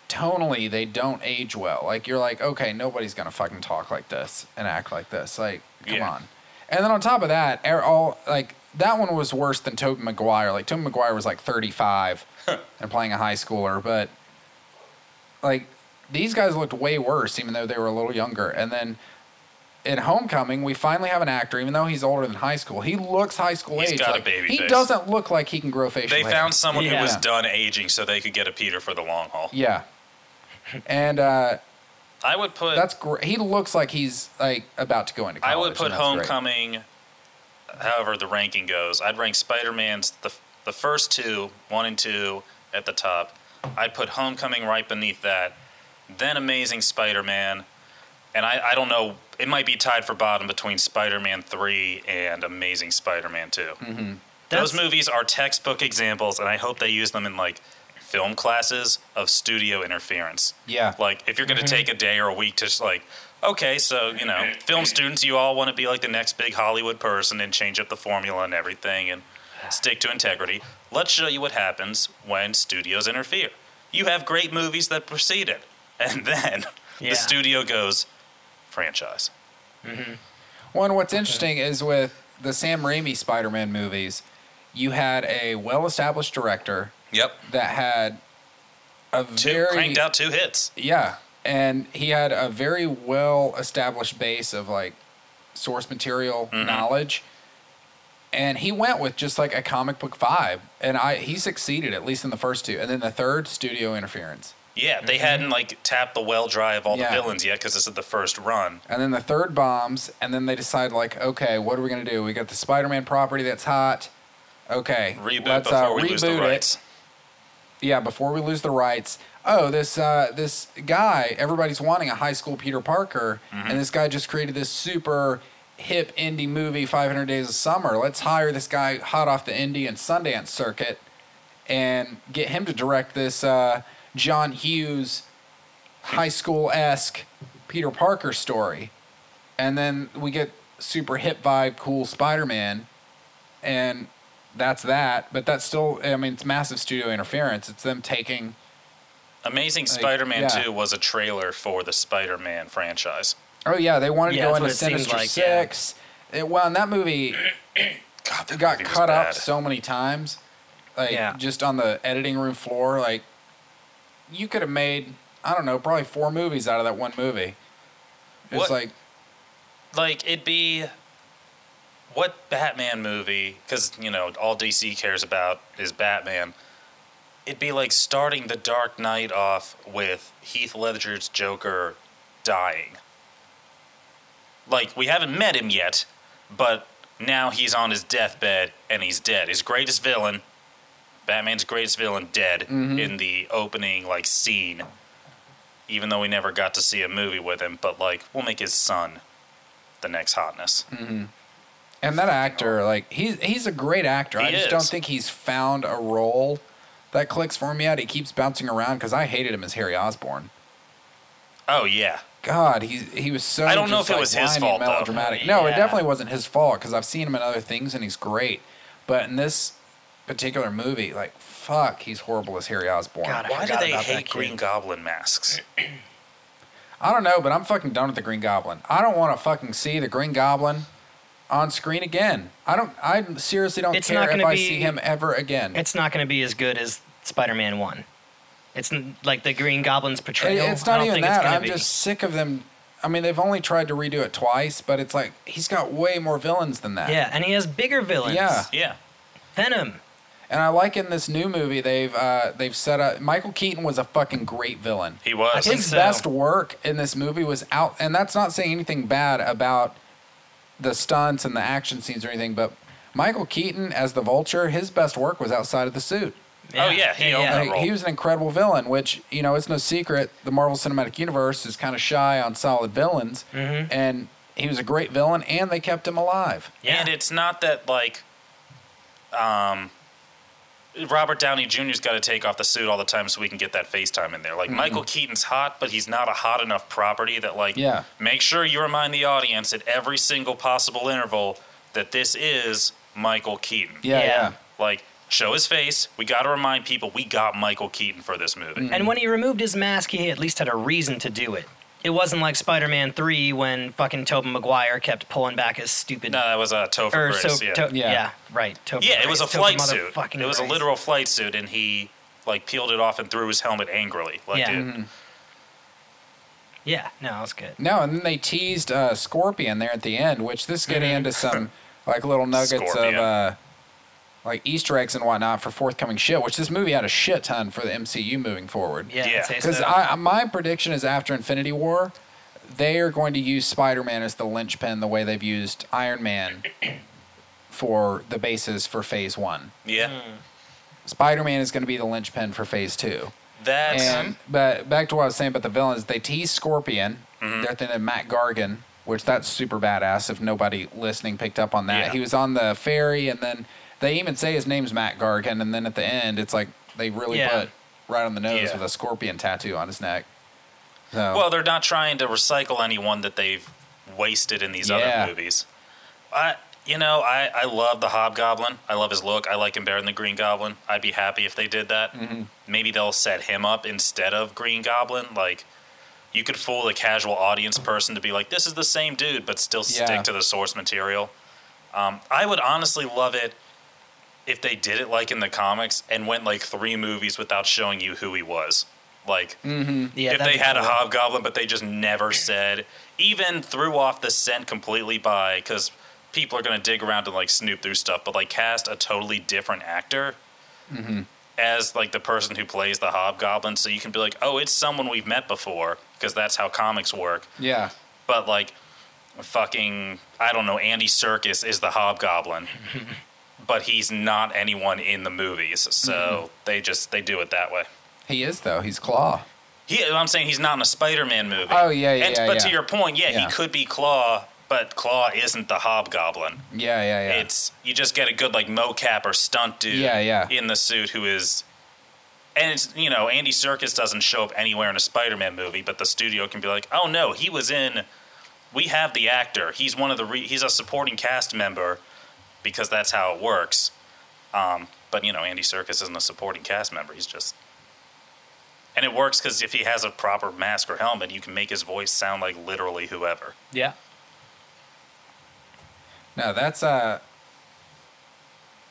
B: tonally, they don't age well. Like you're like, okay, nobody's gonna fucking talk like this and act like this. Like, come
C: Yeah.
B: on. And then on top of that, er- all like that one was worse than Tobey Maguire. Like Tobey Maguire was like 35 and playing a high schooler, but like these guys looked way worse even though they were a little younger and then in homecoming we finally have an actor even though he's older than high school he looks high school
C: He's
B: age
C: got a
B: like,
C: baby
B: he
C: face.
B: doesn't look like he can grow facial
C: they
B: hair.
C: found someone who was
D: Yeah.
C: done aging so they could get a Peter for the long haul.
B: yeah and uh,
C: I would put
B: that's great he looks like he's like about to go into college
C: I would put
B: and that's great.
C: Homecoming, however the ranking goes. I'd rank Spider Man's the the first two, one and two, at the top. I'd put Homecoming right beneath that, then Amazing Spider Man, and I, I don't know. It might be tied for bottom between Spider Man three and Amazing Spider Man 2
B: Mm-hmm.
C: Those
D: That's-
C: movies are textbook examples, and I hope they use them in like film classes of studio interference.
B: yeah
C: Like, if you're going to
B: Mm-hmm.
C: take a day or a week to just like, okay, so, you know, film students, you all want to be like the next big Hollywood person and change up the formula and everything and stick to integrity. Let's show you what happens when studios interfere. You have great movies that precede it. And then
D: Yeah.
C: the studio goes, franchise.
B: One, what's interesting is with the Sam Raimi Spider Man movies, you had a well established director
C: Yep.
B: that had a
C: Two,
B: very.
C: cranked out two hits.
B: Yeah. And he had a very well established base of like source material
C: Mm-hmm.
B: knowledge. And he went with just like a comic book vibe. And I he succeeded, at least in the first two. And then the third, studio interference.
C: Yeah, they hadn't like tapped the well dry of all
B: Mm-hmm. Yeah.
C: the villains yet because this is the first run.
B: And then the third bombs, and then they decide like, okay, what are we gonna do? We got the Spider-Man property that's hot. Okay,
C: Reboot
B: let's,
C: before
B: uh,
C: we lose the
B: reboot it.
C: rights.
B: Yeah, before we lose the rights. Oh, this uh, this guy, everybody's wanting a high school Peter Parker, and this guy just created this super hip indie movie, 500 Days of Summer. Let's hire this guy hot off the indie and Sundance circuit, and get him to direct this uh, John Hughes high school esque Peter Parker story. And then we get super hip vibe, cool Spider Man. And that's that. But that's still, I mean, it's massive studio interference. It's them taking.
C: Amazing Spider-Man
B: yeah.
C: 2 was a trailer for the Spider-Man franchise.
B: Oh, yeah, they wanted
D: Yeah,
B: to go
D: that's
B: into
D: what it seemed
B: Sinister
D: like, yeah.
B: Six. It- well, and that movie
C: God, that
B: it got
C: movie was
B: cut up
C: bad.
B: so many times, like
D: Yeah.
B: just on the editing room floor. Like you could have made, I don't know, probably four movies out of that one movie. It's
C: What-
B: like
C: like it'd be what Batman movie? Because you know all DC cares about is Batman. It'd be like starting the Dark Knight off with Heath Ledger's Joker dying. Like we haven't met him yet, but now he's on his deathbed and he's dead. His greatest villain, Batman's greatest villain, dead in the opening like scene. Even though we never got to see a movie with him, but like we'll make his son the next hotness.
B: And that actor, like he's he's a great actor. I
C: He
B: just
C: is.
B: don't think he's found a role that clicks for him yet. He keeps bouncing around because I hated him as Harry Osborn.
C: Oh yeah,
B: God, he he was so.
C: I don't know
B: just,
C: if it
B: like,
C: was his
B: whiny and
C: fault, though.
B: Melodramatic. No, it
D: Yeah.
B: definitely wasn't his fault because I've seen him in other things and he's great, but in this particular movie, like fuck, he's horrible as Harry Osborn.
D: God, I
C: why do
D: forgot
C: they
D: about that
C: hate
D: kid.
C: Green Goblin masks?
B: I don't know, but I'm fucking done with the Green Goblin. I don't want to fucking see the Green Goblin on screen again. I don't. I seriously don't
D: It's
B: care
D: not
B: if
D: gonna
B: I
D: be-
B: see him ever again.
D: It's not going to be as good as Spider-Man One. It's n- like the Green Goblin's
B: It-
D: portrayal.
B: it's
D: I
B: not
D: don't
B: even
D: think it's
B: that.
D: gonna
B: I'm
D: be.
B: just sick of them. I mean, they've only tried to redo it twice, but it's like he's got way more villains than that.
D: yeah, and he has bigger villains.
B: Yeah.
C: yeah,
D: Venom.
C: Oh,
B: And I like in this new movie they've uh, they've set up. Michael Keaton was a fucking great villain.
C: he was.
D: think
B: His
D: so.
B: best work in this movie was out, and that's not saying anything bad about the stunts and the action scenes or anything. But Michael Keaton as the Vulture, his best work was outside of the suit.
C: Oh, yeah, he owned that
B: Like, he
C: role.
B: was an incredible villain, which you know it's no secret the Marvel Cinematic Universe is kind of shy on solid villains, and he was a great villain, and they kept him alive.
D: Yeah.
C: And it's not that like, um, Robert Downey Jr.'s got to take off the suit all the time so we can get that FaceTime in there. Like Michael Keaton's hot, but he's not a hot enough property that like.
B: Yeah.
C: Make sure you remind the audience at every single possible interval that this is Michael Keaton.
B: Yeah, yeah.
D: Yeah.
C: Like show his face. We got to remind people we got Michael Keaton for this movie.
D: And when he removed his mask, he at least had a reason to do it. It wasn't like Spider-Man 3 when fucking Tobey Maguire kept pulling back his stupid...
C: No, that was a uh, Topher
D: or
C: Grace.
D: so,
C: yeah.
D: To-
B: Yeah.
D: yeah. right. Topher
C: Yeah, it was a
D: Grace, Topher
C: flight suit.
D: motherfucking
C: It was a
D: Grace.
C: literal flight suit, and he like peeled it off and threw his helmet angrily. Like,
D: Yeah.
C: dude,
D: Yeah, no, that was good.
B: No, and then they teased uh, Scorpion there at the end, which this get
D: Mm-hmm.
B: into some like little nuggets
C: Scorpion.
B: of uh, like Easter eggs and whatnot for forthcoming shit. Which this movie had a shit ton for the MCU moving forward.
D: Yeah,
C: Yeah.
D: I'd say
B: Because
D: so.
B: I my prediction is after Infinity War, they are going to use Spider Man as the linchpin the way they've used Iron Man for the basis for phase one.
C: yeah,
B: Spider Man is going to be the linchpin for phase two.
C: that's
B: And but back to what I was saying about the villains, they tease Scorpion.
C: Mm-hmm.
B: They're thinking Matt Gargan, which that's super badass. If nobody listening picked up on that,
C: Yeah.
B: he was on the ferry, and then they even say his name's Matt Gargan, and then at the end, it's like they really
D: Yeah.
B: put right on the nose
C: Yeah.
B: with a scorpion tattoo on his neck. So,
C: well, they're not trying to recycle anyone that they've wasted in these
B: Yeah.
C: other movies. I, you know, I I love the Hobgoblin. I love his look. I like him better than the Green Goblin. I'd be happy if they did that.
B: Mm-hmm.
C: Maybe they'll set him up instead of Green Goblin. Like. You could fool a casual audience person to be like, "This is the same dude," but still stick
B: Yeah.
C: to the source material. Um, I would honestly love it if they did it like in the comics and went like three movies without showing you who he was. Like
D: yeah,
C: if
D: that'd
C: they
D: be
C: had a
D: cool.
C: hobgoblin, but they just never said, even threw off the scent completely by because people are gonna dig around and like snoop through stuff, but like cast a totally different actor as like the person who plays the hobgoblin, so you can be like, oh, it's someone we've met before because that's how comics work
B: yeah,
C: but like fucking I don't know, Andy Circus is the hobgoblin. but he's not anyone in the movies, so they just they do it that way.
B: he is though. He's Claw.
C: He I'm saying he's not in a Spider Man movie.
B: Oh, yeah, yeah,
C: And,
B: yeah,
C: but to
B: yeah.
C: your point, yeah,
B: Yeah.
C: he could be Claw, but Claw isn't the hobgoblin.
B: Yeah, yeah, yeah.
C: It's you just get a good like mocap or stunt dude
B: Yeah, yeah.
C: in the suit who is and it's you know Andy Serkis doesn't show up anywhere in a Spider-Man movie, but the studio can be like, oh no, he was in. We have the actor. He's one of the. Re- he's a supporting cast member, because that's how it works. Um, but you know, Andy Serkis isn't a supporting cast member. He's just. And it works because if he has a proper mask or helmet, you can make his voice sound like literally whoever.
D: Yeah.
B: No, that's uh.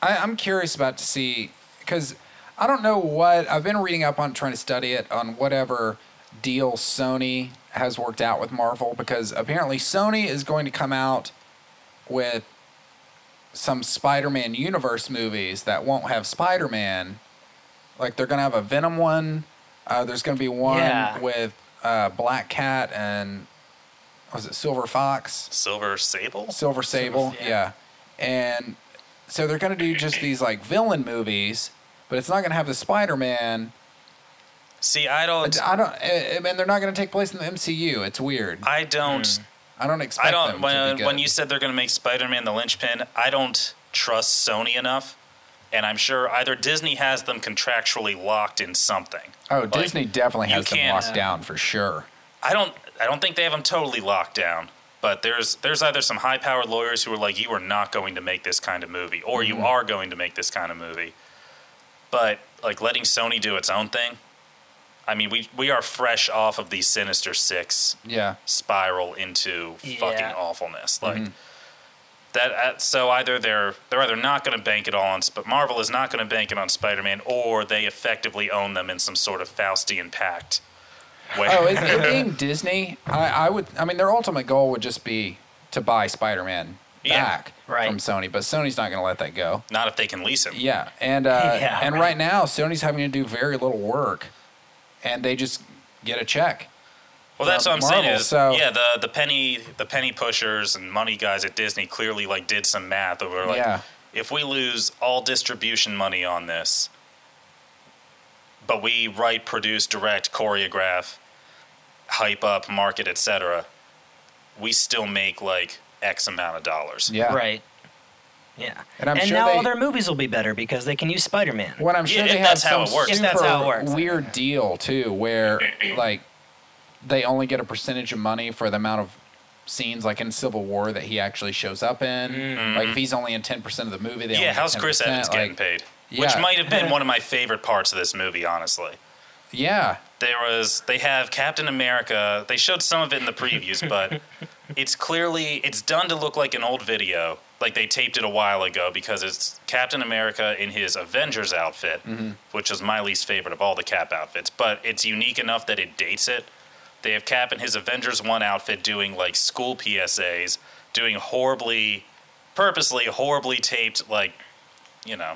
B: I, I'm curious about to see because I don't know what I've been reading up on trying to study it on whatever deal Sony has worked out with Marvel because apparently Sony is going to come out with some Spider-Man universe movies that won't have Spider-Man. Like they're gonna have a Venom one. Uh, there's gonna be one
D: Yeah.
B: with uh, Black Cat and was it Silver Fox?
C: Silver Sable.
B: Silver Sable,
D: yeah.
B: yeah. And so they're going to do just these like villain movies, but it's not going to have the Spider-Man.
C: See, I
B: I
C: don't.
B: I don't I I mean they're not going to take place in the MCU. It's weird. I,
C: I don't.
B: don't expect
C: I
B: them to
C: don't.
B: be
C: When,
B: good.
C: when you said they're going to make Spider-Man the linchpin, I don't trust Sony enough, and I'm sure either Disney has them contractually locked in something.
B: Oh, Disney definitely
C: you
B: has them
C: can't- uh,
B: locked down for sure.
C: I don't. I don't think they have them totally locked down. But there's there's either some high-powered lawyers who are like, you are not going to make this kind of movie, or
B: Mm-hmm.
C: you are going to make this kind of movie. But like letting Sony do its own thing. I mean, we we are fresh off of the Sinister Six
B: Yeah.
C: spiral into fucking
D: Yeah.
C: awfulness. Like that. Uh, so either they're they're either not going to bank it all on, but Marvel is not going to bank it on Spider-Man, or they effectively own them in some sort of Faustian pact. Where,
B: Oh, it, it being Disney, I, I would. I mean, their ultimate goal would just be to buy Spider-Man
C: Yeah,
B: back
D: right.
B: from Sony, but Sony's not going to let that go.
C: not if they can lease him.
B: Yeah, and uh,
D: Yeah,
B: and
D: right.
B: right. now Sony's having to do very little work, and they just get a check.
C: Well, that's
B: from
C: what I'm saying
B: Marvel,
C: is
B: so-
C: yeah, the the penny the penny pushers and money guys at Disney clearly like did some math over like
B: Yeah.
C: if we lose all distribution money on this, but we write, produce, direct, choreograph, hype up, market, etc., we still make like X amount of dollars.
B: Yeah,
D: Right. Yeah.
B: And I'm sure
D: now all
B: they-
D: their movies will be better because they can use Spider-Man.
B: When I'm sure
C: Yeah,
B: they have
C: that's
B: some
C: how it works.
B: super
C: If
D: that's how it works, I
B: weird deal too, where like they only get a percentage of money for the amount of scenes, like in Civil War, that he actually shows up in. Like if he's only in ten percent of the movie, they only
C: Mm-hmm. Yeah,
B: get
C: how's Chris
B: 10%,
C: Evans getting
B: like-
C: paid? Which
B: Yeah.
C: might have been one of my favorite parts of this movie, honestly.
B: Yeah,
C: there was they have Captain America. They showed some of it in the previews, but it's clearly it's done to look like an old video, like they taped it a while ago because it's Captain America in his Avengers outfit, which is my least favorite of all the Cap outfits, but it's unique enough that it dates it. They have Cap in his Avengers 1 outfit doing like school PSAs, doing horribly purposely horribly taped like, you know,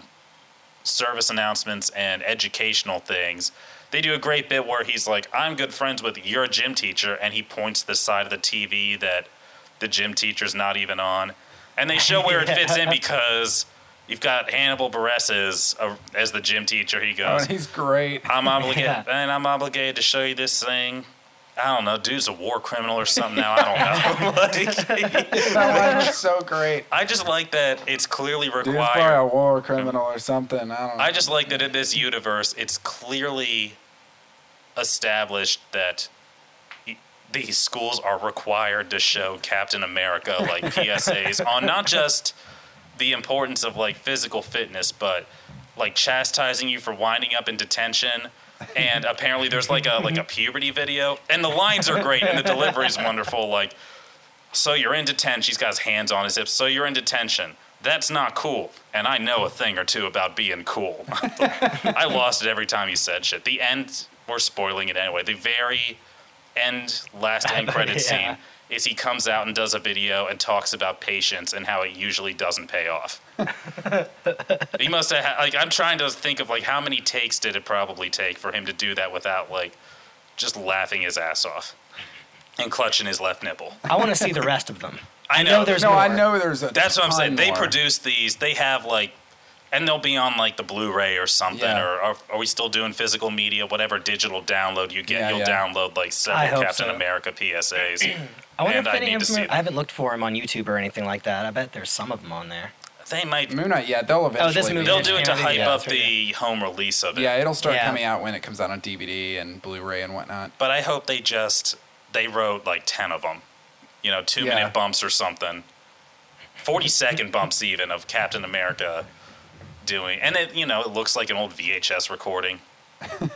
C: service announcements and educational things. They do a great bit where he's like, I'm good friends with your gym teacher, and he points to the side of the TV that the gym teacher's not even on. And they show where it fits in because you've got Hannibal Buress as, uh, as the gym teacher. He
B: Oh,
C: goes,
B: he's great.
C: I'm obligated,
D: Yeah.
C: and I'm obligated to show you this thing. I don't know, dude's a war criminal or something now. I don't know. Like,
B: That's so great.
C: I just like that it's clearly
B: Dude's probably a
C: required.
B: war criminal or something. I don't know.
C: I just like that in this universe, it's clearly established that e- these schools are required to show Captain America like PSAs on not just the importance of like physical fitness, but like chastising you for winding up in detention. And apparently, there's like a like a puberty video, and the lines are great, and the delivery is wonderful. Like, so you're in detention. He's got his hands on his hips. So you're in detention. That's not cool. And I know a thing or two about being cool. I lost it every time he said shit. The end, we're spoiling it anyway. The very end, last end credit
D: Yeah.
C: scene is he comes out and does a video and talks about patience and how it usually doesn't pay off. he must have ha- like I'm trying to think of like how many takes did it probably take for him to do that without like just laughing his ass off and clutching his left nipple.
D: I want to see the rest of them.
C: I
D: know
C: know.
D: there's
B: no, I
D: more.
B: know there's a.
C: That's what I'm
B: ton
C: saying. They
B: more.
C: produce these. They have like, and they'll be on like the Blu-ray or something.
B: Yeah.
C: Or are, are we still doing physical media? Whatever digital download you get,
B: Yeah,
C: you'll
B: yeah.
C: download like
D: I
C: several
D: hope
C: Captain
D: so.
C: America PSAs.
D: I wonder
C: and
D: if
C: I
D: any
C: need
D: of
C: to
D: them.
C: see
D: Are,
C: them.
D: I haven't looked for them on YouTube or anything like that. I bet there's some of them on there.
C: They might.
B: Moon Knight, yeah, they'll eventually.
D: this movie
B: be-
C: They'll do it to
D: Yeah,
C: hype
D: yeah,
C: up
D: that's right,
C: the home release of it.
B: Yeah, it'll start
D: Yeah.
B: coming out when it comes out on DVD and Blu-ray and whatnot.
C: But I hope they just they wrote like ten of them, you know, two
B: Yeah.
C: minute bumps or something, forty second bumps even of Captain America doing, and it you know it looks like an old VHS recording.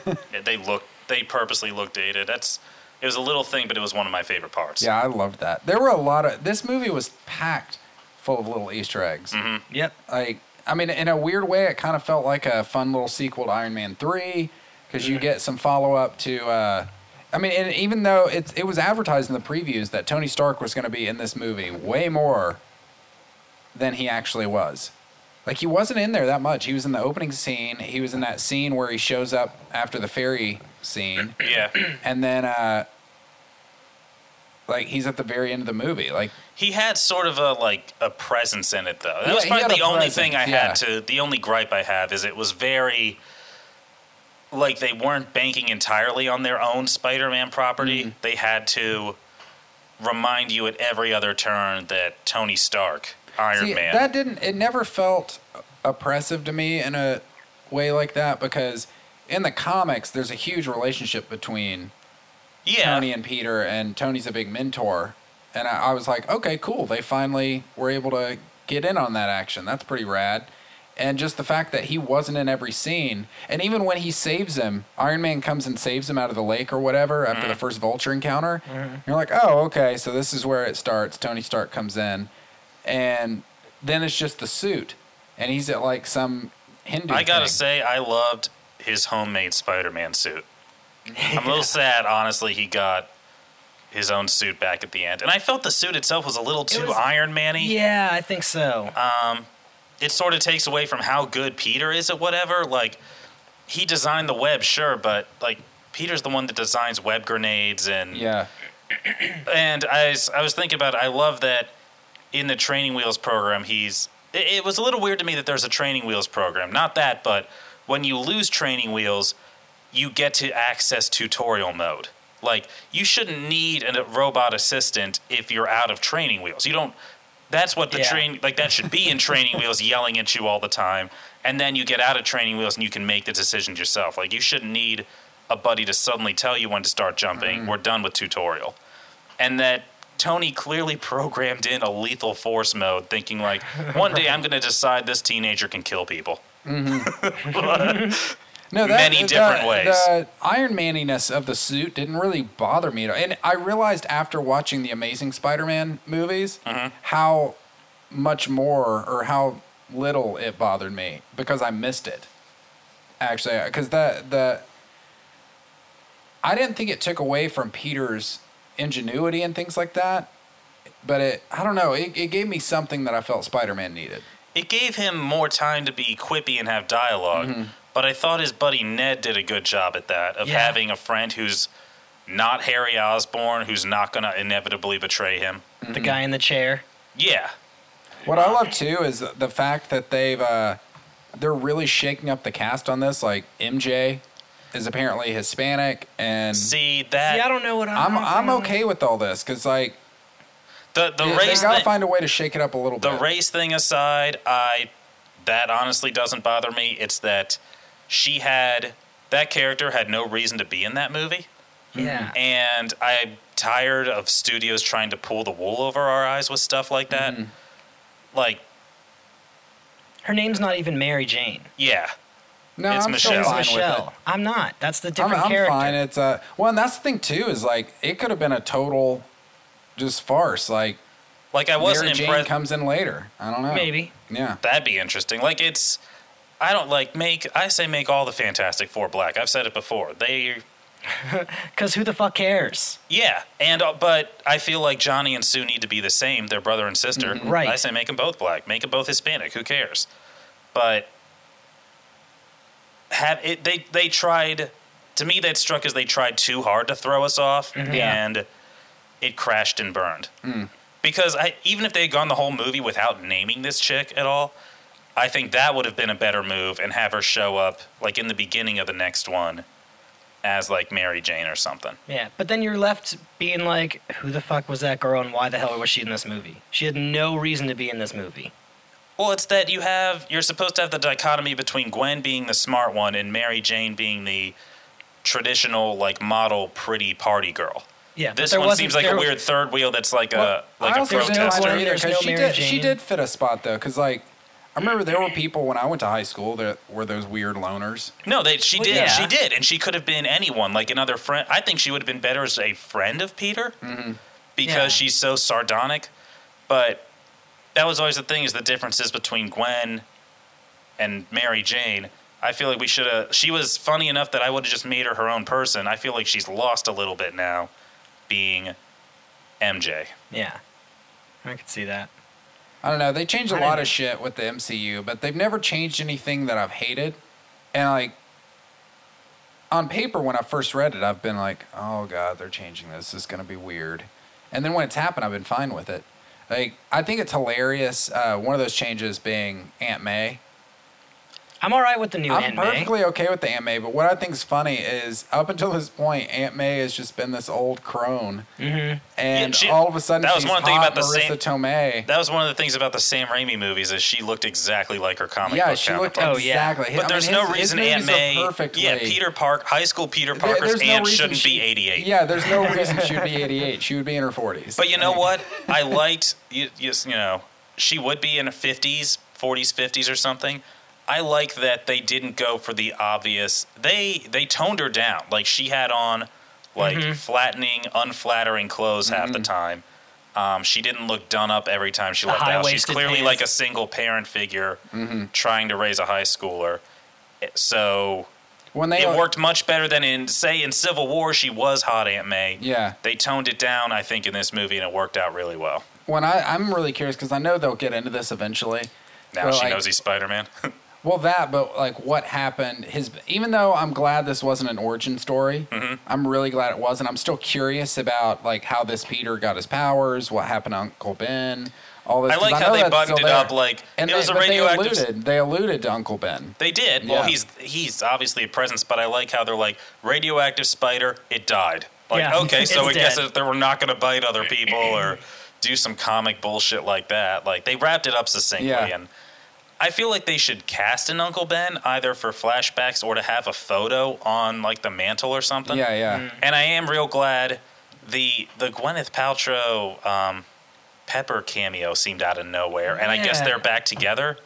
C: It- they look they purposely look dated. That's it was a little thing, but it was one of my favorite parts.
B: Yeah, I loved that. There were a lot of this movie was packed full of little Easter eggs.
D: Yep.
B: Like, I mean, in a weird way, it kind of felt like a fun little sequel to Iron Man Three because you get some follow up to. Uh, I mean, and even though it it was advertised in the previews that Tony Stark was going to be in this movie way more than he actually was. Like he wasn't in there that much. He was in the opening scene. He was in that scene where he shows up after the ferry scene
C: yeah.
B: and then uh like he's at the very end of the movie like
C: He had sort of a like a presence in it though. That
B: Yeah,
C: was
B: he
C: probably
B: had
C: the
B: a
C: only
B: presence,
C: thing I
B: yeah.
C: had to the only gripe I have is it was very like they weren't banking entirely on their own Spider-Man property.
B: Mm-hmm.
C: They had to remind you at every other turn that Tony Stark, Iron
B: see,
C: Man.
B: that didn't it never felt oppressive to me in a way like that because in the comics there's a huge relationship between
C: yeah.
B: tony and peter and tony's a big mentor and I, I was like okay cool they finally were able to get in on that action that's pretty rad and just the fact that he wasn't in every scene and even when he saves him iron man comes and saves him out of the lake or whatever after
C: Mm-hmm.
B: the first vulture encounter you're like oh okay so this is where it starts tony stark comes in and then it's just the suit and he's at like some hindu
C: I gotta
B: thing.
C: say, I loved his homemade Spider-Man suit. I'm a little sad, honestly. He got his own suit back at the end, and I felt the suit itself was a little too
D: was-
C: Iron Man-y.
D: Yeah, I think so.
C: It sort of takes away from how good Peter is at whatever. Like, he designed the web, sure, but like Peter's the one that designs web grenades and
B: yeah
C: and I, s- I was thinking about it. I love that in the training wheels program, he's. It, it was a little weird to me that there's a training wheels program. Not that, but when you lose training wheels, you get to access tutorial mode. Like, you shouldn't need a robot assistant if you're out of training wheels. You don't. That's what the
D: Yeah.
C: train. Like, that should be in training wheels yelling at you all the time. And then you get out of training wheels and you can make the decisions yourself. Like, you shouldn't need a buddy to suddenly tell you when to start jumping. We're done with tutorial and that Tony clearly programmed in a lethal force mode, thinking like, one day I'm going to decide this teenager can kill people.
B: no,
C: many
B: the-
C: different
B: the,
C: ways.
B: The Iron Maniness of the suit didn't really bother me, at all. and I realized after watching the Amazing Spider-Man movies
C: Mm-hmm.
B: how much more or how little it bothered me because I missed it. Actually, because the the I didn't think it took away from Peter's ingenuity and things like that, but it I don't know it, it gave me something that I felt Spider-Man needed.
C: It gave him more time to be quippy and have dialog but I thought his buddy Ned did a good job at that of
D: Yeah.
C: having a friend who's not Harry Osborn, who's not going to inevitably betray him.
D: the guy in the chair.
C: Yeah,
B: What I love too is the fact that they've uh, they're really shaking up the cast on this. Like MJ is apparently Hispanic, and
C: see that
D: See, I don't know what I'm.
B: I'm I'm okay with all this because like
C: the the
B: they, they
C: race
B: gotta
C: thi-
B: find a way to shake it up a little
C: the
B: bit.
C: race thing aside, I that honestly doesn't bother me. It's that she had that character had no reason to be in that movie.
D: Yeah.
C: and I'm tired of studios trying to pull the wool over our eyes with stuff like that.
B: Mm-hmm.
C: Like,
D: Her name's not even Mary Jane.
C: yeah,
B: no,
C: it's
B: I'm
C: Michelle.
B: still
D: It's
B: fine with
D: Michelle.
B: it.
D: I'm not. That's the
B: I'm,
D: different
B: I'm
D: character.
B: fine. It's uh, well, and that's the thing too is like it could have been a total just farce. Like
C: like I
B: Mary
C: wasn't
B: Jane
C: impressed.
B: comes in later. I don't know.
D: Maybe.
B: Yeah.
C: That'd be interesting. Like, it's I don't like make. I say make all the Fantastic Four black. I've said it before. They,
D: Because who the fuck cares?
C: yeah, and uh, but I feel like Johnny and Sue need to be the same. They're brother and sister.
D: Mm-hmm. Right.
C: I say make them both black. Make them both Hispanic. Who cares? But have it. They they tried. To me, that struck as they tried too hard to throw us off,
D: Mm-hmm. Yeah. Mm.
C: and it crashed and burned. Because I, even if they had gone the whole movie without naming this chick at all, I think that would have been a better move and have her show up like in the beginning of the next one as like Mary Jane or something.
D: Yeah. But then you're left being like, who the fuck was that girl and why the hell was she in this movie? She had no reason to be in this movie.
C: Well, it's that you have you're supposed to have the dichotomy between Gwen being the smart one and Mary Jane being the traditional like model pretty party girl.
D: Yeah, but
C: This
D: there
C: one
D: wasn't-
C: seems like
D: there-
C: a weird third wheel that's like
B: Well,
C: a uh, like
B: I
C: a
B: also didn't like her
C: protester.
B: either
D: There's no
B: because she
D: Mary
B: did
D: Jane.
B: she did fit a spot though because like I remember there were people when I went to high school that were those weird loners.
C: No, they, she
D: Well,
C: did.
D: yeah.
C: She did, and she could have been anyone, like another friend. I think she would have been better as a friend of Peter
B: Mm-hmm.
C: because
D: Yeah.
C: she's so sardonic. But that was always the thing: is the differences between Gwen and Mary Jane. I feel like we should have. She was funny enough that I would have just made her her own person. I feel like she's lost a little bit now, being MJ.
D: Yeah, I could see that.
B: I don't know. They changed a
D: I
B: lot
D: know.
B: of shit with the MCU, but they've never changed anything that I've hated. And like on paper, when I first read it, I've been like, "Oh god, they're changing this. This is gonna be weird." And then when it's happened, I've been fine with it. Like I think it's hilarious. Uh, one of those changes being Aunt May.
D: I'm all right with the new
B: I'm
D: Aunt May.
B: perfectly okay with the Aunt May, but what I think is funny is up until this point, Aunt May has just been this old crone,
D: Mhm.
B: and
C: Mm-hmm. Yeah, she-
B: all of a sudden
C: that was
B: she's
C: one thing
B: hot
C: about the
B: Marissa
C: same-
B: Tomei.
C: That was one of the things about the Sam Raimi movies is she looked exactly like her comic
B: yeah,
C: book
B: she
C: counterpart.
B: looked
D: Oh, yeah.
B: exactly.
C: But there's no reason Aunt May. Yeah, Peter Park, high school Peter Parker's aunt shouldn't be 88.
B: Yeah, there's no reason she'd be 88. She would be in her 40s.
C: But you know what? I liked. You, you, you know, she would be in her 50s, 40s, 50s or something. I like that they didn't go for the obvious. They they toned her down. Like she had on like
D: Mm-hmm.
C: flattening, unflattering clothes half the time. Um, she didn't look done up every time she
D: The
C: left the house. She's
D: high-waisted
C: clearly
D: pants. Mm-hmm.
C: like a single parent figure trying to raise a high schooler. Eh, So
B: when they
C: it worked much better than in say in Civil War she was hot Aunt May.
B: Yeah.
C: They toned it down I think in this movie and it worked out really well.
B: When I, I'm really curious because I know they'll get into this eventually.
C: Now
B: Well,
C: she
B: like-
C: knows he's Spider-Man.
B: Well, that, but like what happened, his, even though I'm glad this wasn't an origin story,
C: Mm-hmm.
B: I'm really glad it wasn't. I'm still curious about like how this Peter got his powers, what happened to Uncle Ben, all this.
C: I
B: 'cause
C: like how
B: know
C: they
B: that's
C: buttoned
B: still
C: it up
B: there.
C: like
B: and
C: it
B: they,
C: was a
B: but
C: radioactive
B: They alluded, they alluded to Uncle Ben.
C: They did. Well,
B: Yeah.
C: he's he's obviously a presence, but I like how they're like radioactive spider. It died. Like
D: Yeah.
C: okay, so I
D: It's
C: guess
D: dead.
C: that they were not going to bite other people or do some comic bullshit like that. Like they wrapped it up succinctly,
B: Yeah.
C: and I feel like they should cast an Uncle Ben either for flashbacks or to have a photo on like the mantle or something.
B: Yeah, yeah.
D: Mm.
C: And I am real glad the the Gwyneth Paltrow um, Pepper cameo seemed out of nowhere, and I guess
D: Yeah.
C: they're back together.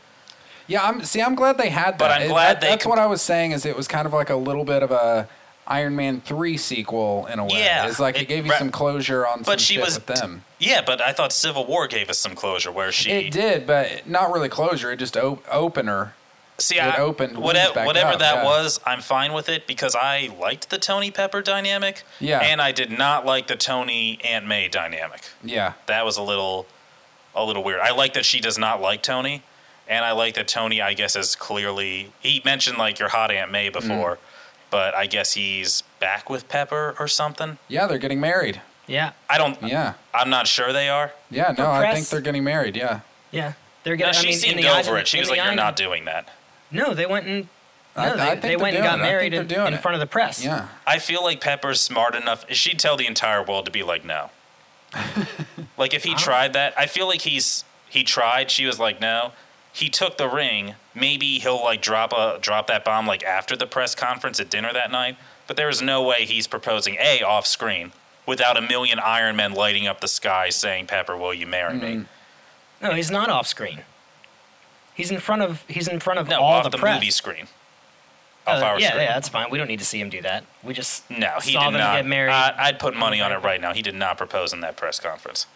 B: Yeah, I'm see. I'm glad they had that.
C: But I'm
B: It-
C: glad
B: that-
C: they
B: that's
C: com-
B: what I was saying. Is it was kind of like a little bit of a Iron Man three sequel in a way.
C: Yeah,
B: it's like it,
C: it
B: gave you
C: ra-
B: some closure on. some
C: but she
B: shit
C: was
B: with them.
C: Yeah, but I thought Civil War gave us some closure where she
B: It did, but not really closure. It just op- opener.
C: see
B: it
C: I,
B: opened
C: whate-
B: wounds back
C: whatever
B: up,
C: that
B: yeah.
C: was. I'm fine with it because I liked the Tony Pepper dynamic.
B: Yeah.
C: and I did not like the Tony Aunt May dynamic.
B: Yeah,
C: That was a little a little weird. I like that she does not like Tony, and I like that Tony. I guess is clearly he mentioned like your hot Aunt May
B: Mm.
C: before, but I guess he's back with Pepper or something.
B: yeah. They're getting married.
D: Yeah,
C: I don't.
B: Yeah,
C: I'm not sure they are.
B: yeah. No,
D: For
B: I
D: press-
B: think they're getting married. Yeah.
D: yeah. They're
C: No,
D: gonna.
C: she
D: I mean, in
C: seemed
D: the
C: over
D: island-
C: it. She
D: in
C: was
D: the
C: like, "You're not
D: island-
C: doing that."
D: No, they went and. No,
B: I-
D: they,
B: I think
D: they
B: they're
D: went
B: doing it.
D: and got
B: I think
D: married
B: they're
D: in,
B: doing
D: in
B: it.
D: front of the press.
B: Yeah.
C: I feel like Pepper's smart enough. She'd tell the entire world to be like, no. like if he tried that, I feel like he's he tried. She was like, no. He took the ring. Maybe he'll like drop a drop that bomb like after the press conference at dinner that night. But there is no way he's proposing a off screen without a million Iron Men lighting up the sky saying, "Pepper, will you marry me?"
D: Mm-hmm. No, he's not off screen. He's in front of he's in front of
C: No,
D: all
C: off
D: the,
C: the,
D: press.
C: movie screen.
D: Uh,
C: Off our
D: yeah,
C: screen.
D: yeah, that's fine. We don't need to see him do that. We just
C: No, he
D: saw
C: did
D: them
C: not. Uh,
D: get married.
C: I, I'd put money on it right now. He did not propose in that press conference.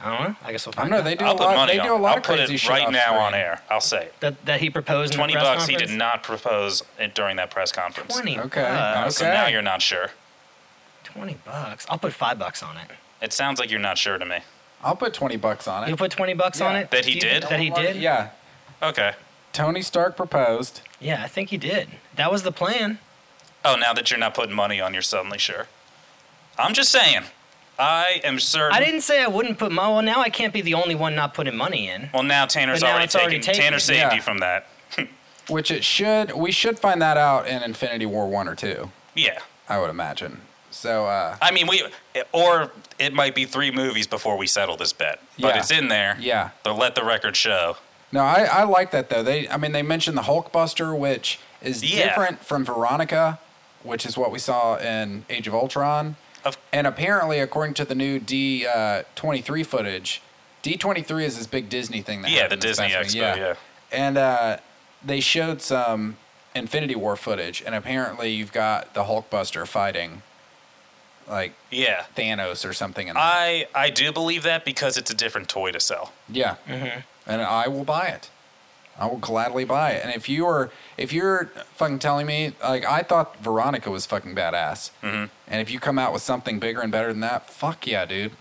D: I don't know. I guess we'll
B: I
D: find
B: know
D: out.
B: they do
C: I'll
B: a
C: put
B: lot.
C: money
B: They
C: on
B: do a
C: it.
B: lot
C: I'll
B: of
C: put
B: crazy
C: it
B: shit
C: right
B: off
C: now on
B: screen.
C: air. I'll say it.
D: that that he proposed. in the
C: Twenty
D: press
C: bucks. He
D: conference?
C: did not propose it during that press conference. Uh,
D: Twenty.
B: Okay,
D: Bucks.
C: So now you're not sure.
D: Twenty bucks. I'll put five bucks on it.
C: It sounds like you're not sure to me.
B: I'll put twenty bucks on
D: You'll
B: it.
D: put twenty bucks on
B: Yeah.
D: it.
C: That he
D: Do you think
C: did?
D: That he did.
B: Yeah.
C: Okay.
B: Tony Stark proposed.
D: Yeah, I think he did. That was the plan.
C: Oh, now that you're not putting money on, you're suddenly sure. I'm just saying. I am certain.
D: I didn't say I wouldn't put money. Well, now I can't be the only one not putting money in.
C: Well, now Tanner's
D: But now
C: already
D: it's
C: taken.
D: already taken.
C: Tanner saved
B: Yeah.
C: you from that.
B: Which it should. We should find that out in Infinity War one or two.
C: Yeah.
B: I would imagine. So uh,
C: I mean, we or it might be three movies before we settle this bet, but
B: Yeah.
C: it's in there.
B: Yeah.
C: But let the record show.
B: no, I, I like that though. They I mean they mentioned the Hulkbuster, which is
C: Yeah.
B: different from Veronica, which is what we saw in Age of Ultron.
C: Of
B: And apparently, according to the new D twenty three footage, D twenty three is this big Disney thing. That
C: Yeah,
B: happened
C: the
B: this
C: Disney
B: past week,
C: Expo, yeah.
B: And uh, they showed some Infinity War footage, and apparently, you've got the Hulkbuster fighting like
C: yeah,
B: Thanos or something. In that.
C: I I do believe that because it's a different toy to sell.
B: yeah, and I will buy it. I will gladly buy it. And if you are, if you're fucking telling me, like I thought Veronica was fucking badass, mm-hmm. and if you come out with something bigger and better than that, fuck yeah, dude.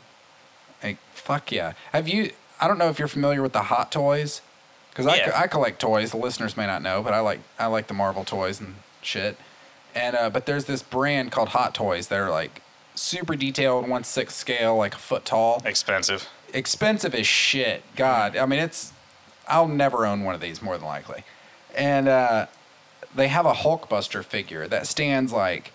B: Like fuck yeah. Have you? I don't know if you're familiar with the hot toys, because I,
C: Yeah.
B: I collect toys. The listeners may not know, but I like I like the Marvel toys and shit. And uh, but there's this brand called Hot Toys. They're like super detailed, one sixth scale, like a foot tall
C: Expensive.
B: expensive as shit. God, I mean, it's. I'll never own one of these more than likely, and uh, they have a Hulkbuster figure that stands like,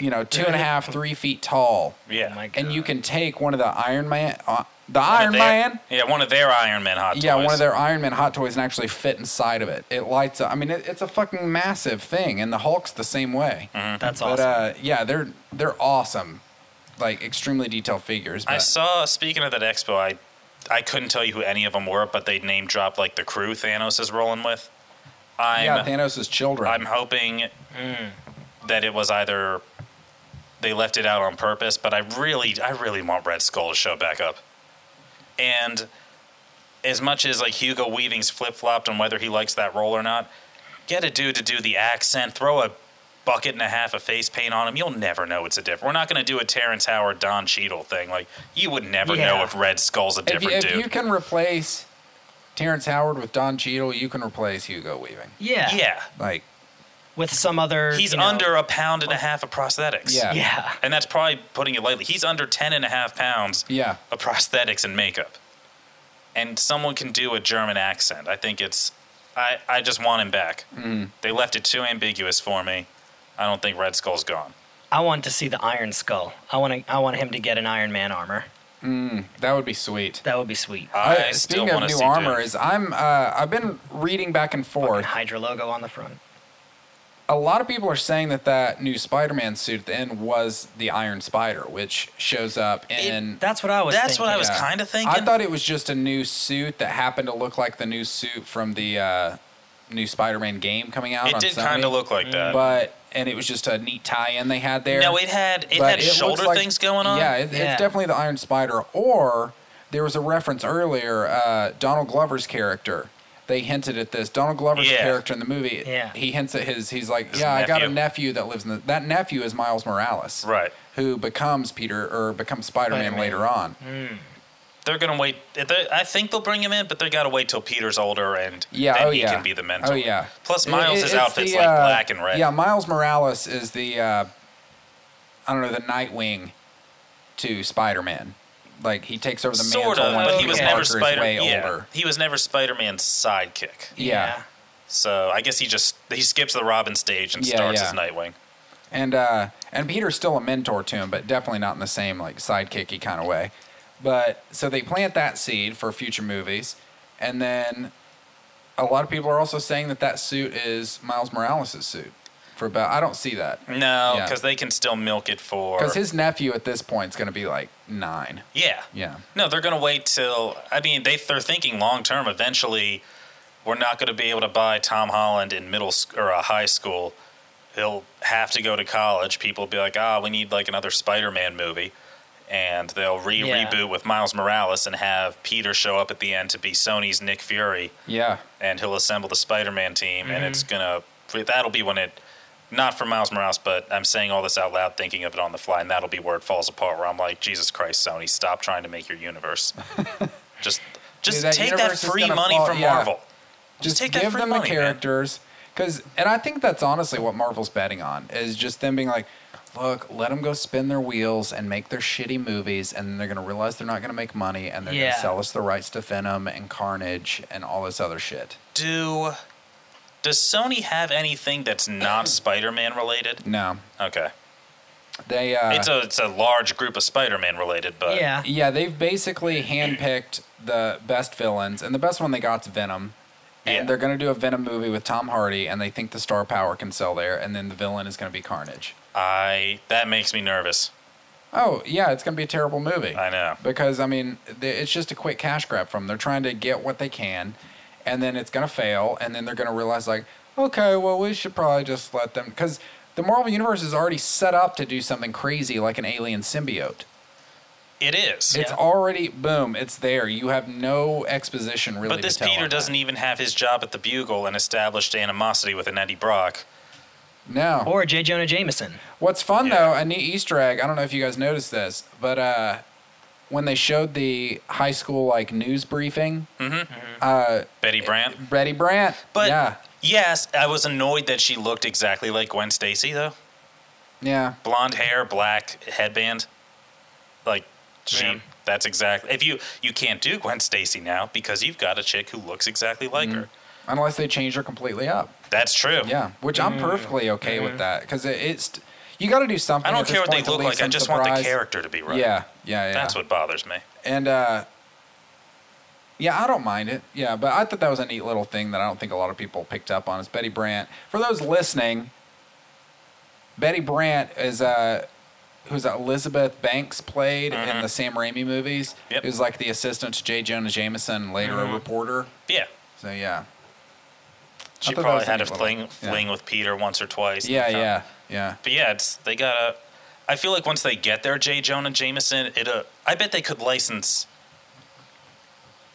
B: you know, two and a half, three feet tall,
C: Yeah.
D: Oh my God.
B: and you can take one of the Iron Man, uh, the
C: One of
B: Iron
C: their-
B: Man.
C: Yeah, one of their Iron Man hot toys.
B: Yeah, one of their Iron Man hot toys and actually fit inside of it. It lights up. I mean, it, it's a fucking massive thing, and the Hulk's the same way.
C: Mm-hmm.
D: That's
B: But
D: awesome.
B: uh, yeah, they're they're awesome, like extremely detailed figures. But
C: I saw. Speaking of that expo, I I couldn't tell you who any of them were, but they name dropped like the crew Thanos is rolling with. I'm
B: yeah, Thanos' children.
C: I'm hoping that it was either they left it out on purpose, but I really, I really want Red Skull to show back up. And as much as like Hugo Weaving's flip flopped on whether he likes that role or not, get a dude to do the accent, throw a bucket and a half of face paint on him. You'll never know it's a different. We're not going to do a Terrence Howard, Don Cheadle thing. Like you would never know
D: Yeah.
C: if Red Skull's a
B: if, you,
C: different
B: if
C: dude.
B: you can replace Terrence Howard with Don Cheadle, you can replace Hugo Weaving.
D: yeah.
C: yeah,
B: Like,
D: With some other.
C: he's
D: you know-
C: under a pound and a half of prosthetics.
B: Yeah.
D: Yeah.
C: and that's probably putting it lightly. He's under 10 and a half pounds
B: yeah,
C: of prosthetics and makeup. And someone can do a German accent. I think it's, I, I just want him back.
B: Hmm.
C: They left it too ambiguous for me. I don't think Red Skull's gone.
D: I want to see the Iron Skull. I want to. I want him to get an Iron Man armor.
B: that would be sweet.
D: That would be sweet.
C: I
B: Uh,
C: still
B: speaking of
C: want to
B: new
C: see
B: armor,
C: Doom.
B: is I'm uh, I've been reading back and
D: Fucking
B: forth.
D: Hydra logo on the front.
B: A lot of people are saying that that new Spider-Man suit at the end was the Iron Spider, which shows up in.
D: That's what I was.
C: That's what I
D: thinking.
C: was
B: Yeah.
C: kind of thinking.
B: I thought it was just a new suit that happened to look like the new suit from the uh, new Spider-Man game coming out.
C: it
B: on
C: did
B: Sony,
C: kind of look like that.
B: but and it was just a neat tie-in they had there.
C: no, it had it
B: But
C: had
B: looks
C: shoulder
B: like-
C: things going on.
B: Yeah, it,
D: Yeah.
B: it's definitely the Iron Spider. Or there was a reference earlier, uh, Donald Glover's character. They hinted at this. Donald Glover's
C: Yeah.
B: character in the movie.
D: Yeah.
B: He hints at his. He's like,
C: His
B: yeah, I got a
C: nephew.
B: nephew that lives in the. That nephew is Miles Morales.
C: Right.
B: Who becomes Peter or becomes Spider-Man,
D: Spider-Man.
B: later on.
C: They're gonna wait. they- I think they'll bring him in, but they gotta wait till Peter's older and
B: Yeah.
C: then
B: oh
C: he
B: yeah.
C: can be the mentor.
B: Oh yeah.
C: Plus,
B: It-
C: Miles'
B: it's
C: outfit's
B: the,
C: like
B: uh,
C: black and red.
B: Yeah, Miles Morales is the. Uh, I don't know the Nightwing, to Spider-Man. Like he takes over the
C: sort
B: mantle
C: of,
B: when
C: but he
B: Peter
C: was never
B: Parker is
C: Spider.
B: way
C: Yeah,
B: older.
C: he was never Spider-Man's sidekick.
B: Yeah.
C: So I guess he just he skips the Robin stage and
B: Yeah,
C: starts
B: yeah.
C: as Nightwing.
B: And uh and Peter's still a mentor to him, but definitely not in the same like sidekicky kind of way. But so they plant that seed for future movies, and then a lot of people are also saying that that suit is Miles Morales' suit. For about I don't see that
C: No,
B: Yeah.
C: because they can still milk it for.
B: because his nephew at this point is going to be like nine.
C: yeah.
B: Yeah.
C: No, they're gonna wait till. I mean, they they're thinking long term. Eventually, we're not gonna be able to buy Tom Holland in middle sc- or uh, high school. He'll have to go to college. People will be like, ah, we need like another Spider-Man movie, and they'll re
D: Yeah.
C: reboot with Miles Morales and have Peter show up at the end to be Sony's Nick Fury.
B: Yeah.
C: and he'll assemble the Spider-Man team, and it's gonna
B: Mm-hmm.
C: that'll be when it not for Miles Morales, but I'm saying all this out loud, thinking of it on the fly, and that'll be where it falls apart. Where I'm like, Jesus Christ, Sony, stop trying to make your universe. just just
B: Dude, that
C: take that
B: universe is
C: free
B: gonna
C: money
B: fall-
C: from
B: yeah.
C: Marvel.
B: just
C: take that
B: give
C: free
B: them the
C: money, man.
B: characters because and i think that's honestly what marvel's betting on is just them being like look let them go spin their wheels and make their shitty movies and then they're going to realize they're not going to make money and they're going
D: Yeah.
B: to sell us the rights to venom and carnage and all this other shit
C: Do does Sony have anything that's not Spider-Man related?
B: no
C: Okay.
B: They uh,
C: it's a it's a large group of Spider-Man related, but
D: yeah.
B: Yeah, they've basically handpicked the best villains, and the best one they got's Venom. And
C: Yeah.
B: they're gonna do a Venom movie with Tom Hardy, and they think the star power can sell there, and then the villain is gonna be Carnage.
C: I that makes me nervous.
B: Oh yeah, it's gonna be a terrible movie.
C: I know.
B: because I mean th- it's just a quick cash grab from them. They're trying to get what they can, and then it's gonna fail, and then they're gonna realize like, okay, well we should probably just let them because the Marvel universe is already set up to do something crazy like an alien symbiote.
C: It is.
B: It's already boom, it's there. You have no exposition really.
C: but this
B: to tell
C: Peter
B: on
C: doesn't
B: that.
C: even have his job at the Bugle and established animosity with an Eddie Brock.
B: No.
D: Or J. Jonah Jameson.
B: What's fun
C: e- Yeah.
B: though, a neat Easter egg. I don't know if you guys noticed this, but uh, when they showed the high school like news briefing, uh,
C: Betty Brant.
B: Betty Brant.
C: Mm-hmm. But
B: yeah,
C: yes, I was annoyed that she looked exactly like Gwen Stacy though.
B: yeah.
C: Blonde hair, black headband. Like she
D: Yeah.
C: that's exactly. If you you can't do Gwen Stacy now because you've got a chick who looks exactly like her.
B: unless they change her completely up.
C: That's true.
B: Mm-hmm. Yeah, which I'm perfectly okay with that because it, it's you got to do something.
C: I
B: at
C: don't
B: this
C: care what they
B: point to
C: look
B: leave
C: like. I
B: some
C: just want the
B: surprise.
C: character to be right.
B: Yeah, yeah, yeah.
C: That's what bothers me.
B: And uh, yeah, I don't mind it. Yeah, but I thought that was a neat little thing that I don't think a lot of people picked up on. Is Betty Brant? For those listening, Betty Brant is uh, who's Elizabeth Banks played in the Sam Raimi movies.
C: Mm-hmm. Yep. Mm-hmm.
B: Who's like the assistant to J. Jonah Jameson, later a reporter.
C: Yeah.
B: So yeah,
C: She
B: thought that
C: probably
B: was a
C: had a
B: neat little-
C: fling,
B: yeah.
C: fling with Peter once or twice.
B: yeah,
C: Um,
B: yeah, yeah.
C: But yeah, it's they gotta. I feel like once they get their J. Jonah Jameson, it. Uh, I bet they could license.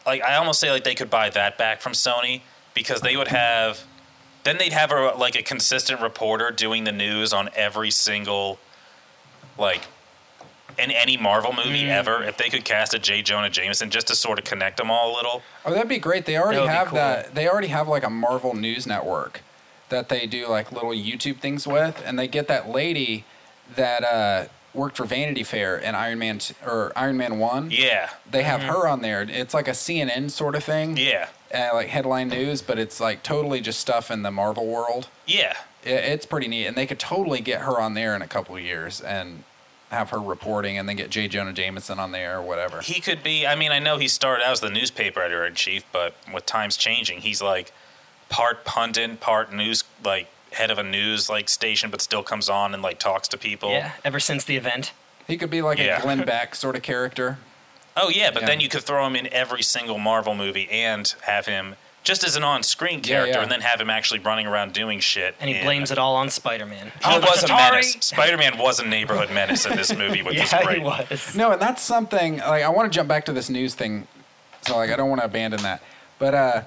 C: Like I almost say, like they could buy that back from Sony because they would have. Then they'd have a like a consistent reporter doing the news on every single, like, in any Marvel movie ever. If they could cast a J. Jonah Jameson just to sort of connect them all a little.
B: Oh, that'd be great. They already
D: That would be
B: have
D: cool.
B: that. They already have like a Marvel News Network that they do like little YouTube things with, and they get that lady that uh, worked for Vanity Fair and Iron Man t- or Iron Man One.
C: Yeah,
B: They
D: Mm-hmm.
B: have her on there. It's like a CNN sort of thing.
C: yeah,
B: Uh, like headline news, but it's like totally just stuff in the Marvel world.
C: yeah.
B: It, it's pretty neat, and they could totally get her on there in a couple of years and have her reporting, and then get J. Jonah Jameson on there or whatever.
C: he could be i mean i know he started out as the newspaper editor in chief but with times changing he's like part pundit part news like head of a news like station but still comes on and like talks to people
D: Yeah. Ever since the event.
B: He could be like
C: Yeah.
B: a Glenn Beck sort of character.
C: oh yeah but
B: Yeah.
C: then you could throw him in every single marvel movie and have him just as an on-screen
B: Yeah,
C: character
B: yeah.
C: and then have him actually running around doing shit
D: And he
C: in-
D: blames it all on Spider Man.
C: he was a menace. Spider-Man was a neighborhood menace in this movie, which is
D: Yeah,
C: great.
D: he was.
B: No, and that's something like I want to jump back to this news thing. So like I don't want to abandon that. But uh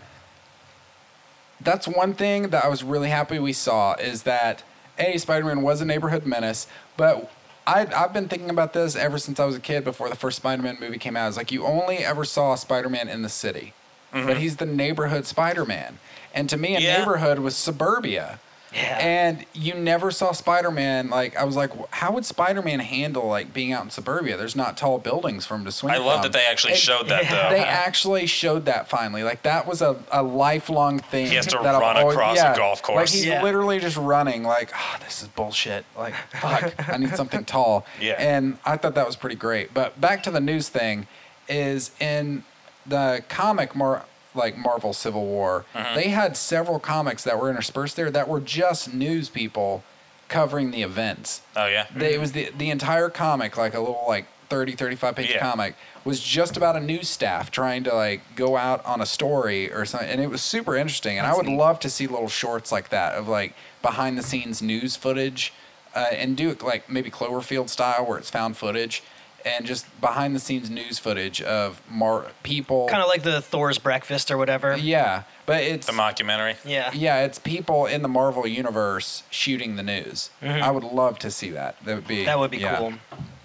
B: that's one thing that I was really happy we saw is that A Spider-Man was a neighborhood menace, but I I've been thinking about this ever since I was a kid before the first Spider-Man movie came out. It's like you only ever saw Spider-Man in the city. But he's the neighborhood Spider-Man. And to me a
C: Yeah.
B: neighborhood was suburbia.
D: Yeah.
B: And you never saw Spider Man. Like I was like, "Wh- how would Spider Man handle like being out in suburbia? There's not tall buildings for him to swing.
C: I love
B: from.
C: that they actually
B: And
C: showed that,
D: Yeah.
C: though.
B: They actually showed that finally. Like that was a, a lifelong thing.
C: He has to
B: that I've
C: run
B: always-
C: across a golf
B: Like
C: course.
B: he's
D: Yeah.
B: literally just running. Like oh, this is bullshit. Like fuck, I need something tall.
C: Yeah.
B: And I thought that was pretty great. But back to the news thing is in the comic Mar- like Marvel Civil War,
C: Mm-hmm.
B: they had several comics that were interspersed there that were just news people covering the events.
C: oh, yeah.
B: They, it was the the entire comic, like a little like 30, 35 page
C: Yeah.
B: comic, was just about a news staff trying to like go out on a story or something, and it was super interesting. And I would love to see little shorts like that of like behind the scenes news footage, uh, and do it like maybe Cloverfield style where it's found footage, and just behind the scenes news footage of mar- people.
D: Kind of like the Thor's breakfast or whatever.
B: yeah, but it's
C: The mockumentary.
D: Yeah.
B: yeah, it's people in the Marvel universe shooting the news. I would love to see that. That would be
D: Mm-hmm. That would be
B: yeah.
D: cool.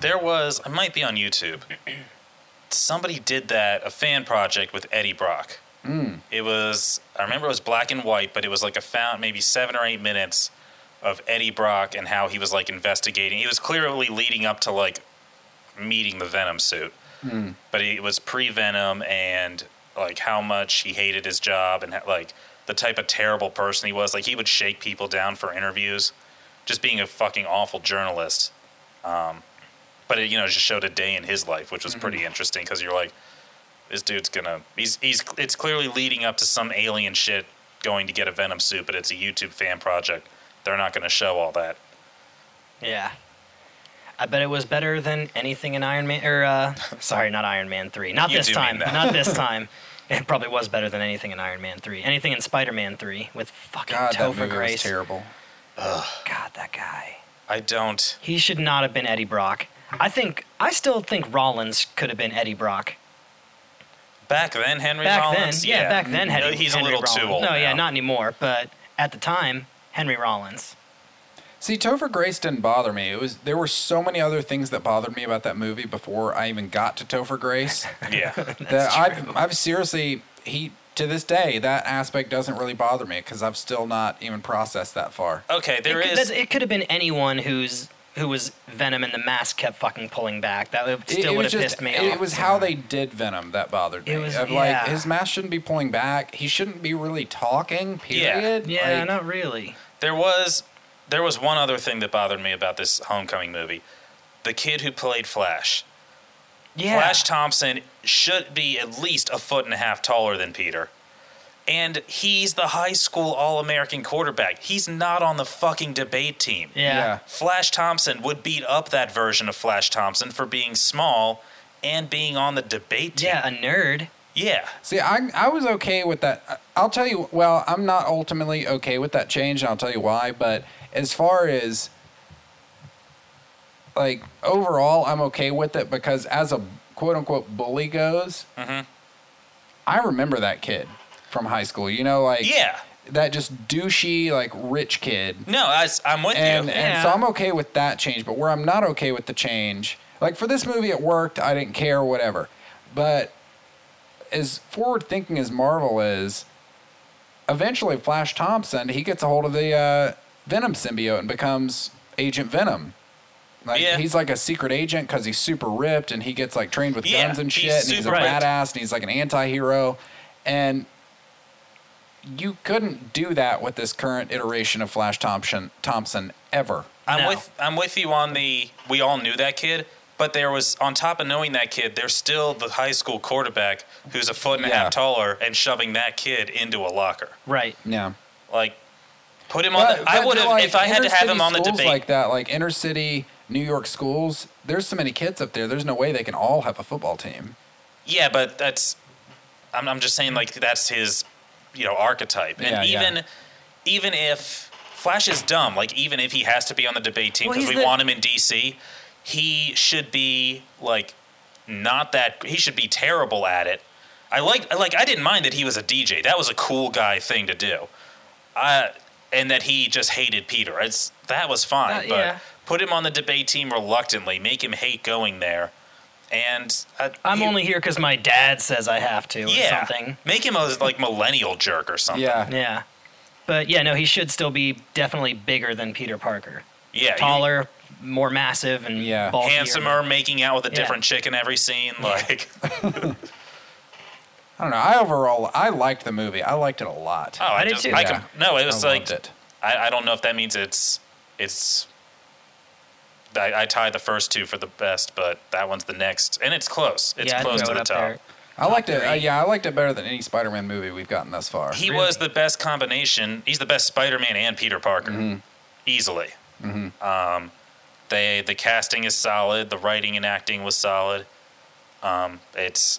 C: There was, I might be on YouTube. Somebody did that, a fan project with Eddie Brock. It was, I remember it was black and white, but it was like a found maybe seven or eight minutes of Eddie Brock and how he was like investigating. He was clearly leading up to like meeting the Venom suit, but it was pre Venom and like how much he hated his job and like the type of terrible person he was. Like he would shake people down for interviews, just being a fucking awful journalist but it you know just showed a day in his life, which was pretty interesting because you're like, this dude's gonna he's he's it's clearly leading up to some alien shit going to get a Venom suit, but it's a YouTube fan project. They're not gonna show all that.
D: Yeah. I bet it was better than anything in Iron Man or uh, sorry, not Iron Man 3. Not
C: You
D: this
C: do mean
D: time.
C: that.
D: Not this time. It probably was better than anything in Iron Man 3. Anything in Spider-Man 3 with fucking
B: God, that
D: Topher
B: movie was
D: Grace.
B: terrible.
D: God, that guy.
C: I don't.
D: He should not have been Eddie Brock. I think I still think Rollins could have been Eddie Brock.
C: Back then, Henry
D: Back
C: Rollins.
D: then, yeah, back then
C: No,
D: Henry,
C: he's
D: Henry
C: a little too
D: Rollins.
C: old.
D: No, yeah,
C: now.
D: not anymore, but at the time, Henry Rollins.
B: See, Topher Grace didn't bother me. It was there were so many other things that bothered me about that movie before I even got to Topher Grace.
C: Yeah,
B: that I've, I've seriously he to this day that aspect doesn't really bother me because I've still not even processed that far.
D: Uh,
C: Okay, there
D: it, could-
C: is.
D: that's- it could have been anyone who's who was Venom and the mask kept fucking pulling back. That would,
B: It-
D: still
B: it
D: would
B: was
D: have
B: just-
D: pissed me
B: it,
D: off.
B: was how they did Venom that bothered me.
D: It was-
B: Of
D: yeah.
B: like his mask shouldn't be pulling back. He shouldn't be really talking. Period.
D: yeah,
B: Like,
D: not really.
C: There was there was one other thing that bothered me about this Homecoming movie. The kid who played Flash,
D: Yeah,
C: Flash Thompson, should be at least a foot and a half taller than Peter. And he's the high school All American quarterback. He's not on the fucking debate team.
D: yeah.
B: yeah.
C: Flash Thompson would beat up that version of Flash Thompson for being small and being on the debate team.
D: Yeah, a nerd.
C: Yeah.
B: See, I I was okay with that. I- I'll tell you. Well, I'm not ultimately okay with that change, and I'll tell you why. But as far as like overall, I'm okay with it because as a quote unquote bully goes, I remember that kid from high school. You know, like
C: Yeah.
B: that just douchey like rich kid
C: No, I, am with
B: and
C: you.
B: and so I'm okay with that change. But where I'm not okay with the change, like for this movie, it worked. I didn't care, whatever. But as forward thinking as Marvel is, eventually Flash Thompson he gets a hold of the uh, Venom symbiote and becomes Agent Venom. Like
C: Yeah.
B: he's like a secret agent because he's super ripped and he gets like trained with
C: Yeah,
B: guns and
C: he's
B: shit and he's a
C: super ripped.
B: badass and he's like an anti-hero and you couldn't do that with this current iteration of Flash Thompson Thompson ever.
C: I'm
D: No.
C: with I'm with you on the we all knew that kid, but there was on top of knowing that kid, there's still the high school quarterback who's a foot and a
B: Yeah.
C: half taller and shoving that kid into a locker.
D: Right.
B: Yeah.
C: Like put him on the, I would have if I had to have him on the debate.
B: like that, like inner city New York schools, there's so many kids up there. There's no way they can all have a football team.
C: Yeah, but that's I'm I'm just saying like that's his you know archetype. And
B: Yeah, yeah.
C: even even if Flash is dumb, like even if he has to be on the debate team
D: Well,
C: because
D: he's
C: we
D: the-
C: want him in DC, he should be like not that he should be terrible at it. I like like I didn't mind that he was a DJ. That was a cool guy thing to do. I and that he just hated Peter. It's that was fine,
D: That-
C: but
D: yeah.
C: put him on the debate team reluctantly, make him hate going there. And uh, I,
D: I'm
C: he-
D: only here because my dad says I have to or
C: yeah.
D: something.
C: Make him a like millennial jerk or something.
B: Yeah.
D: Yeah. But yeah, no, he should still be definitely bigger than Peter Parker.
C: Yeah. you-
D: Taller, more massive, and
B: Yeah.
D: bulkier.
C: handsomer, making out with a
D: Yeah.
C: different chick in every scene. Like, oh,
B: I don't know. I overall I liked the movie. I liked it a lot.
C: Oh, I,
D: I did
C: just,
D: too.
C: I
D: Yeah.
C: can, no, it was
B: I
C: like,
B: loved it.
C: I, I don't know if that means it's, it's, I, I tied the first two for the best, but that one's the next, and it's close. It's
D: Yeah, I'd
C: close to
D: throw it
C: the
D: up
C: top.
D: there.
B: I liked it.
D: three.
B: Uh, yeah, I liked it better than any Spider-Man movie we've gotten thus far.
C: He was the best combination. He's the best Spider-Man and Peter Parker, easily. Um, they the casting is solid. The writing and acting was solid. Um, it's.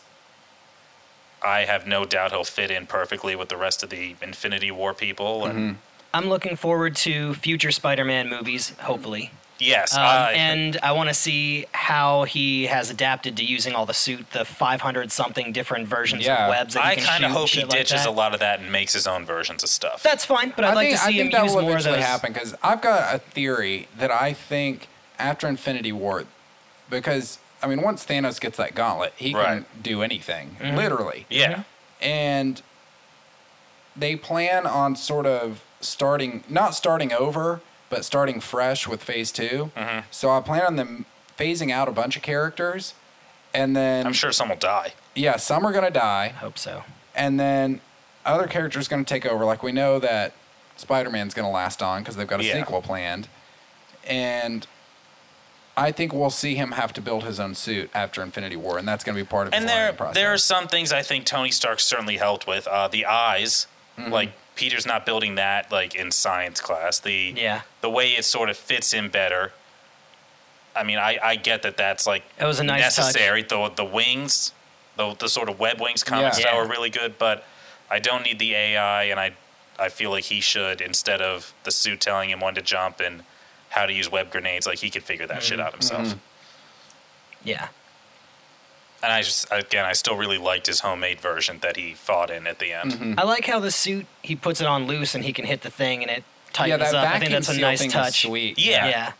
C: I have no doubt he'll fit in perfectly with the rest of the Infinity War people. And
D: I'm looking forward to future Spider-Man movies, hopefully.
C: yes,
D: Um,
C: Ah, I,
D: and I want to see how he has adapted to using all the suit, the 500 something different versions
B: Yeah.
D: of webs. That
C: I
D: kind
C: kind of hope he ditches
D: like that.
C: a lot of that and makes his own versions of stuff.
D: That's fine, but I'd like to see him use more of those.
B: happen because I've got a theory that I think after Infinity War, because I mean, once Thanos gets that gauntlet, he can
C: Right.
B: do anything,
D: Mm-hmm.
B: literally.
C: yeah,
B: And they plan on sort of starting, not starting over, but starting fresh with Phase 2
C: Mm-hmm.
B: So I plan on them phasing out a bunch of characters, and then
C: I'm sure some will die.
B: yeah, some are gonna die
D: Hope so.
B: and then other characters going to take over. Like we know that Spider Man's going to last on because they've got a
C: Yeah.
B: sequel planned, and I think we'll see him have to build his own suit after Infinity War, and that's going to be part of his
C: And there,
B: learning process.
C: there are some things I think Tony Stark certainly helped with. Uh, the eyes,
B: Mm-hmm.
C: like Peter's not building that like in science class. The
D: Yeah.
C: the way it sort of fits in better. I mean, I, I get that that's like
D: That was a nice touch.
C: necessary. Though the wings, the the sort of web wings comic
D: Yeah.
C: style
D: Yeah.
C: are really good, but I don't need the AI, and I I feel like he should instead of the suit telling him when to jump and how to use web grenades. Like he could figure that
B: Mm-hmm.
C: shit out himself.
D: Yeah.
C: And I just again, I still really liked his homemade version that he fought in at the end.
B: Mm-hmm. Hmm.
D: I like how the suit he puts it on loose and he can hit the thing and it
B: yeah,
D: tightens
B: that
D: up. I
B: vacuum
D: think that's a
B: seal
D: nice
B: thing was
D: touch.
B: sweet.
C: Yeah.
D: Yeah.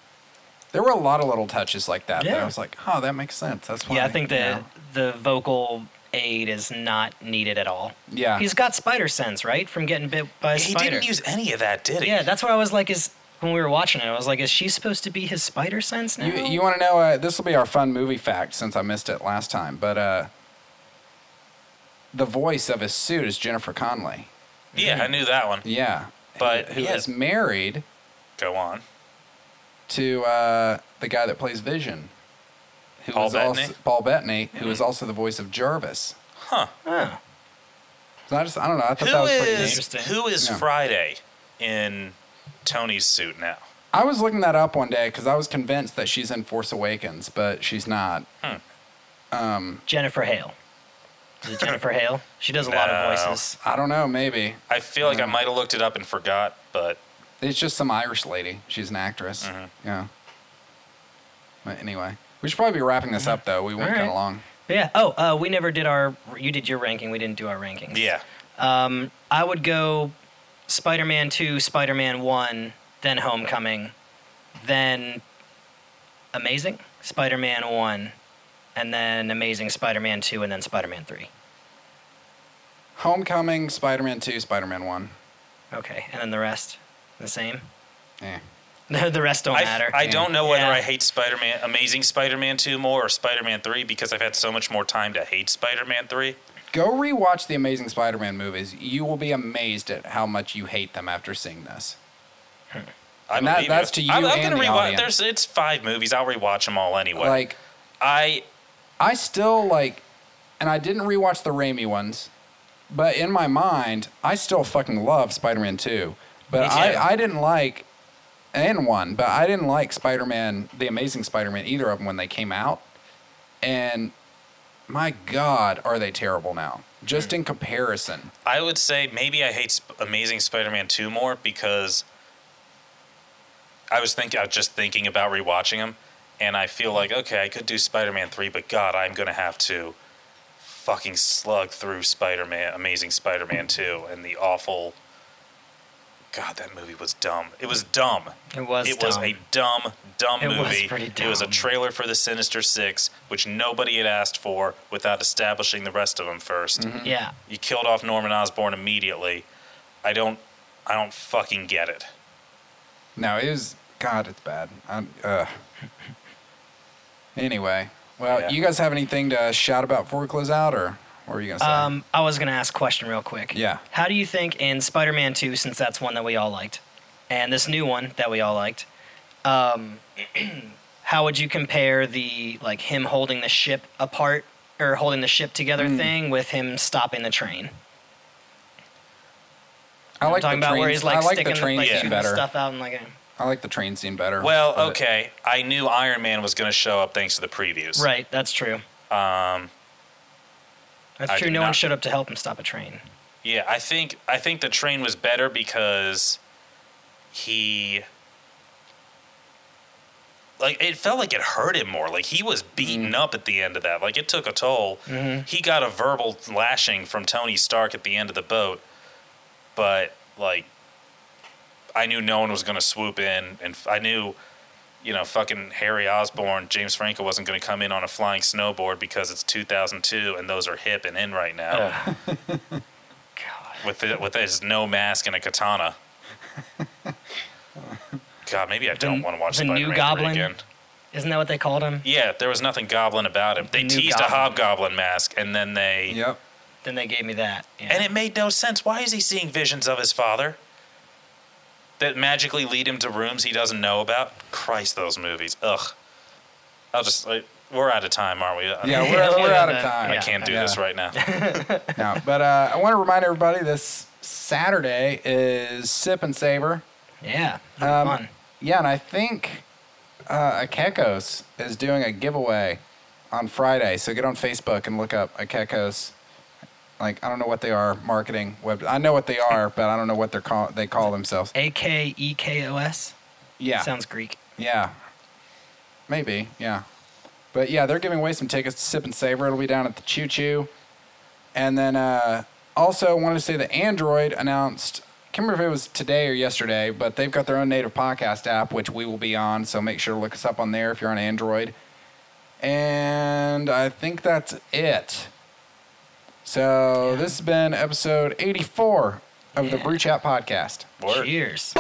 B: There were a lot of little touches like that. Yeah.
D: Yeah.
B: I was like, oh, that makes sense. That's why.
D: Yeah, I think
B: you
D: the
B: know.
D: the vocal aid is not needed at all.
B: Yeah.
D: He's got spider sense, right? From getting bit by a
C: He
D: spider.
C: didn't use any of that, did he?
D: Yeah, that's why I was like, is when we were watching it, I was like, is she supposed to be his spider sense now?
B: You, you want to know? Uh, this will be our fun movie fact since I missed it last time. But uh, the voice of his suit is Jennifer Conley.
C: yeah, I knew that one.
B: Yeah,
C: But,
B: who is
C: yeah.
B: married
C: Go on.
B: to uh, the guy that plays Vision, who
C: Paul
B: is Also,
C: Bettany? Mm-hmm.
B: Paul Bettany, who is also the voice of Jarvis.
C: Huh.
D: oh.
B: So I just I don't know. I
C: Who
B: thought that was pretty neat.
C: is
D: interesting.
C: who is
B: Yeah.
C: Friday in Tony's suit now?
B: I was looking that up one day because I was convinced that she's in Force Awakens, but she's not.
D: Jennifer Hale. Is it Jennifer Hale? She does a lot
C: No.
D: of voices.
B: I don't know. Maybe
C: I feel
B: Mm.
C: like I might have looked it up and forgot, but
B: It's just some Irish lady. She's an actress.
C: Mm-hmm.
B: Yeah. But anyway, we should probably be wrapping this up though. We went
D: All
B: kind
D: right.
B: of long.
D: But yeah. Oh, uh, we never did our. You did your ranking. We didn't do our rankings.
C: yeah.
D: Um, I would go Spider Man 2, Spider Man 1, then Homecoming, then Amazing Spider Man 1, and then Amazing Spider Man 2, and then Spider Man 3.
B: Homecoming, Spider-Man Two, Spider-Man One.
D: Okay. And then the rest, the same?
B: Yeah.
D: the rest don't
C: I,
D: matter.
C: I don't know whether
D: Yeah.
C: I hate Spider-Man, Amazing Spider-Man 2 more or Spider-Man 3 because I've had so much more time to hate Spider-Man 3.
B: Go rewatch the Amazing Spider-Man movies. You will be amazed at how much you hate them after seeing this.
C: I
B: And that-
C: believe
B: that's to you
C: I'm, I'm
B: and
C: gonna
B: the
C: rewatch.
B: audience.
C: There's it's five movies. I'll rewatch them all anyway.
B: Like
C: I
B: I still like, and I didn't rewatch the Raimi ones, but in my mind, I still fucking love Spider-Man Two. But
C: Me too.
B: I, I didn't like, and one, but I didn't like Spider-Man, the Amazing Spider-Man, either of them when they came out. And my God, are they terrible now?
C: Hmm.
B: Just in comparison,
C: I would say maybe I hate Sp- Amazing Spider-Man 2 more because I was thinking I was just thinking about rewatching them and I feel like okay, I could do Spider-Man 3, but god, I'm going to have to fucking slug through Spider-Man Amazing Spider-Man 2 and the awful God, that movie was dumb. It was dumb.
D: It was
C: It was
D: dumb.
C: a dumb, dumb
D: It was
C: movie.
D: pretty
C: It was a
D: dumb.
C: trailer for the Sinister Six, which nobody had asked for without establishing the rest of them 1st
D: Yeah.
C: you killed off Norman Osborn immediately. I don't I don't fucking get it.
B: no, it was God, it's bad. I'm, uh. Anyway, well,
C: Yeah.
B: you guys have anything to shout about before we close out, or what are you gonna say?
D: Um, I was gonna ask a question real quick.
B: Yeah.
D: How do you think in Spider-Man Two, since that's one that we all liked, and this new one that we all liked, um, how would you compare the like him holding the ship apart or holding the ship together
B: Hmm.
D: thing with him stopping the train?
B: I like
D: talking
B: the
D: about
B: train,
D: where he's like
B: I like
D: sticking
B: the train
D: like,
B: scene
D: shooting
B: better.
D: stuff out and like. eh.
B: I like the train scene better.
C: Well,
B: but-
C: okay, I knew Iron Man was going to show up thanks to the previews.
D: Right. That's true.
C: Um,
D: That's
C: I
D: true.
C: did
D: No one
C: not-
D: showed up to help him stop a train.
C: yeah, I think I think the train was better because he like it felt like it hurt him more. Like he was beaten up at the end of that. Like it took a toll. He got a verbal lashing from Tony Stark at the end of the boat, but like I knew no one was going to swoop in, and f- I knew, you know, fucking Harry Osborne, James Franco wasn't going to come in on a flying snowboard because it's 2002 and those are hip and in right now. with the, with his no mask and a katana. God, maybe I don't
D: The-
C: want to watch
D: the new
C: Spider-Man three
D: Goblin?
C: again.
D: Isn't that what they called him?
C: Yeah, there was nothing goblin about him. They
D: New
C: teased a
D: goblin.
C: hobgoblin mask, and then they
B: Yep.
D: Then they gave me that. Yeah.
C: and it made no sense. Why is he seeing visions of his father that magically lead him to rooms he doesn't know about? Christ, those movies. Ugh. I'll just like we're out of time, aren't we? I-
B: Yeah, we're, we're out of
D: Yeah.
B: time.
C: I can't do
B: Yeah.
C: this right now.
B: no, but uh, I want to remind everybody this Saturday is Sip and Saber.
D: Yeah.
B: Um,
D: fun.
B: Yeah, and I think uh, Akekos is doing a giveaway on Friday. So get on Facebook and look up Akekos. Like I don't know what they are marketing web. I know what they are, but I don't know what they're call they call themselves.
D: A K E K O S.
B: Yeah,
D: Sounds Greek.
B: yeah, maybe yeah, but yeah, they're giving away some tickets to Sip and Savor. It'll be down at the Choo Choo, and then uh, also wanted to say that Android announced. Can't remember if it was today or yesterday, but they've got their own native podcast app, which we will be on. So make sure to look us up on there if you're on Android. And I think that's it. So this has been episode 84 of the
D: Yeah.
B: Brew Chat podcast.
C: Word.
D: Cheers.